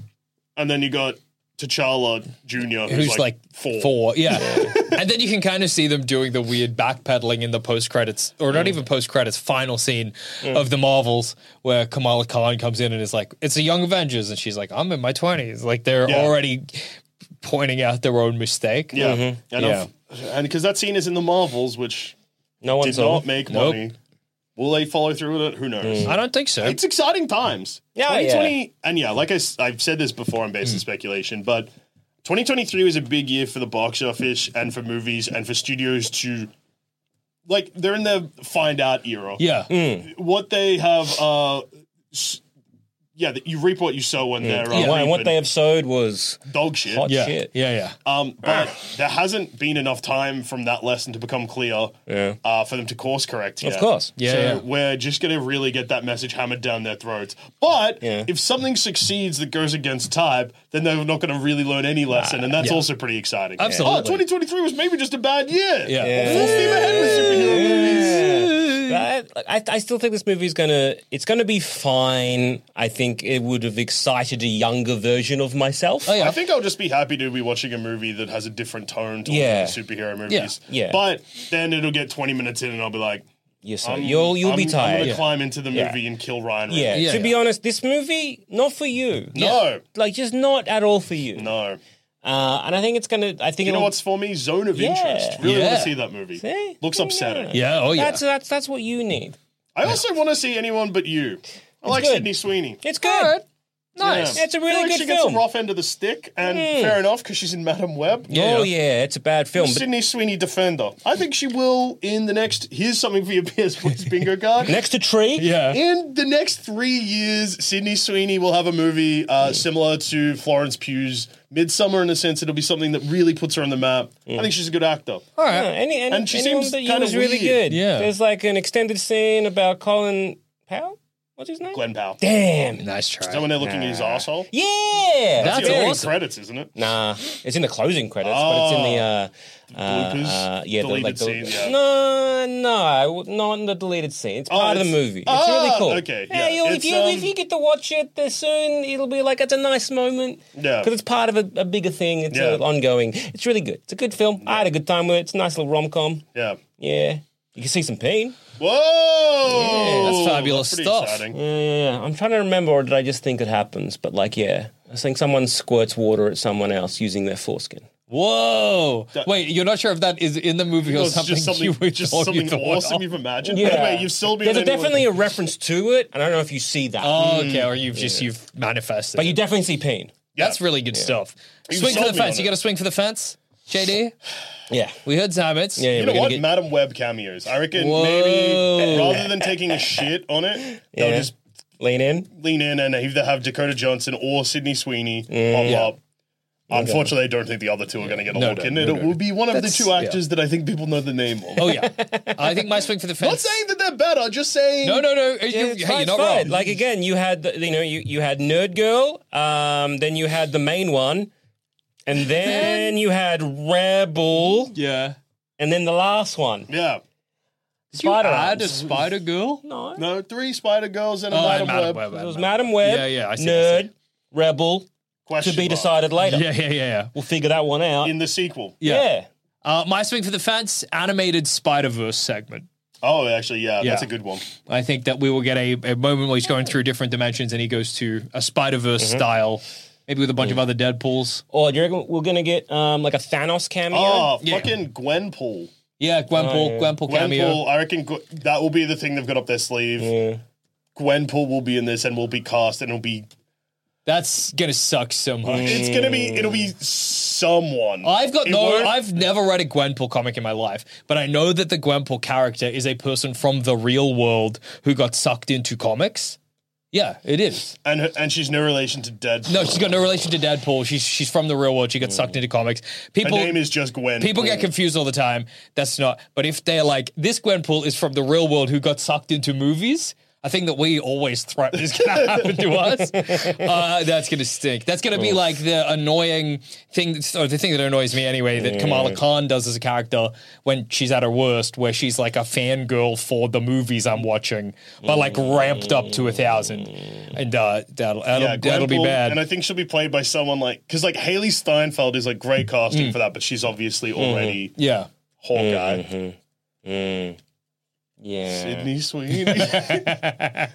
[SPEAKER 5] and then you got T'Challa Junior, who's,
[SPEAKER 6] Who's like, four. Yeah. and then you can kind of see them doing the weird backpedaling in the post credits, or not
[SPEAKER 5] Mm.
[SPEAKER 6] even post credits, final scene of the Marvels where Kamala Khan comes in and is like, it's a young Avengers. And she's like, I'm in my 20s. Like they're
[SPEAKER 5] Yeah.
[SPEAKER 6] already pointing out their own mistake.
[SPEAKER 5] Yeah, and
[SPEAKER 6] Mm-hmm. Yeah.
[SPEAKER 5] I've- and because that scene is in the Marvels, which
[SPEAKER 1] No one
[SPEAKER 5] did
[SPEAKER 1] saw.
[SPEAKER 5] not make
[SPEAKER 6] Nope.
[SPEAKER 5] money. Will they follow through with it? Who knows?
[SPEAKER 1] Hmm.
[SPEAKER 6] I don't think so.
[SPEAKER 5] It's exciting times.
[SPEAKER 1] Yeah,
[SPEAKER 5] 2020, and yeah, like I, have said this before on
[SPEAKER 1] Hmm.
[SPEAKER 5] basis speculation, but 2023 was a big year for the box office and for movies and for studios to, like, they're in their find out era.
[SPEAKER 6] yeah.
[SPEAKER 5] What they have, uh, s- yeah, that you reap what you sow when they're uh,
[SPEAKER 1] Hmm. Yeah. And what
[SPEAKER 5] reaping
[SPEAKER 1] they have sowed was
[SPEAKER 5] dog shit.
[SPEAKER 1] hot
[SPEAKER 6] Yeah.
[SPEAKER 1] shit.
[SPEAKER 6] Yeah. Yeah.
[SPEAKER 5] Um, but there hasn't been enough time from that lesson to become clear
[SPEAKER 1] Yeah.
[SPEAKER 5] uh, for them to course correct.
[SPEAKER 1] Of
[SPEAKER 5] yet.
[SPEAKER 1] course.
[SPEAKER 6] Yeah,
[SPEAKER 5] so
[SPEAKER 6] yeah.
[SPEAKER 5] we're just going to really get that message hammered down their throats. But
[SPEAKER 1] Yeah.
[SPEAKER 5] if something succeeds that goes against type, then they're not going to really learn any lesson, and that's also pretty exciting.
[SPEAKER 6] Absolutely.
[SPEAKER 5] Oh, 2023 was maybe just a bad year.
[SPEAKER 6] Yeah.
[SPEAKER 5] Well, full steam ahead with superhero movies.
[SPEAKER 1] But I, I- I still think this movie is gonna. It's gonna be fine. I think it would have excited a younger version of myself.
[SPEAKER 6] Oh, yeah.
[SPEAKER 5] I think I'll just be happy to be watching a movie that has a different tone to
[SPEAKER 1] Yeah.
[SPEAKER 5] all the superhero movies.
[SPEAKER 1] Yeah.
[SPEAKER 5] But then it'll get 20 minutes in, and I'll be like, "Hmm,
[SPEAKER 1] You're so- you'll you'll be
[SPEAKER 5] I'm- I'm
[SPEAKER 1] tired.
[SPEAKER 5] gonna
[SPEAKER 1] Yeah.
[SPEAKER 5] climb into the
[SPEAKER 1] Yeah.
[SPEAKER 5] movie and kill Ryan. Reynolds.
[SPEAKER 1] Yeah,
[SPEAKER 6] Yeah,
[SPEAKER 1] to be
[SPEAKER 6] yeah.
[SPEAKER 1] honest, this movie not for you.
[SPEAKER 5] No.
[SPEAKER 1] like just not at all for you.
[SPEAKER 5] No.
[SPEAKER 1] Uh, and I think it's gonna. I think
[SPEAKER 5] You know
[SPEAKER 1] it'll-
[SPEAKER 5] what's for me? Zone of
[SPEAKER 1] Yeah.
[SPEAKER 5] interest. Really want
[SPEAKER 6] Yeah.
[SPEAKER 5] to see that movie.
[SPEAKER 1] See?
[SPEAKER 5] Looks
[SPEAKER 1] There you
[SPEAKER 5] upsetting.
[SPEAKER 1] go.
[SPEAKER 6] Yeah. Oh, yeah.
[SPEAKER 1] That's that's that's what you need.
[SPEAKER 5] I also want to see anyone but you. I like
[SPEAKER 1] good.
[SPEAKER 5] Sydney Sweeney.
[SPEAKER 1] It's good.
[SPEAKER 6] Nice.
[SPEAKER 1] Yeah, it's a really
[SPEAKER 5] I feel like
[SPEAKER 1] good
[SPEAKER 5] she
[SPEAKER 1] film.
[SPEAKER 5] gets a rough end of the stick, and fair enough because she's in Madam Web.
[SPEAKER 1] Oh yeah, it's a bad film. But
[SPEAKER 5] Sydney Sweeney defender. I think she will in the next. Here's something for your PS Plus bingo card.
[SPEAKER 1] next to Tree,
[SPEAKER 6] Yeah.
[SPEAKER 5] In the next three years, Sydney Sweeney will have a movie uh,
[SPEAKER 1] Hmm.
[SPEAKER 5] similar to Florence Pugh's Midsummer in a sense. It'll be something that really puts her on the map.
[SPEAKER 1] Hmm.
[SPEAKER 5] I think she's a good actor.
[SPEAKER 6] All
[SPEAKER 1] Yeah,
[SPEAKER 6] right.
[SPEAKER 1] any, any,
[SPEAKER 5] And she
[SPEAKER 1] anyone
[SPEAKER 5] seems
[SPEAKER 1] but you
[SPEAKER 5] kinda
[SPEAKER 1] was really
[SPEAKER 5] weird.
[SPEAKER 1] good.
[SPEAKER 6] Yeah.
[SPEAKER 1] there's like an extended scene about Colin Powell. What's his name?
[SPEAKER 5] Glenn Powell.
[SPEAKER 1] Damn.
[SPEAKER 6] Nice
[SPEAKER 5] Is that
[SPEAKER 6] try.
[SPEAKER 5] when they're looking at his asshole?
[SPEAKER 1] Yeah,
[SPEAKER 6] That's
[SPEAKER 5] the
[SPEAKER 1] very-
[SPEAKER 5] opening
[SPEAKER 6] awesome.
[SPEAKER 5] credits, isn't it?
[SPEAKER 1] Nah, it's in the closing credits, but it's in the uh, uh,
[SPEAKER 5] Oh. bloopers,
[SPEAKER 1] uh, yeah, the, like
[SPEAKER 5] deleted
[SPEAKER 1] the,
[SPEAKER 5] scenes, yeah. Oh,
[SPEAKER 1] no, no, not in the deleted scene. It's part of the
[SPEAKER 5] it's-
[SPEAKER 1] movie. It's
[SPEAKER 5] Ah,
[SPEAKER 1] really cool.
[SPEAKER 5] okay,
[SPEAKER 1] Yeah,
[SPEAKER 5] yeah.
[SPEAKER 1] you'll- if
[SPEAKER 5] It's,
[SPEAKER 1] you if
[SPEAKER 5] um,
[SPEAKER 1] you get to watch it uh, soon, it'll be like it's a nice moment.
[SPEAKER 5] Yeah.
[SPEAKER 1] because it's part of a, a bigger thing. It's
[SPEAKER 5] Yeah.
[SPEAKER 1] uh ongoing. It's really good. It's a good film. I had a good time with it. It's a nice little rom com.
[SPEAKER 5] Yeah.
[SPEAKER 1] Yeah, you can see some pain.
[SPEAKER 5] Whoa!
[SPEAKER 6] Yeah, that's fabulous
[SPEAKER 5] pretty
[SPEAKER 6] stuff.
[SPEAKER 5] exciting.
[SPEAKER 1] Yeah, I'm trying to remember, or did I just think it happens? But like, yeah, I think someone squirts water at someone else using their foreskin.
[SPEAKER 6] Whoa. Wait, you're not sure if that is in the movie or
[SPEAKER 5] It's
[SPEAKER 6] something,
[SPEAKER 5] just something,
[SPEAKER 6] you were
[SPEAKER 5] just
[SPEAKER 6] talking
[SPEAKER 5] something
[SPEAKER 6] about.
[SPEAKER 5] awesome you've imagined.
[SPEAKER 1] Yeah.
[SPEAKER 5] Anyway, you've still been
[SPEAKER 1] There's a-
[SPEAKER 5] anyone-
[SPEAKER 1] definitely a reference to it, and I don't know if you see that.
[SPEAKER 6] Oh, okay. Or you've just you've manifested.
[SPEAKER 1] But
[SPEAKER 6] it.
[SPEAKER 1] you definitely see pain.
[SPEAKER 6] that's really good stuff.
[SPEAKER 5] You
[SPEAKER 6] swing for
[SPEAKER 5] sold
[SPEAKER 6] the
[SPEAKER 5] me
[SPEAKER 6] fence.
[SPEAKER 5] on
[SPEAKER 6] You
[SPEAKER 5] it.
[SPEAKER 6] got to swing for the fence, JD.
[SPEAKER 1] Yeah.
[SPEAKER 6] We heard Zamet's.
[SPEAKER 1] Yeah, yeah
[SPEAKER 5] You
[SPEAKER 1] we're
[SPEAKER 5] know
[SPEAKER 1] gonna
[SPEAKER 5] what?
[SPEAKER 1] get-
[SPEAKER 5] Madam Web cameos. I reckon
[SPEAKER 6] Whoa.
[SPEAKER 5] maybe rather than taking a shit on it, they'll
[SPEAKER 1] Yeah.
[SPEAKER 5] just
[SPEAKER 1] lean in.
[SPEAKER 5] lean in and either have Dakota Johnson or Sydney Sweeney pop up. Unfortunately, I don't think the other two are going to get a
[SPEAKER 6] No,
[SPEAKER 5] look
[SPEAKER 6] no,
[SPEAKER 5] in.
[SPEAKER 6] no,
[SPEAKER 5] and
[SPEAKER 6] no,
[SPEAKER 5] it will be one of
[SPEAKER 6] That's-
[SPEAKER 5] the two actors that I think people know the name of.
[SPEAKER 6] Oh yeah. I think my swing for the fence.
[SPEAKER 5] Not saying that they're better, just saying.
[SPEAKER 6] No, no, no. You,
[SPEAKER 1] Yeah, it's
[SPEAKER 6] hey,
[SPEAKER 1] fine,
[SPEAKER 6] you're
[SPEAKER 1] it's
[SPEAKER 6] not
[SPEAKER 1] fine.
[SPEAKER 6] wrong.
[SPEAKER 1] Like again, you had the, you know you, you had Nerd Girl, um, then you had the main one, and then you had Rebel,
[SPEAKER 6] yeah.
[SPEAKER 1] and then the last one.
[SPEAKER 5] Yeah.
[SPEAKER 6] Did you
[SPEAKER 1] Spider
[SPEAKER 6] add a
[SPEAKER 1] Arms.
[SPEAKER 6] spider Oh, girl?
[SPEAKER 1] No,
[SPEAKER 5] No, three Spider Girls and a
[SPEAKER 6] Oh,
[SPEAKER 5] Madam,
[SPEAKER 6] and Madam
[SPEAKER 5] Web.
[SPEAKER 6] Web.
[SPEAKER 1] it was
[SPEAKER 6] Madam
[SPEAKER 1] Madam Web,
[SPEAKER 6] Yeah, yeah, I see, I
[SPEAKER 1] Nerd,
[SPEAKER 6] see.
[SPEAKER 1] Rebel, to
[SPEAKER 5] Question
[SPEAKER 1] be
[SPEAKER 5] mark.
[SPEAKER 1] decided later.
[SPEAKER 6] Yeah, yeah, yeah, yeah.
[SPEAKER 1] We'll figure that one out.
[SPEAKER 5] In the sequel.
[SPEAKER 6] Yeah. Uh, my swing for the fence animated Spider Verse segment.
[SPEAKER 5] Oh, actually, yeah,
[SPEAKER 6] Yeah.
[SPEAKER 5] that's a good one.
[SPEAKER 6] I think that we will get a, a moment where he's going through different dimensions and he goes to a Spider Verse style, maybe with a bunch of other Deadpools.
[SPEAKER 1] Or do you reckon we're gonna get um, like a Thanos cameo?
[SPEAKER 5] Oh,
[SPEAKER 6] Yeah.
[SPEAKER 5] fucking Gwenpool.
[SPEAKER 6] Yeah, Gwenpool, Gwenpool cameo.
[SPEAKER 5] Gwenpool, I reckon Gw- that will be the thing they've got up their sleeve. Gwenpool will be in this and will be cast and will be
[SPEAKER 6] That's gonna suck so much.
[SPEAKER 5] It's gonna be. It'll be someone.
[SPEAKER 6] Mm. I've got
[SPEAKER 5] Mm. It
[SPEAKER 6] no.
[SPEAKER 5] won't-
[SPEAKER 6] I've never read a Gwenpool comic in my life, but I know that the Gwenpool character is a person from the real world who got sucked into comics. Yeah, it is.
[SPEAKER 5] and her- and she's no relation to Dead.
[SPEAKER 6] No, she's got no relation to Deadpool. She's she's from the real world. She got sucked into comics.
[SPEAKER 5] Mm. her
[SPEAKER 6] People
[SPEAKER 5] name is just Gwen.
[SPEAKER 6] people get confused all the time. That's not. But if they're like this Gwenpool is from the real world who got sucked into movies, I think that we always threaten is going to happen to us. Uh, that's going to stink. That's going to be like the annoying thing, that's- or the thing that annoys me anyway, that
[SPEAKER 5] Mm.
[SPEAKER 6] Kamala Khan does as a character when she's at her worst, where she's like a fangirl for the movies I'm watching, but like ramped up to a thousand, and uh, that'll that'll, that'll be
[SPEAKER 5] Mm. Gwenpool,
[SPEAKER 6] bad.
[SPEAKER 5] And I think she'll be played by someone like because like Haley Steinfeld is like great
[SPEAKER 6] Mm.
[SPEAKER 5] casting for that, but she's
[SPEAKER 6] Mm-hmm.
[SPEAKER 5] obviously already
[SPEAKER 6] yeah.
[SPEAKER 5] Hawkeye.
[SPEAKER 6] Mm-hmm.
[SPEAKER 1] Hmm. Yeah.
[SPEAKER 5] Sydney Sweeney.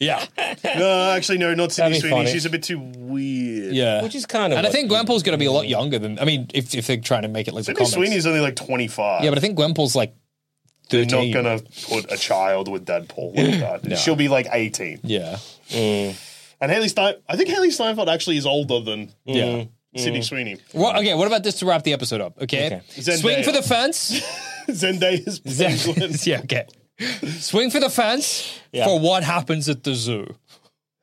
[SPEAKER 6] Yeah,
[SPEAKER 5] no, actually, no, not Sydney
[SPEAKER 6] be
[SPEAKER 5] Sweeney.
[SPEAKER 6] funny.
[SPEAKER 5] She's a bit too weird.
[SPEAKER 6] yeah.
[SPEAKER 1] Which is kind of.
[SPEAKER 6] And I
[SPEAKER 1] what-
[SPEAKER 6] think Gwenpool's going to be a lot younger than. I mean, if, if they're trying to make it like the
[SPEAKER 5] Sydney
[SPEAKER 6] comics.
[SPEAKER 5] Sweeney's only like twenty five.
[SPEAKER 6] yeah, but I think Gwenpool's like
[SPEAKER 5] They're
[SPEAKER 6] 13.
[SPEAKER 5] not gonna put a child with Deadpool like that. She'll be like eighteen.
[SPEAKER 6] Yeah.
[SPEAKER 5] And Haley Stein, I think Haley Steinfeld actually is older than uh,
[SPEAKER 6] Yeah.
[SPEAKER 5] Sydney Sweeney.
[SPEAKER 6] Well, okay, what about this to wrap the episode up? Okay.
[SPEAKER 5] Zendaya.
[SPEAKER 6] Swing for the fence.
[SPEAKER 5] Zendaya's penguin.
[SPEAKER 6] yeah, okay. Swing for the fence for what happens at the zoo.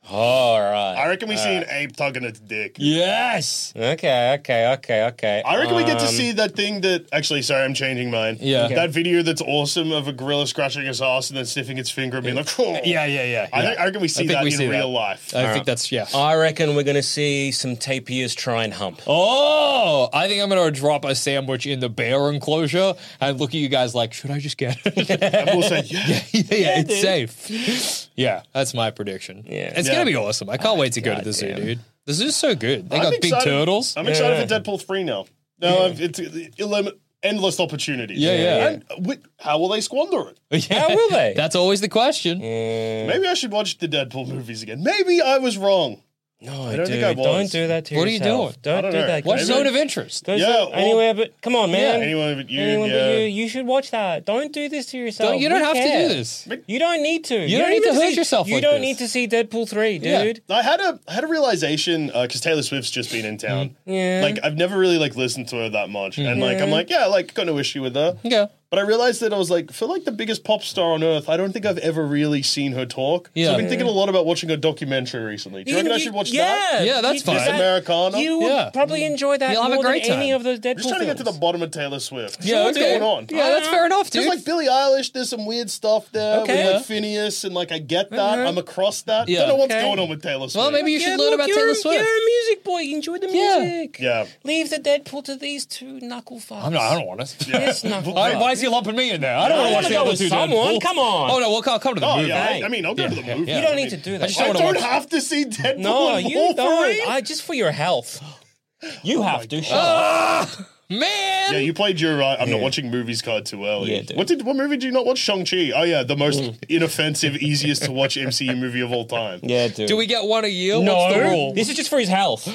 [SPEAKER 1] All right.
[SPEAKER 5] I reckon we see an
[SPEAKER 6] Uh,
[SPEAKER 5] ape tugging its dick.
[SPEAKER 6] Yes.
[SPEAKER 1] Okay. Okay. Okay. Okay. Uh,
[SPEAKER 5] I reckon we get to see that thing that actually. Sorry, I'm changing mine.
[SPEAKER 6] Um, Yeah. Okay.
[SPEAKER 5] that video that's awesome of a gorilla scratching its ass and then sniffing its finger and being like, "Cool."
[SPEAKER 6] Yeah, yeah, yeah.
[SPEAKER 5] I,
[SPEAKER 6] yeah.
[SPEAKER 5] think, I reckon we see
[SPEAKER 6] think
[SPEAKER 5] that
[SPEAKER 6] we
[SPEAKER 5] in
[SPEAKER 6] see that.
[SPEAKER 5] real life.
[SPEAKER 6] I think that's, yeah.
[SPEAKER 1] I reckon we're going to see some tapirs try and hump.
[SPEAKER 6] Oh, I think I'm going to drop a sandwich in the bear enclosure and look at you guys like, should I just get it?
[SPEAKER 5] And we'll say, yeah.
[SPEAKER 6] yeah, it's safe. Yeah, that's my prediction.
[SPEAKER 1] Yeah.
[SPEAKER 6] it's
[SPEAKER 5] Yeah.
[SPEAKER 6] gonna be awesome. I can't wait to go to the zoo,
[SPEAKER 1] goddamn.
[SPEAKER 6] dude. The zoo's so good. They
[SPEAKER 5] I'm
[SPEAKER 6] got big
[SPEAKER 5] excited-
[SPEAKER 6] turtles.
[SPEAKER 5] I'm excited for Deadpool three now. No, I've it's illimi- endless opportunities.
[SPEAKER 6] Yeah, yeah.
[SPEAKER 5] And wi- how will they squander it?
[SPEAKER 1] How will they?
[SPEAKER 6] That's always the question.
[SPEAKER 5] Maybe I should watch the Deadpool movies again. Maybe I was wrong.
[SPEAKER 1] no,
[SPEAKER 5] don't
[SPEAKER 1] dude,
[SPEAKER 5] think I
[SPEAKER 1] don't
[SPEAKER 5] was.
[SPEAKER 1] do that to
[SPEAKER 6] What are you
[SPEAKER 1] yourself.
[SPEAKER 6] doing?
[SPEAKER 1] Don't,
[SPEAKER 5] I don't
[SPEAKER 1] do
[SPEAKER 5] know.
[SPEAKER 1] that.
[SPEAKER 6] What's
[SPEAKER 1] guys.
[SPEAKER 5] Maybe-
[SPEAKER 6] zone of interest?
[SPEAKER 1] Don't do
[SPEAKER 5] Yeah,
[SPEAKER 1] it
[SPEAKER 5] well-
[SPEAKER 1] anywhere but come on, man.
[SPEAKER 5] Anyone but you?
[SPEAKER 1] Anyone
[SPEAKER 5] yeah.
[SPEAKER 1] but you. You should watch that. Don't do this to yourself.
[SPEAKER 6] Don't, you don't
[SPEAKER 1] We
[SPEAKER 6] have
[SPEAKER 1] care.
[SPEAKER 6] to do this.
[SPEAKER 1] You don't need to. You,
[SPEAKER 6] don't need
[SPEAKER 1] even
[SPEAKER 6] to hurt
[SPEAKER 1] see-
[SPEAKER 6] yourself
[SPEAKER 1] You
[SPEAKER 6] like
[SPEAKER 1] don't
[SPEAKER 6] this.
[SPEAKER 1] need to see Deadpool three, dude.
[SPEAKER 6] Yeah.
[SPEAKER 5] I had a I had a realization because Taylor Swift's just been in
[SPEAKER 6] Mm.
[SPEAKER 5] town. Yeah, like I've never really like listened to her that much, and like I'm like, yeah, like got no issue with her.
[SPEAKER 6] Yeah.
[SPEAKER 5] But I realized that I was like, for like the biggest pop star on earth, I don't think I've ever really seen her talk. So
[SPEAKER 6] Yeah.
[SPEAKER 5] I've been thinking a lot about watching a documentary recently. Do you
[SPEAKER 1] Even
[SPEAKER 5] reckon I
[SPEAKER 1] if
[SPEAKER 5] should watch
[SPEAKER 1] yeah,
[SPEAKER 5] that?
[SPEAKER 6] Yeah, that's
[SPEAKER 1] You-
[SPEAKER 6] fine.
[SPEAKER 1] that-
[SPEAKER 5] Americana.
[SPEAKER 1] You would
[SPEAKER 6] Yeah.
[SPEAKER 1] probably enjoy that
[SPEAKER 6] You'll have a
[SPEAKER 1] more
[SPEAKER 6] great
[SPEAKER 1] than any
[SPEAKER 6] time.
[SPEAKER 1] of those Deadpool
[SPEAKER 5] I'm just trying to get to the
[SPEAKER 1] films.
[SPEAKER 5] bottom of Taylor Swift.
[SPEAKER 6] Yeah,
[SPEAKER 5] what's
[SPEAKER 6] okay.
[SPEAKER 5] going on?
[SPEAKER 6] Yeah, that's fair enough, dude.
[SPEAKER 5] Because like Billie Eilish, there's some weird stuff there
[SPEAKER 1] Okay. Uh-huh.
[SPEAKER 5] with like Phineas, and like I get that, I'm across that.
[SPEAKER 6] Yeah.
[SPEAKER 5] Don't know what's
[SPEAKER 1] Okay.
[SPEAKER 5] going on with Taylor Swift.
[SPEAKER 6] well, maybe you should
[SPEAKER 1] Yeah,
[SPEAKER 6] learn
[SPEAKER 1] look,
[SPEAKER 6] about
[SPEAKER 1] you're
[SPEAKER 6] Taylor
[SPEAKER 1] a-
[SPEAKER 6] Swift.
[SPEAKER 1] You're a music boy. Enjoy the
[SPEAKER 6] Yeah.
[SPEAKER 1] music.
[SPEAKER 5] Yeah.
[SPEAKER 1] Leave the Deadpool to these two knucklefucks.
[SPEAKER 6] I'm not, I don't want it.
[SPEAKER 1] It's not.
[SPEAKER 6] Why- why is he lumping me in there? I don't
[SPEAKER 1] I wanna
[SPEAKER 6] want to watch the
[SPEAKER 1] go
[SPEAKER 6] other
[SPEAKER 1] with
[SPEAKER 6] two.
[SPEAKER 1] someone.
[SPEAKER 6] Deadpool.
[SPEAKER 1] Come on.
[SPEAKER 6] Oh no, we'll, I'll come to the
[SPEAKER 5] Oh
[SPEAKER 6] movie.
[SPEAKER 5] yeah, I,
[SPEAKER 1] Hey.
[SPEAKER 5] I mean, I'll go to the movie.
[SPEAKER 1] You don't need to do that.
[SPEAKER 6] I just
[SPEAKER 5] I
[SPEAKER 6] wanna
[SPEAKER 5] don't
[SPEAKER 6] watch-
[SPEAKER 5] have to see Deadpool
[SPEAKER 1] no,
[SPEAKER 5] and
[SPEAKER 1] you
[SPEAKER 5] Wolverine.
[SPEAKER 1] don't. I, just for your health. You have to. Shut up.
[SPEAKER 6] Ah, man.
[SPEAKER 5] yeah, you played your. Uh, I'm not watching movies card too early.
[SPEAKER 1] Yeah, dude. Mm.
[SPEAKER 5] what did what movie did you not watch? Shang Chi. Oh yeah, the most inoffensive, easiest to watch MCU movie of all time.
[SPEAKER 1] Yeah, dude.
[SPEAKER 6] Do we get one a year?
[SPEAKER 1] No.
[SPEAKER 6] What's the rule?
[SPEAKER 1] This is just for his health.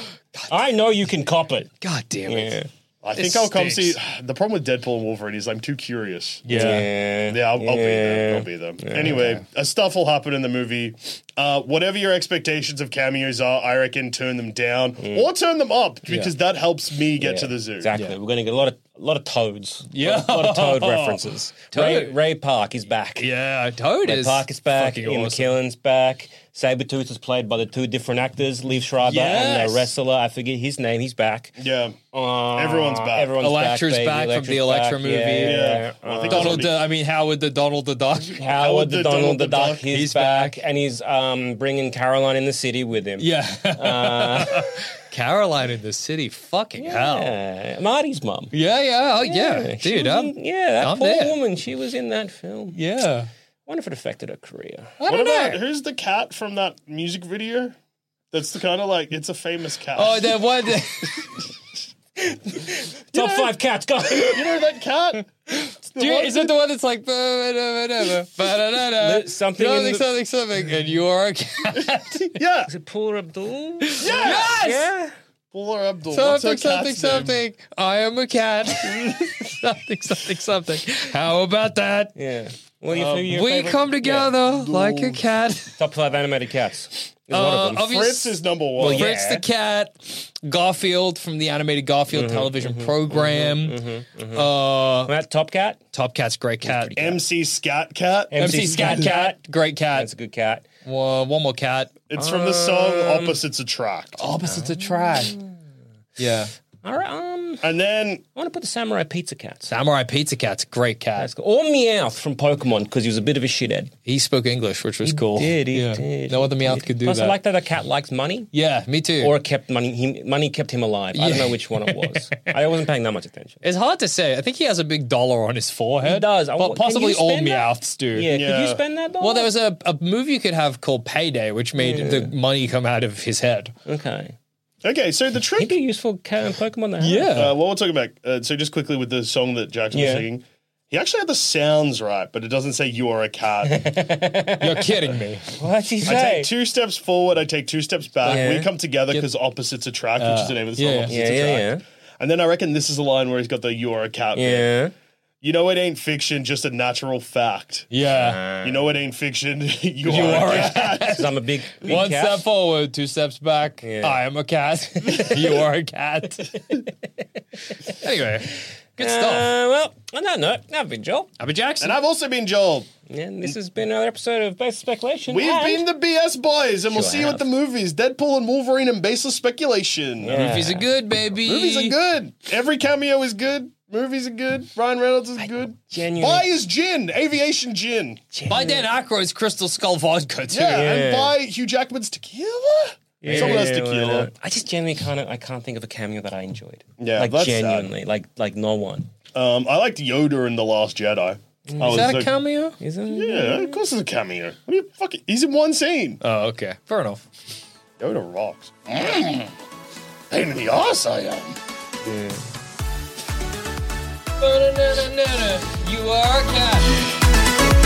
[SPEAKER 1] I know you can cop it.
[SPEAKER 6] God damn it.
[SPEAKER 1] Yeah.
[SPEAKER 5] I think
[SPEAKER 6] This
[SPEAKER 5] I'll come see.
[SPEAKER 6] stinks.
[SPEAKER 5] The problem with Deadpool and Wolverine is I'm too curious.
[SPEAKER 1] Yeah.
[SPEAKER 5] Yeah, I'll, I'll be there. I'll be there. Anyway, uh, stuff will happen in the movie. Uh, whatever your expectations of cameos are, I reckon turn them down or turn them up because that helps me get to the zoo.
[SPEAKER 1] Mm. Exactly. We're going to get a lot of a lot of toads.
[SPEAKER 6] Yeah.
[SPEAKER 1] a lot of toad references. Ray,
[SPEAKER 6] Toad.
[SPEAKER 1] Ray Park is back.
[SPEAKER 6] Yeah, Toad
[SPEAKER 1] Ray
[SPEAKER 6] is
[SPEAKER 1] Park is back.
[SPEAKER 6] fucking
[SPEAKER 1] Ian
[SPEAKER 6] awesome.
[SPEAKER 1] McKellen's back. Sabretooth is played by the two different actors, Liv Schreiber and
[SPEAKER 6] Yes.
[SPEAKER 1] the wrestler. I forget his name. He's back.
[SPEAKER 5] Yeah.
[SPEAKER 1] Uh,
[SPEAKER 5] Everyone's back. Oh,
[SPEAKER 1] Everyone's
[SPEAKER 6] Electra's
[SPEAKER 1] back, baby.
[SPEAKER 6] back from the
[SPEAKER 1] Electra's
[SPEAKER 6] Electra
[SPEAKER 1] back. Uh,
[SPEAKER 6] movie.
[SPEAKER 1] Yeah,
[SPEAKER 5] Yeah.
[SPEAKER 1] yeah.
[SPEAKER 5] Well, I think
[SPEAKER 6] Donald,
[SPEAKER 5] that's
[SPEAKER 6] the, I mean Howard the Donald the Duck.
[SPEAKER 1] Howard, the Donald, the Duck, he's,
[SPEAKER 6] he's
[SPEAKER 1] back.
[SPEAKER 6] back.
[SPEAKER 1] and he's um, bringing Caroline in the city with him.
[SPEAKER 6] Yeah, Caroline in the city. Fucking hell.
[SPEAKER 1] Uh, Marty's mum.
[SPEAKER 6] Yeah, yeah, oh, yeah,
[SPEAKER 1] she
[SPEAKER 6] dude.
[SPEAKER 1] was
[SPEAKER 6] I'm,
[SPEAKER 1] in- yeah, that
[SPEAKER 6] I'm
[SPEAKER 1] poor
[SPEAKER 6] there.
[SPEAKER 1] woman. She was in that film.
[SPEAKER 6] Yeah,
[SPEAKER 1] Wonder if it affected her career.
[SPEAKER 6] I
[SPEAKER 5] What
[SPEAKER 6] don't
[SPEAKER 5] about
[SPEAKER 6] know.
[SPEAKER 5] who's the cat from that music video? That's the kind of like it's a famous cat.
[SPEAKER 6] Oh, the one.
[SPEAKER 1] Top five cats, go.
[SPEAKER 5] you know that cat? It's the
[SPEAKER 6] Dude,
[SPEAKER 5] one-
[SPEAKER 6] is it the one that's like ba-da-da-da-da, ba-da-da-da,
[SPEAKER 1] Something in the-
[SPEAKER 6] something, something, something, and you are a cat.
[SPEAKER 5] yeah,
[SPEAKER 1] Is it Paula Abdul?
[SPEAKER 6] Yes!
[SPEAKER 1] Yeah.
[SPEAKER 5] Paula Abdul. What's her
[SPEAKER 6] Something,
[SPEAKER 5] cat's
[SPEAKER 6] something,
[SPEAKER 5] name?
[SPEAKER 6] something. I am a cat. something, something, something. How about that?
[SPEAKER 1] Yeah. What do you, who are your
[SPEAKER 6] Um, we
[SPEAKER 1] favorite-
[SPEAKER 6] come
[SPEAKER 1] yeah.
[SPEAKER 6] together like a cat.
[SPEAKER 1] Top five animated cats.
[SPEAKER 5] Is one
[SPEAKER 6] Uh,
[SPEAKER 5] of them.
[SPEAKER 6] obvious-
[SPEAKER 5] Fritz is number one.
[SPEAKER 1] Well, yeah. Mm-hmm,
[SPEAKER 6] Fritz the Cat, Garfield from the animated Garfield television program. Uh,
[SPEAKER 1] That Top Cat?
[SPEAKER 6] Top Cat's great cat.
[SPEAKER 5] MC Scat Cat.
[SPEAKER 6] MC, Scat Cat, great
[SPEAKER 1] That's
[SPEAKER 6] cat.
[SPEAKER 1] a good cat.
[SPEAKER 6] Wha- one more cat.
[SPEAKER 5] It's from the
[SPEAKER 6] Um,
[SPEAKER 5] song Opposites Attract.
[SPEAKER 6] Opposites attract.
[SPEAKER 1] Mm.
[SPEAKER 6] Yeah,
[SPEAKER 1] All right, um,
[SPEAKER 5] And then
[SPEAKER 1] I want to put the Samurai Pizza Cat.
[SPEAKER 6] Samurai Pizza Cat's a great cat.
[SPEAKER 1] That's cool. Or Meowth from Pokemon because he was a bit of a shithead.
[SPEAKER 6] He spoke English, which was cool.
[SPEAKER 1] Did he?
[SPEAKER 6] Yeah.
[SPEAKER 1] Did,
[SPEAKER 6] No
[SPEAKER 1] he
[SPEAKER 6] other meowth
[SPEAKER 1] did.
[SPEAKER 6] could do
[SPEAKER 1] Plus,
[SPEAKER 6] that.
[SPEAKER 1] I like that a cat likes money.
[SPEAKER 6] yeah, me too.
[SPEAKER 1] Or it kept money. He, money kept him alive. I don't
[SPEAKER 6] Yeah.
[SPEAKER 1] know which one it was. I wasn't paying that much attention.
[SPEAKER 6] it's hard to say. I think he has a big dollar on his forehead.
[SPEAKER 1] He does. I-
[SPEAKER 6] But
[SPEAKER 1] can
[SPEAKER 6] possibly
[SPEAKER 1] you
[SPEAKER 6] all
[SPEAKER 1] spend that?
[SPEAKER 6] meowths do.
[SPEAKER 1] Yeah, could you
[SPEAKER 5] Yeah.
[SPEAKER 1] spend that? Dollar?
[SPEAKER 6] Well, there was a, a move you could have called Payday, which made the money come out of his head.
[SPEAKER 1] okay.
[SPEAKER 5] okay, so the
[SPEAKER 1] He'd
[SPEAKER 5] trick.
[SPEAKER 1] be a useful cat and Pokemon. To have.
[SPEAKER 5] Uh, while we're talking about, uh, so just quickly with the song that Jackson
[SPEAKER 1] Yeah.
[SPEAKER 5] was singing, he actually had the sounds right, but it doesn't say "you are a cat."
[SPEAKER 6] You're kidding me.
[SPEAKER 1] What'd he
[SPEAKER 5] I
[SPEAKER 1] say?
[SPEAKER 5] take two steps forward, I take two steps back.
[SPEAKER 1] Yeah.
[SPEAKER 5] We come together because opposites attract, which is the name of the song.
[SPEAKER 6] yeah.
[SPEAKER 1] yeah,
[SPEAKER 5] Opposites
[SPEAKER 1] yeah,
[SPEAKER 5] attract.
[SPEAKER 1] yeah.
[SPEAKER 5] And then I reckon this is the line where he's got the "you are a cat." bit.
[SPEAKER 1] Yeah.
[SPEAKER 5] You know it ain't fiction, just a natural fact.
[SPEAKER 6] Yeah.
[SPEAKER 5] You know it ain't fiction. you, are, a cat.
[SPEAKER 1] 'Cause I'm a big, big
[SPEAKER 6] One
[SPEAKER 1] cat.
[SPEAKER 6] step forward, two steps back.
[SPEAKER 1] Yeah.
[SPEAKER 6] I am a cat. you are a cat. anyway, good stuff.
[SPEAKER 1] Uh, well, on that note, I've been Joel.
[SPEAKER 6] Abby Jackson.
[SPEAKER 5] and I've also been Joel.
[SPEAKER 1] And this has been another episode of Basic Speculation.
[SPEAKER 5] We've
[SPEAKER 1] and-
[SPEAKER 5] been the BS boys, and we'll
[SPEAKER 1] Sure
[SPEAKER 5] see you
[SPEAKER 1] have.
[SPEAKER 5] at the movies. Deadpool and Wolverine and baseless speculation.
[SPEAKER 6] Movies are good, baby.
[SPEAKER 5] Movies are good. Every cameo is good. Movies are good. Ryan Reynolds is good.
[SPEAKER 1] genuinely-
[SPEAKER 5] Buy his gin, aviation gin.
[SPEAKER 6] By Dan Aykroyd's Crystal Skull Vodka, too.
[SPEAKER 5] Yeah, and buy Hugh Jackman's tequila. Someone has
[SPEAKER 1] Yeah, why
[SPEAKER 5] tequila.
[SPEAKER 1] not? uh, I just genuinely can't. I can't think of a cameo that I enjoyed.
[SPEAKER 5] Yeah,
[SPEAKER 1] like
[SPEAKER 5] that's uh, sad.
[SPEAKER 1] genuinely, like like no one.
[SPEAKER 5] Um, I liked Yoda in the Last Jedi. I was
[SPEAKER 6] Is that a
[SPEAKER 5] like,
[SPEAKER 6] cameo?
[SPEAKER 1] Isn't
[SPEAKER 5] Yeah, of course it's a cameo. What do you fucking? He's in one scene.
[SPEAKER 6] Oh, okay. Fair enough.
[SPEAKER 5] Yoda rocks. Mm. Pain in the ass, I am.
[SPEAKER 6] You are a cat.